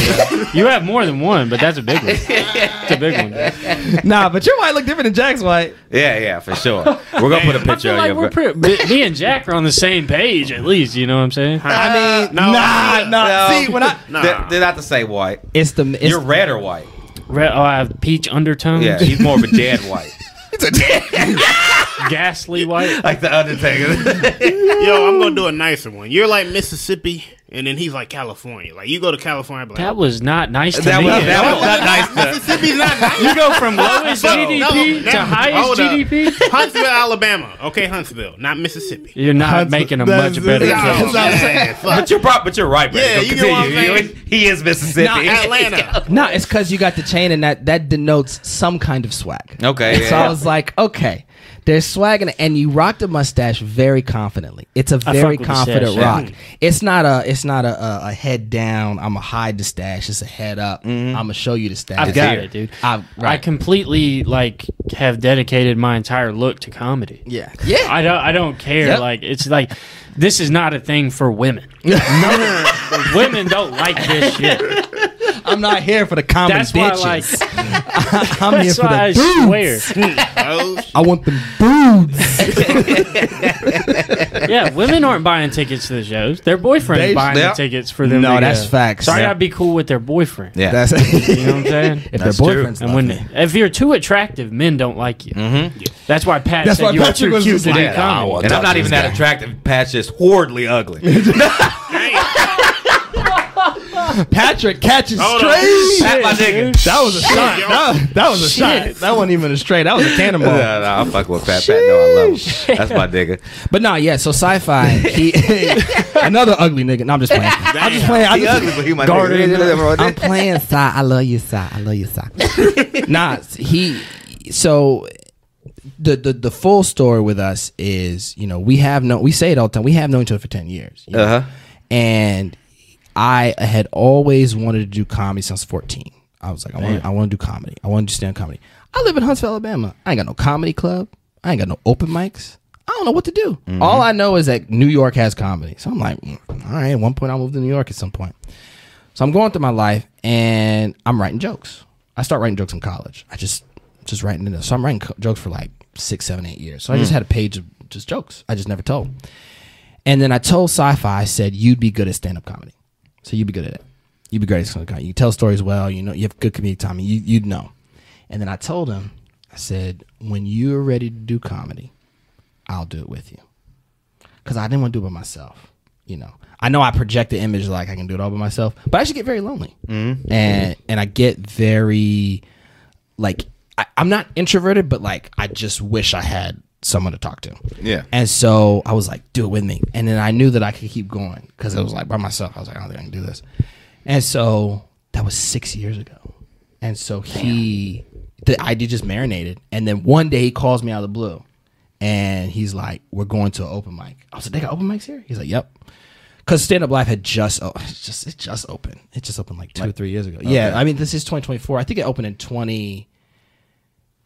A: You have more than one, but that's a big one. It's a big one.
D: nah, but your white look different than Jack's white.
C: yeah, yeah, for sure. We're gonna put a
A: I
C: picture
A: feel
C: of
A: like
C: you.
A: we're pretty, me- me and Jack are on the same page, at least. You know what I'm saying?
D: I mean,
B: no.
D: Uh, nah, nah.
C: No.
D: See, when I
C: Nah. They're, they're not to say white.
D: it's the it's,
C: You're red or white.
A: Red, oh, I have peach undertones.
C: Yeah, he's more of a dead white,
A: Ghastly white.
C: like the Undertaker.
B: Yo, I'm gonna do a nicer one. You're like Mississippi, and then he's like California. Like you go to California, I'd be
A: That
B: like,
A: was not nice to
C: that
A: me.
C: was that was not nice. To,
B: Mississippi's not nice.
A: you go from lowest
B: No,
A: GDP
B: no,
A: to
B: no.
A: highest
B: Hold up.
A: GDP.
B: Huntsville, Alabama. Okay, Huntsville, not Mississippi.
A: You're not
D: That's-
A: making a
D: that's-
A: much better
D: that's-
A: joke.
B: Oh, man, fuck.
C: but you're prob- but you're right. Brad.
B: Yeah,
C: Go
B: you get what I'm
C: continue.
B: saying?
C: He is Mississippi.
B: Atlanta.
D: No, it's because you got the chain, and that that denotes some kind of swag.
C: Okay,
D: And so
C: yeah.
D: I was like, okay, there's swag, in it, and you rocked a mustache very confidently. It's a
A: fuck
D: very
A: with the
D: confident
A: stash, yeah.
C: Hmm.
D: rock. It's not a it's not a, a, a head down. I'm a hide the stash. It's a head up.
C: Mm-hmm.
D: I'm gonna show you the stash.
A: I've
D: It's
A: got
D: here.
A: it, dude.
D: I've,
A: I
D: right.
A: completely like have dedicated my entire look to comedy.
D: yeah. Yeah.
A: I don't. I don't care.
D: Yep.
A: Like it's like this is not a thing for women. women don't like this shit.
D: I'm not here for the common
A: That's why,
D: bitches.
A: like,
D: I'm here
A: that's
D: for the
A: why I
D: dudes.
A: swear.
B: Oh,
D: I want them boots.
A: Yeah, women aren't buying tickets to the shows. Their boyfriend
D: They-
A: buying
C: yeah.
A: the tickets for them.
D: No,
A: to
D: that's
A: go.
D: facts.
A: So I
D: Yeah.
A: gotta be cool with their boyfriend.
C: Yeah.
D: That's
A: You know what I'm saying?
D: if
C: That's
D: their
C: true.
A: And
D: boyfriends. love
A: when
D: me.
A: if you're too attractive, men don't like you. Mm-hmm. That's why Pat
D: That's
A: said
D: why
A: you were
D: Patrick
A: too
D: was
A: cute
D: just
A: to do
D: like,
A: comedy.
C: and I'm not even that attractive. Pat's just horridly ugly.
D: Patrick catches
B: Hold on.
D: straight.
C: Pat my nigga.
D: That was a shot.
B: yo.
D: That, that was a shot. That wasn't even a straight. That was a
C: No,
D: cannonball.
C: no, I'm fucking with Pat. Pat, no, I love him. That's my nigga.
D: But no, yeah. So sci-fi. He, another ugly nigga. No, I'm just playing. I'm just playing. I'm
C: He
D: just,
C: ugly, but he my
D: Guardian.
C: nigga.
D: I'm playing sci. I love you, sci. I love you, sci. nah, he. So the, the the full story with us is you know we have no we say it all the time we have known each other for ten years. you know?
C: Uh-huh.
D: And I had always wanted to do comedy since fourteen. I was like, I want I want to do comedy. I want to do stand up comedy. I live in Huntsville, Alabama. I ain't got no comedy club. I ain't got no open mics. I don't know what to do. All I know is that New York has comedy. So I'm like, mm, all right. At one point, I'll move to New York at some point. So I'm going through my life and I'm writing jokes. I start writing jokes in college. I just just writing in So I'm writing co- jokes for like six, seven, eight years. So I just had a page of just jokes. I just never told. And then I told Sci-Fi, I said, "You'd be good at stand-up comedy. So you'd be good at it. You'd be great at stand-up comedy. You tell stories well. You know, you have good comedic timing. You, you'd know." And then I told him, I said, "When you're ready to do comedy, I'll do it with you." because I didn't want to do it by myself. You know, I know I project the image like I can do it all by myself, but I actually get very lonely, and and I get very like I, I'm not introverted, but like I just wish I had someone to talk to.
E: Yeah.
D: And so I was like, do it with me. And then I knew that I could keep going because I was like by myself. I was like, I don't think I can do this. And so that was six years ago. And so he, the idea just marinated. And then one day he calls me out of the blue and he's like, we're going to an open mic. I was like, they got open mics here? He's like, yep. Because Stand Up Live had just, oh, it's just, it just opened. It just opened like two or three years ago. Yeah. I mean, this is 2024. I think it opened in 20-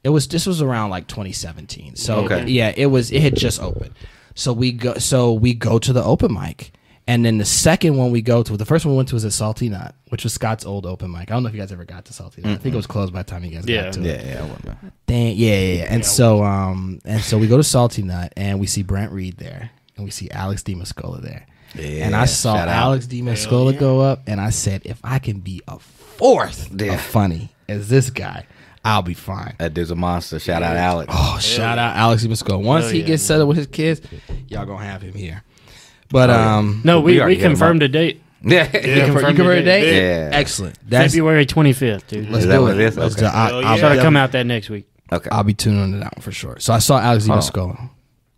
D: it was this was around like 2017. So
E: Okay.
D: yeah, it was it had just opened. So we go so we go to the open mic. And then the second one we go to, the first one we went to was at Salty Nut, which was Scott's old open mic. I don't know if you guys ever got to Salty Nut. I think it was closed by the time you guys
A: Yeah.
D: got to it.
E: Yeah, yeah, I wouldn't know.
D: Dang, yeah, yeah, yeah. And so, um, and so we go to Salty Nut, and we see Brent Reed there, and we see Alex DeMascola there.
E: Yeah,
D: and I saw
E: shout out.
D: Alex DeMascola go up, and I said, if I can be a fourth
E: Yeah.
D: of funny as this guy, I'll be fine.
E: That dude's a monster. Shout out, Alex.
D: Oh, shout out Alex DeMascola. Once
A: Hell
D: he
A: yeah,
D: gets settled with his kids, y'all gonna have him here. But
E: Oh,
D: um,
A: No,
E: We
A: we, we,
E: already hit 'em
A: confirmed a date.
E: Yeah,
A: Yeah,
D: you
A: confirmed
D: confirm
A: the
D: a date?
E: Yeah.
D: Excellent. That's
A: February 25th, dude.
D: let's
E: Is that
D: do
E: what it is?
D: Let's
E: Okay.
D: do- I,
B: Hell
D: will
B: yeah.
A: Try to come out that next week.
E: Okay.
D: I'll be tuning into that one for sure. So I saw Alex
E: Hold on.
D: DeMascola.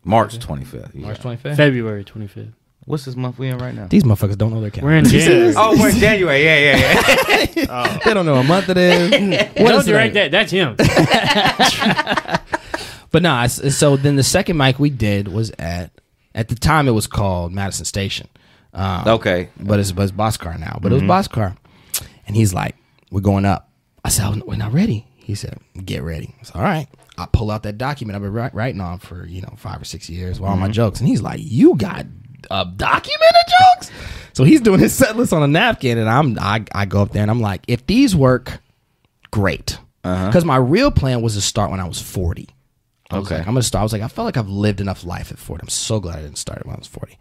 E: March 25th. Yeah.
D: twenty fifth.
A: February 25th.
E: What's this month we in right now?
D: These motherfuckers don't know their
A: We're
D: calendar.
A: in January.
E: Oh, we're in January. Yeah, yeah, yeah.
D: They don't know what month it is. What
A: Don't
D: is it?
A: direct that. That's him.
D: But no, I s- so then the second mic we did was at at the time it was called Madison Station. Um,
E: Okay.
D: but it's but it's Boxcar now. But
A: Mm-hmm.
D: it was Boxcar, and he's like, "We're going up." I said, "Oh, "We're not ready." He said, "Get ready." I said, "All right." I pull out that document I've been wri- writing on for you know five or six years, with all
A: Mm-hmm.
D: my jokes, and he's like, "You got a document of jokes?" So he's doing his set list on a napkin, and I'm I, I go up there and I'm like, "If these work, great." Because my real plan was to start when I was 40. I was
E: Okay.
D: like, I'm gonna start. I was like, I felt like I've lived enough life at 40. I'm so glad I didn't start it when I was 40.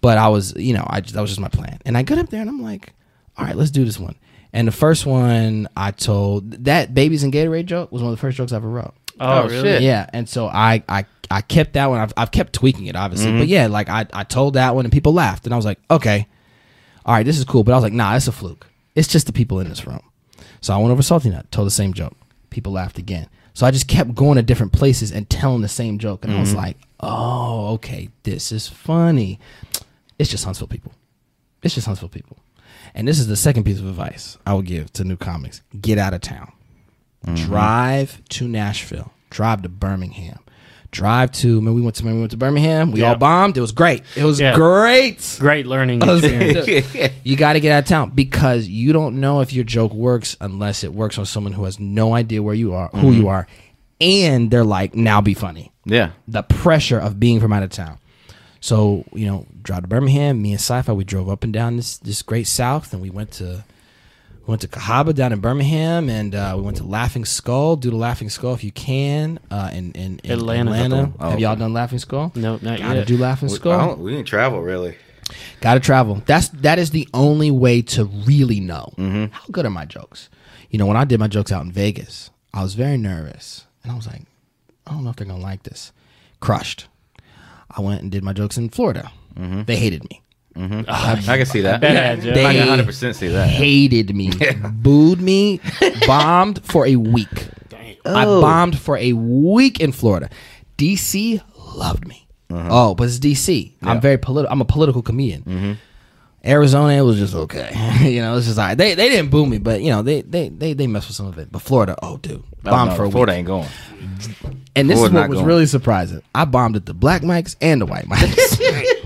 D: But I was, you know, I that was just my plan. And I got up there and I'm like, all right, let's do this one. And the first one I told that babies and Gatorade joke was one of the first jokes I ever wrote.
A: Oh, really?
D: Yeah. And so I, I, I kept that one. I've, I've kept tweaking it, obviously. But yeah, like I, I told that one and people laughed. And I was like, okay, all right, this is cool. But I was like, nah, it's a fluke. It's just the people in this room. So I went over to Salty Nut, told the same joke. People laughed again. So I just kept going to different places and telling the same joke. And I
A: Mm-hmm.
D: was like, oh, okay, this is funny. It's just Huntsville people. It's just Huntsville people. And this is the second piece of advice I would give to new comics get out of town.
A: Mm-hmm.
D: Drive to Nashville. Drive to Birmingham. Drive to, man, we went to, man, we went to Birmingham. We all
A: Yeah.
D: bombed. It was great. It was
A: Yeah.
D: great.
A: Great learning
D: I was-
A: experience.
D: you got to get out of town because you don't know if your joke works unless it works on someone who has no idea where you are, who
E: Mm-hmm.
D: you are, and they're like, "Now be funny."
E: Yeah.
D: The pressure of being from out of town. So you know, drive to Birmingham. Me and Sci-Fi, we drove up and down this this great South, and we went to we went to Cahaba down in Birmingham, and uh, we went to Laughing Skull. Do the Laughing Skull if you can uh, in, in, in
A: Atlanta.
E: Oh,
D: Have y'all
E: okay.
D: done Laughing Skull?
A: Nope, not
D: Gotta
A: yet.
D: do Laughing
E: We, I
D: Skull.
E: don't- we didn't travel really.
D: Gotta travel. That's that is the only way to really know how good are my jokes. You know, when I did my jokes out in Vegas, I was very nervous, and I was like, I don't know if they're gonna like this. Crushed. I went and did my jokes in Florida. They hated me.
E: I can see that.
A: Bad, Joe.
D: They
E: I can 100% see that.
D: hated me, booed me, bombed for a week. I
E: Oh.
D: bombed for a week in Florida. DC loved me.
E: Uh-huh.
D: Oh, but it's DC. I'm very political. I'm a political comedian.
E: Mm-hmm.
D: Arizona, it was just okay. you know, it's just like they, they didn't boo me, but you know they they they they messed with some of it. But Florida, oh dude, bombed
E: no,
D: for a
E: Florida
D: week.
E: ain't going.
D: And
E: Florida
D: this is what
E: not
D: was
E: going.
D: really surprising. I bombed at the black mics and the white mics.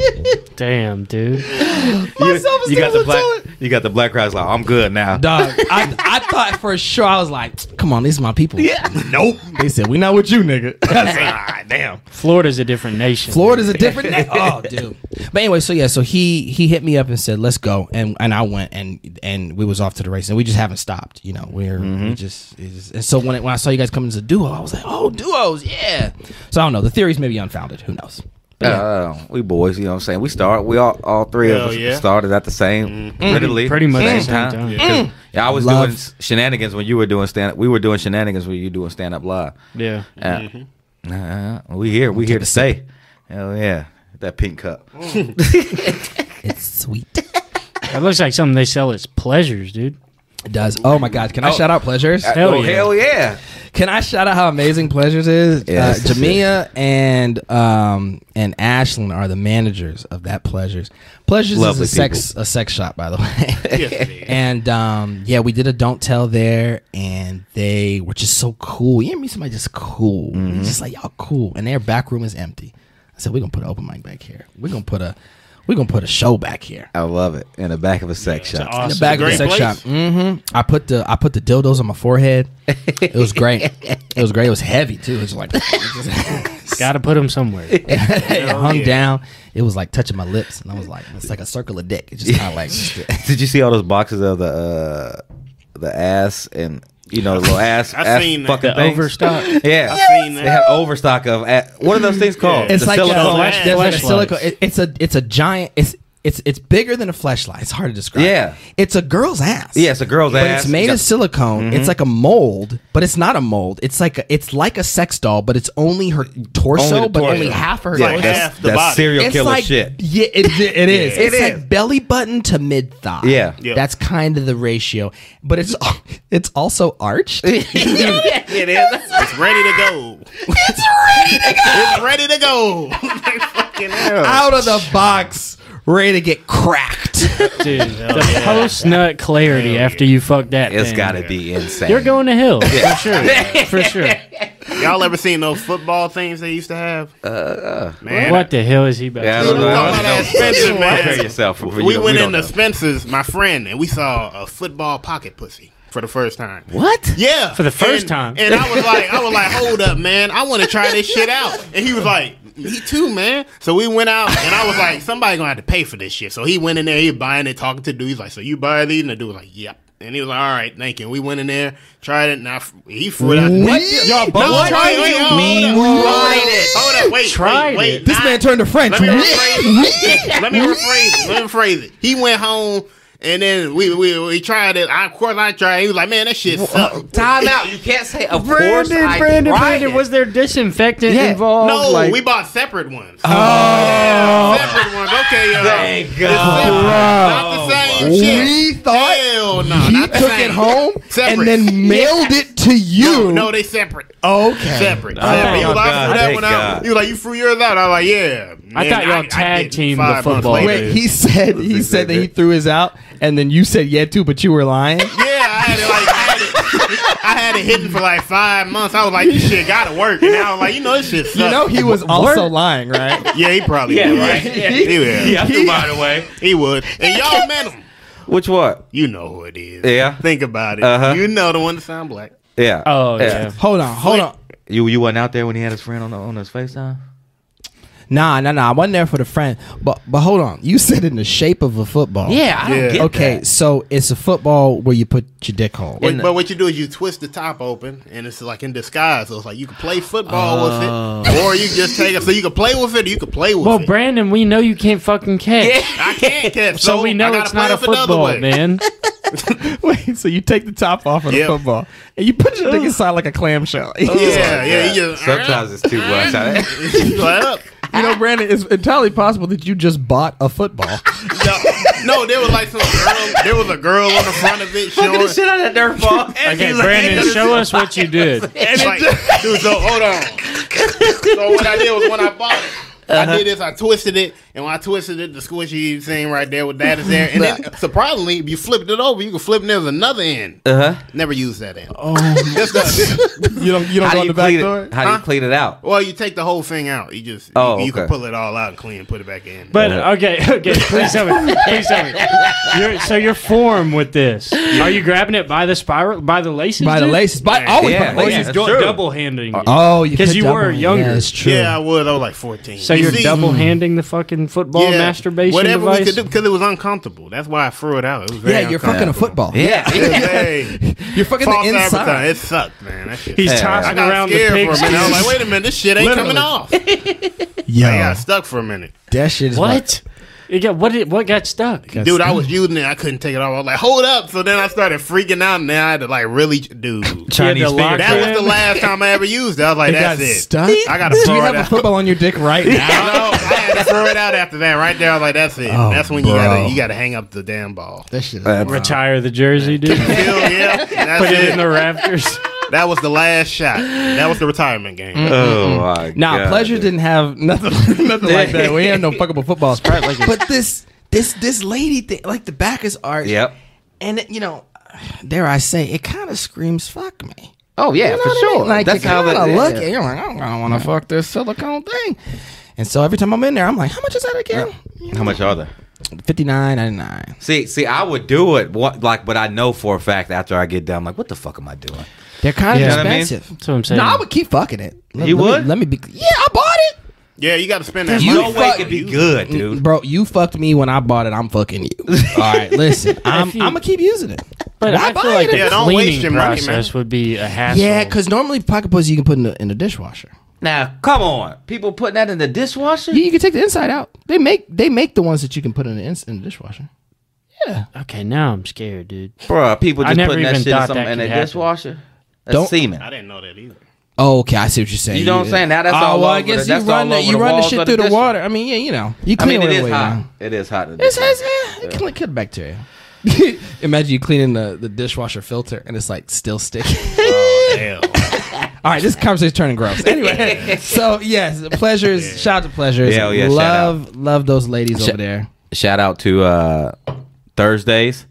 A: Damn, dude.
E: You, you
D: self-esteem
E: got the
D: was
E: black.
D: telling-
E: You got the black crowd's like, I'm good now.
D: Dog, I, I thought for sure I was like, come on, these are my people. Yeah.
E: Nope.
D: They said, we not with you, nigga.
E: damn.
A: Florida's a different nation.
D: Florida's a different na- Oh, dude. But anyway, so yeah, so he he hit me up and said, "Let's go," and and I went and and we was off to the race, and we just haven't stopped. You know, we're we just, it's just- and so when it, when I saw you guys come as a duo, I was like, "Oh, duos, yeah." So I don't know. The theory's maybe unfounded. Who knows?
E: Uh, we boys, you know what I'm saying? We start. We all, all three
B: Hell
E: of us
B: yeah. Mm-hmm.
E: started at the same, literally,
A: Pretty much at the same
E: time.
A: time.
D: Mm.
E: 'Cause, Yeah, I was
D: Love-
E: doing s- shenanigans when you were doing stand. up We were doing shenanigans when you doing stand up live.
A: Yeah.
E: Uh,
B: Mm-hmm.
E: uh, we here. We here to stay. Hell yeah, that pink cup.
D: It's sweet.
A: It looks like something they sell as pleasures, dude.
D: It does. Oh my God! Can I shout out pleasures?
A: Hell
E: oh,
A: yeah.
E: hell yeah!
D: Can I shout out how amazing Pleasures is?
C: Yes.
D: Uh, Jamia and um and Ashlyn are the managers of that Pleasures. Pleasures
C: Lovely
D: is a sex a sex shop, by the way.
B: Yes, it is.
D: and um yeah, we did a don't tell there, and they were just so cool. You ever meet somebody just cool,
C: Mm-hmm.
D: just like y'all cool, and their back room is empty. I said we're gonna put an open mic back here. We're gonna put a we're gonna put a show back here.
C: I love it. In the back of a sex shop.
A: Awesome.
D: In the back of
B: Great
D: the sex
B: place.
D: shop. hmm I put the I put the dildos on my forehead. It was great. it was great. It was heavy too. It was like
A: Got to put them somewhere.
D: it hung down. It was like touching my lips, and I was like, it's like a circle of dick. It's just kind of like
C: Did you see all those boxes of the uh, the ass and you know the little ass,
B: I
C: ass
B: seen that.
C: fucking
B: The
C: things?
A: overstock.
C: Yeah,
B: I seen that.
C: They have overstock of a- what are those things called?
D: it's
C: The
D: like uh, a,
C: silicone-
A: flash-
D: there's like a
A: flashlights.
D: silicone. it- it's a it's a giant. It's it's it's bigger than a flashlight. It's hard to describe.
C: Yeah.
D: it's a girl's ass.
C: Yeah, it's a girl's
D: but
C: ass.
D: it's made
C: You got-
D: of
C: Mm-hmm.
D: silicone. It's like a mold, but it's not a mold. It's like a, it's like a sex doll, but it's only her torso,
C: Only the
D: but
C: torso.
D: only half of her
C: Yeah,
D: torso.
C: that's,
B: half the
C: that's
B: body.
C: serial
D: it's
C: killer
D: like,
C: shit.
D: Yeah, it, it is.
C: It
D: it's
C: is.
D: like belly button to mid thigh.
C: Yeah.
B: Yeah.
D: that's kind of the ratio. But it's it's also arched.
C: It is.
B: It's ready to go. It's ready to go. It's ready to go. Fucking hell.
D: out of the box, ready to get cracked.
A: Dude, the post nut clarity after you fuck that
C: It's
A: thing.
C: got to be insane.
A: You're going to hell for sure. For sure.
B: Y'all ever seen those football things they used to have? Uh, man,
A: What the hell is he about?
C: Yeah, I
A: to
C: don't
A: do?
C: know.
B: Talking
C: I
B: about
C: don't know.
B: that Spencer,
C: Prepare
B: man.
C: yourself. for- for
B: we
C: you-
B: went
C: don't
B: into
C: know.
B: Spencer's, my friend, and we saw a football pocket pussy for the first time.
D: What?
B: Yeah,
A: For the first
B: And-
A: time.
B: And I was like, I was like, hold up, man, I want to try this shit out. And he was like, me too, man. So we went out, and I was like, somebody gonna have to pay for this shit. So he went in there, he buying it, talking to the dude. He's like, so you buy these? And the dude was like, yep. And he was like, all right, thank you. We went in there, tried it, and I, f- he threw it out.
D: What?
B: Y'all
D: both tried it?
B: hold up.
D: Mean
B: Hold up.
D: tried
B: Hold up. Hold up. Wait,
A: Tried
B: wait, wait.
A: it.
D: This
B: Nah.
D: man turned to French.
B: Let me rephrase it. Let me rephrase it. Let me rephrase it. He went home and then we we, we tried it. I, of course I tried. it. He was like, man, that shit sucked.
C: Time out. You can't say of course
A: Brandon,
C: I
A: Brandon,
C: tried
A: Brandon,
C: it.
A: was there disinfectant
C: Yeah.
A: involved?
B: No,
A: Like,
B: we bought separate ones.
D: Oh,
B: Separate ones. Okay, y'all.
C: Thank
B: It's separate.
C: God.
B: Not the same shit.
D: we thought
B: Hell no.
D: Oh, he
B: not the
D: took
B: same.
D: it home
B: Separate.
D: and then mailed it to you. Oh.
B: No, no, they separate.
D: okay.
B: Separate.
A: I
B: Separate.
A: thought
B: He was
A: y'all-
B: like, I
C: God,
B: threw that
C: thank
B: one out.
C: God.
B: He was like, you threw yours out. I was like, yeah. Man,
A: thought y'all
B: did.
A: tag teamed the
B: Five months
A: football.
B: later.
D: Wait, he said he said that he threw his out, and then you said yeah too, but you were lying.
B: Yeah, I had it like I had it, I had it hidden for like five months. I was like, this shit gotta work. And I was like, you know, this shit sucks.
D: You know he was also lying, right?
B: yeah, he probably
C: Yeah,
B: would.
C: right.
B: Yeah, he would.
C: Yeah, I threw mine away.
B: He would. And y'all met him.
C: Which one?
B: You know who it is.
C: Yeah.
B: Think about it.
C: Uh-huh.
B: You know the one that sound black.
C: Yeah.
A: Oh, yeah.
D: Hold on, hold on.
C: You you wasn't out there when he had his friend on on his FaceTime.
D: Nah, nah, nah. I wasn't there for the friend, but but hold on. You said in the shape of a football.
C: Yeah. I don't
B: Yeah.
C: get
D: Okay,
C: that.
D: so it's a football where you put your dick hole.
B: But, but what you do is you twist the top open, and it's like in disguise. So it's like you can play football with it, or you just take it. So you can play with it, or you can play with
A: Oh. well,
B: it.
A: Brandon, we know you can't fucking catch.
B: I can't catch.
A: So,
B: So,
A: we
B: I
A: know
B: gotta
A: it's
B: play
A: not a
B: with another
A: football,
B: way.
A: man.
D: Wait, so you take the top off of
B: Yep.
D: the football and you put your dick inside like a clamshell.
B: Yeah, yeah. You just,
C: Sometimes it's too much. Uh-huh. I-
B: Like, up.
D: you know, Brandon, it's entirely possible that you just bought a football.
B: No, no, there was like some girl. There was a girl on the front of it showing.
C: the shit out of that dirt ball.
A: Okay, Brandon, show us what you did.
B: Like, dude, so hold on. So what I did was when I bought it. I did this. I twisted it, and when I twisted it, the squishy thing right there with that is there. And then, surprisingly, if you flipped it over, you can flip. And there's another end.
C: Uh huh.
B: Never use that end. Oh, just the,
D: You don't, you don't
C: How
D: go
C: do
D: in
C: you
D: the back
C: clean
D: door.
C: it? How do you clean it out?
B: well, you take the whole thing out. You just
C: Oh,
B: you, you
C: okay.
B: can pull it all out and clean, put it back in.
A: But
C: Yeah.
A: okay, okay, please tell me, please tell me. Your- so your form with this, are you grabbing it by the spiral, by the laces,
D: By the
A: dude?
D: laces, by always
C: Yeah,
D: by the
A: Or
C: yeah,
A: you
D: laces.
C: that's true.
A: double handing?
D: Oh, you
A: Because
D: could
A: you
D: double
A: were
D: it.
A: younger.
D: Yeah, it's true.
B: yeah, I was. I was like fourteen.
A: so
B: You
A: you're
B: see,
A: double handing the fucking football
B: yeah,
A: masturbation
B: Whatever
A: device.
B: we could do because it was uncomfortable. That's why I threw it out. It was very
D: Yeah, you're fucking a football.
C: Yeah.
B: Hey.
D: You're fucking
B: False
D: the
B: advertising.
D: inside.
B: It sucked, man. That shit
A: He's
B: sucked. I
A: tossing
B: got
A: around the
B: scared
A: pig.
B: for a minute. I was like, wait a minute, this shit ain't
D: Literally.
B: coming off. I
D: Yeah,
B: got stuck for a minute.
D: that shit is
A: What? It got what? Did, what got stuck?
B: Dude, I was using it. I couldn't take it off. I was like, hold up. So then I started freaking out, and then I had to like really, dude.
A: Chinese
C: Chinese
A: lock
C: finger
B: That was the last time I ever used it. I was like,
D: It got
B: that's it.
D: stuck?
B: I got to
D: Do
B: throw
D: you
B: it
D: have a
B: out.
D: football on your dick right now?
B: I know. I had to throw it out after that. Right there, I was like, that's it.
D: Oh,
B: that's when you
D: bro.
B: gotta you gotta hang up the damn ball.
D: That shit is
C: Uh,
A: retire the jersey, dude.
B: Hell yeah, that's
A: Put it
B: it.
A: in the rafters.
B: That was the last shot. That was the retirement game.
C: Mm.
E: Oh my
D: Nah,
E: God.
D: pleasure didn't have nothing, nothing like that. We had no fuckable football. but this, this, this lady thing, like the back is art.
E: Yep.
D: And it, you know, dare I say, it kind of screams "fuck me."
E: Oh yeah,
D: You know
E: for
D: what I
E: sure.
D: mean? Like
E: That's
D: you
E: how
D: kind
E: that.
D: of look
E: yeah.
D: at. it, You're like, I don't want to fuck this silicone thing. And so every time I'm in there, I'm like, how much is that again?
E: How much are there?
D: Fifty nine ninety nine.
E: See, see, I would do it, what, like, but I know for a fact after I get done, I'm like, what the fuck am I doing?
D: They're kind of
A: Yeah. You know
E: what I mean?
D: expensive.
A: That's what I'm saying.
D: No, I would keep fucking it. Let,
E: You
D: let me-
E: would?
D: let me be. Yeah, I bought it.
B: Yeah, you got to spend that
D: You
B: money.
E: No way it
D: fuck-
E: could be good, dude.
D: Bro, you fucked me when I bought it. I'm fucking you. All right, listen. I'm,
A: you-
D: I'm gonna keep using it.
A: But
D: Why
A: I
D: buy
A: feel like
D: it
A: the
D: if-
B: Yeah, don't waste
A: cleaning
B: your money, man.
A: process would be a hassle.
D: yeah, because normally pocket pussy you can put in the in the dishwasher.
E: Now, come on, people putting that in the dishwasher.
D: Yeah, you can take the inside out. They make they make the ones that you can put in the ins- in the dishwasher. Yeah,
A: okay, now I'm scared, dude.
E: Bro, people
A: I
E: just
A: never
E: putting that
A: even
E: shit in,
A: thought
E: some,
A: that
E: in a
A: could happen.
E: dishwasher. That's
D: Don't-
E: semen.
B: I didn't know that either.
D: Oh, okay, I see what you're saying.
E: You know what I'm saying? Now that's
D: oh,
E: all
D: well, I
E: over the-
D: guess
E: that's
D: you
E: all
D: run the,
E: over
D: you
E: the
D: run the
E: walls of
D: shit
E: the
D: through the
E: dish.
D: water. I mean, yeah, you know, you
E: I
D: clean
E: mean, it
D: it
E: is
D: away
E: hot.
D: now.
E: It is hot. in the
D: It's, it's,
E: dishwasher.
D: eh, it can kill bacteria. Imagine you cleaning the, the dishwasher filter and it's like still sticky. Oh,
B: Hell.
D: All right, this conversation's turning gross. Anyway, so yes, pleasures. Shout out to pleasures.
E: Yeah, oh, yeah, shout
D: love love those ladies
E: Sh-
D: over there.
E: Shout out to uh, Thursdays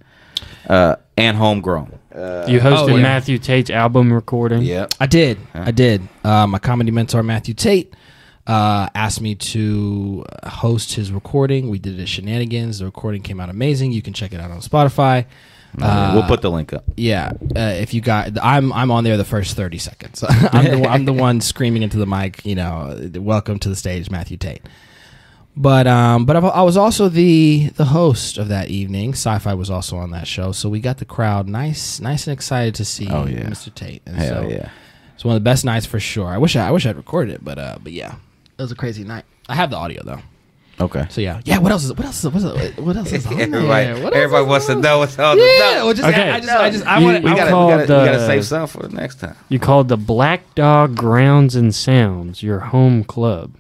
E: uh, and Homegrown.
A: you hosted
D: oh, yeah.
A: Matthew Tate's album recording.
E: Yep.
D: I did. I did. Uh, my comedy mentor Matthew Tate uh, asked me to host his recording. We did it at Shenanigans. The recording came out amazing. You can check it out on Spotify. Ah.
E: we'll put the link up.
D: Yeah, uh, if you got, I'm I'm on there the first thirty seconds. I'm, the, I'm the one screaming into the mic. You know, welcome to the stage, Matthew Tate. But um, but I, I was also the the host of that evening. Sci-fi was also on that show, so we got the crowd nice, nice and excited to see
E: Oh, yeah.
D: Mr. Tate. And
E: Hell
D: so
E: yeah.
D: it's one of the best nights for sure. I wish I, I wish I'd recorded it, but uh, but yeah, it was a crazy night. I have the audio though,
E: Okay.
D: so yeah, yeah. What else? Is, what else? Is, what else? Is, what else is on
E: Everybody,
D: there? What else
E: everybody
D: is
E: wants to
D: on?
E: know what's on the
D: Yeah, well, just,
A: Okay.
D: I, I just, I just, I
A: You-
D: want.
A: we
E: we, gotta,
A: called,
E: we, gotta, we
A: uh,
E: gotta save some for the next time.
A: You called the Black Dog Grounds and Sounds your home club,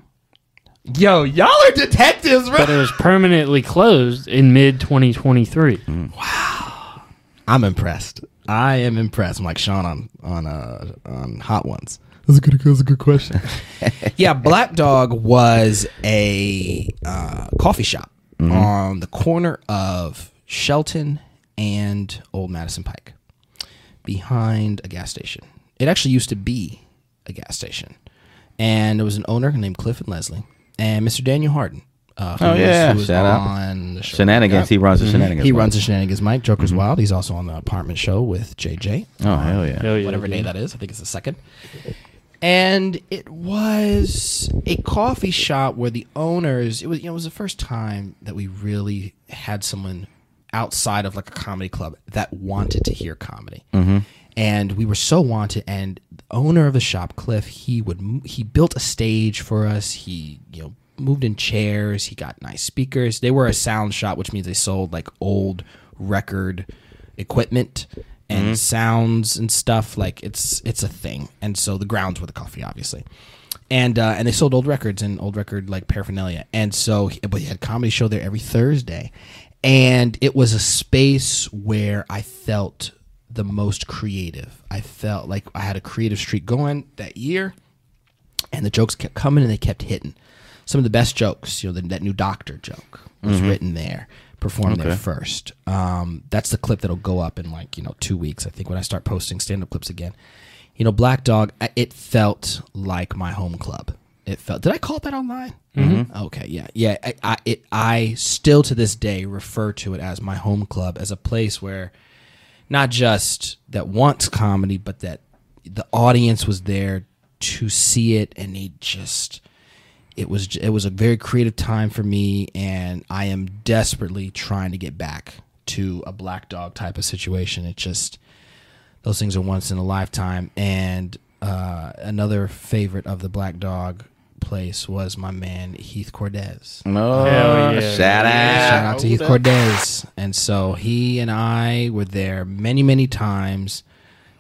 D: Yo, y'all are detectives,
A: but
D: bro.
A: it was permanently closed in mid 2023.
D: I'm impressed. I am impressed. I'm like Sean on on uh, on Hot Ones. That's a good. That's a good question. yeah, Black Dog was a uh, coffee shop on the corner of Shelton and Old Madison Pike, behind a gas station. It actually used to be a gas station, and there was an owner named Cliff and Leslie and Mr. Daniel Harden. Uh, who
E: Oh,
D: was-
E: yeah.
D: who was
E: Shout out.
D: on the show.
E: Shenanigans. He runs the shenanigans.
D: He runs the Shenanigans Mike. Joker's Wild. He's also on the apartment show with JJ.
E: Oh hell yeah.
A: Hell yeah,
D: Whatever day
A: dude.
D: that is. I think it's the second. And it was a coffee shop where the owners, it was, you know, it was the first time that we really had someone outside of like a comedy club that wanted to hear comedy. And we were so wanted. And the owner of the shop, Cliff, he would, m- he built a stage for us. He, you know, moved in chairs. He got nice speakers. They were a sound shop, which means they sold like old record equipment and sounds and stuff. Like it's it's a thing. And so the grounds were the coffee, obviously. And uh, and they sold old records and old record like paraphernalia. And so, but he had a comedy show there every Thursday, and it was a space where I felt the most creative. I felt like I had a creative streak going that year and the jokes kept coming and they kept hitting. Some of the best jokes, you know, the, that new doctor joke was written there, performed there first. Um, that's the clip that'll go up in like you know two weeks, I think, when I start posting stand-up clips again. You know, Black Dog, I- it felt like my home club. It felt. Did I call it that online? Mm-hmm. Okay, yeah, yeah. I, I, it, I still to this day refer to it as my home club, as a place where not just that wants comedy, but that the audience was there to see it, and they just it was it was a very creative time for me, and I am desperately trying to get back to a black dog type of situation. It just those things are once in a lifetime, and uh, another favorite of the black dog place was my man Heath Cordes.
C: Oh,
E: No.
A: Hell yeah.
E: Shout
D: Shout
E: out.
D: out to Heath Cordes. And so he and I were there many, many times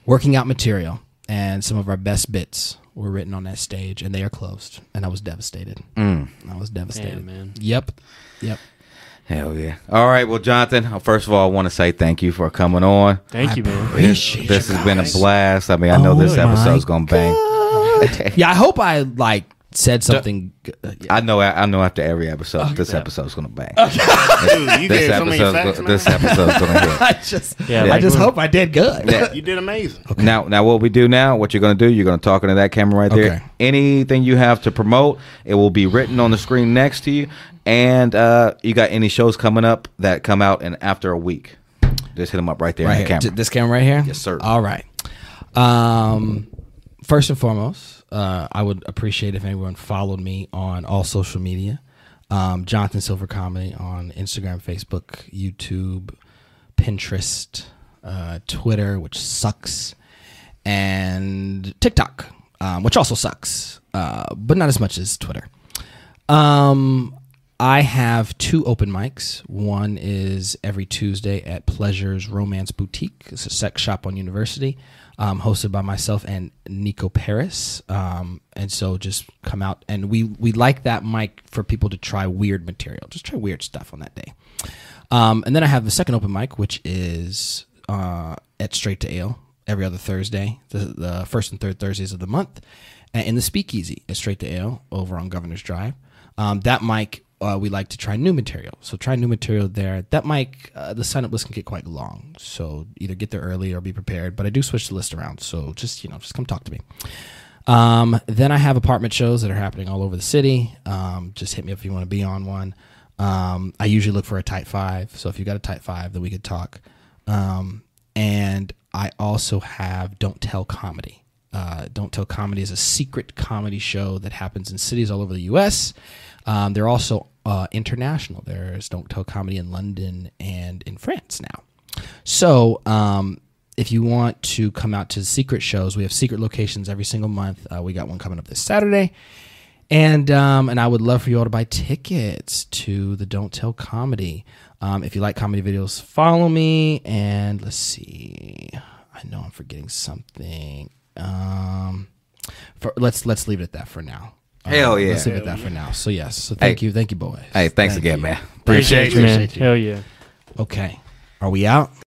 D: working out material. And some of our best bits were written on that stage, and they are closed. And I was devastated. I was devastated.
A: man.
D: Yep. Yep.
C: Hell yeah. All right. Well, Jonathan, uh, first of all, I want to say thank you for coming on.
A: Thank you, man.
D: Appreciate
C: This
D: you
C: has been a
D: guys.
C: blast. I mean, I know
D: Oh
C: this
D: my
C: episode's going to bang.
D: Yeah, I hope I like said something. g- uh, yeah.
C: I know I know after every episode, this episode's going to bang.
B: Dude, you
C: This,
B: gave so many
C: episode's
B: facts,
C: go-
B: man.
C: this episode's going to hit.
D: I just,
A: Yeah,
D: I
A: like-
D: just hope I did good.
C: Yeah.
B: You did amazing.
C: Now, now, what we do now? What you're going to do? You're going to talk into that camera right there.
D: Okay.
C: Anything you have to promote, it will be written on the screen next to you. And uh, you got any shows coming up that come out in after a week? Just hit them up right there
D: right
C: in the
D: here.
C: camera.
D: J- This camera right here?
C: Yes, sir.
D: All right. Um, first and foremost, uh, I would appreciate if anyone followed me on all social media. Um, Jonathan Silver Comedy on Instagram, Facebook, YouTube, Pinterest, uh, Twitter, which sucks, and TikTok, um, which also sucks, uh, but not as much as Twitter. Um, I have two open mics. One is every Tuesday at Pleasure's Romance Boutique. It's a sex shop on University, um, hosted by myself and Nico Paris. Um, and so just come out and we we like that mic for people to try weird material. Just try weird stuff on that day. Um, and then I have the second open mic, which is uh, at Straight to Ale every other Thursday, the, the first and third Thursdays of the month, and in the Speakeasy at Straight to Ale over on Governor's Drive. Um, that mic, uh, we like to try new material. So try new material there. That mic, uh, the sign up list can get quite long. So either get there early or be prepared. But I do switch the list around. So just, you know, just come talk to me. Um, then I have apartment shows that are happening all over the city. Um, just hit me up if you want to be on one. Um, I usually look for a tight five. So if you got a tight five, then we could talk. Um, and I also have Don't Tell Comedy. Uh, Don't Tell Comedy is a secret comedy show that happens in cities all over the U.S. Um, they're also uh, international. There's Don't Tell Comedy in London and in France now. So um, if you want to come out to secret shows, we have secret locations every single month. Uh, we got one coming up this Saturday. And um, and I would love for you all to buy tickets to the Don't Tell Comedy. Um, if you like comedy videos, follow me. And let's see, I know I'm forgetting something. Um, for, let's let's leave it at that for now. Um,
C: Hell yeah.
D: Let's leave it at that for now. So yes, so thank you, thank you, boys.
C: hey, thanks again, man.
A: Appreciate you, man.
D: Appreciate you.
A: Hell yeah.
D: Okay, are we out?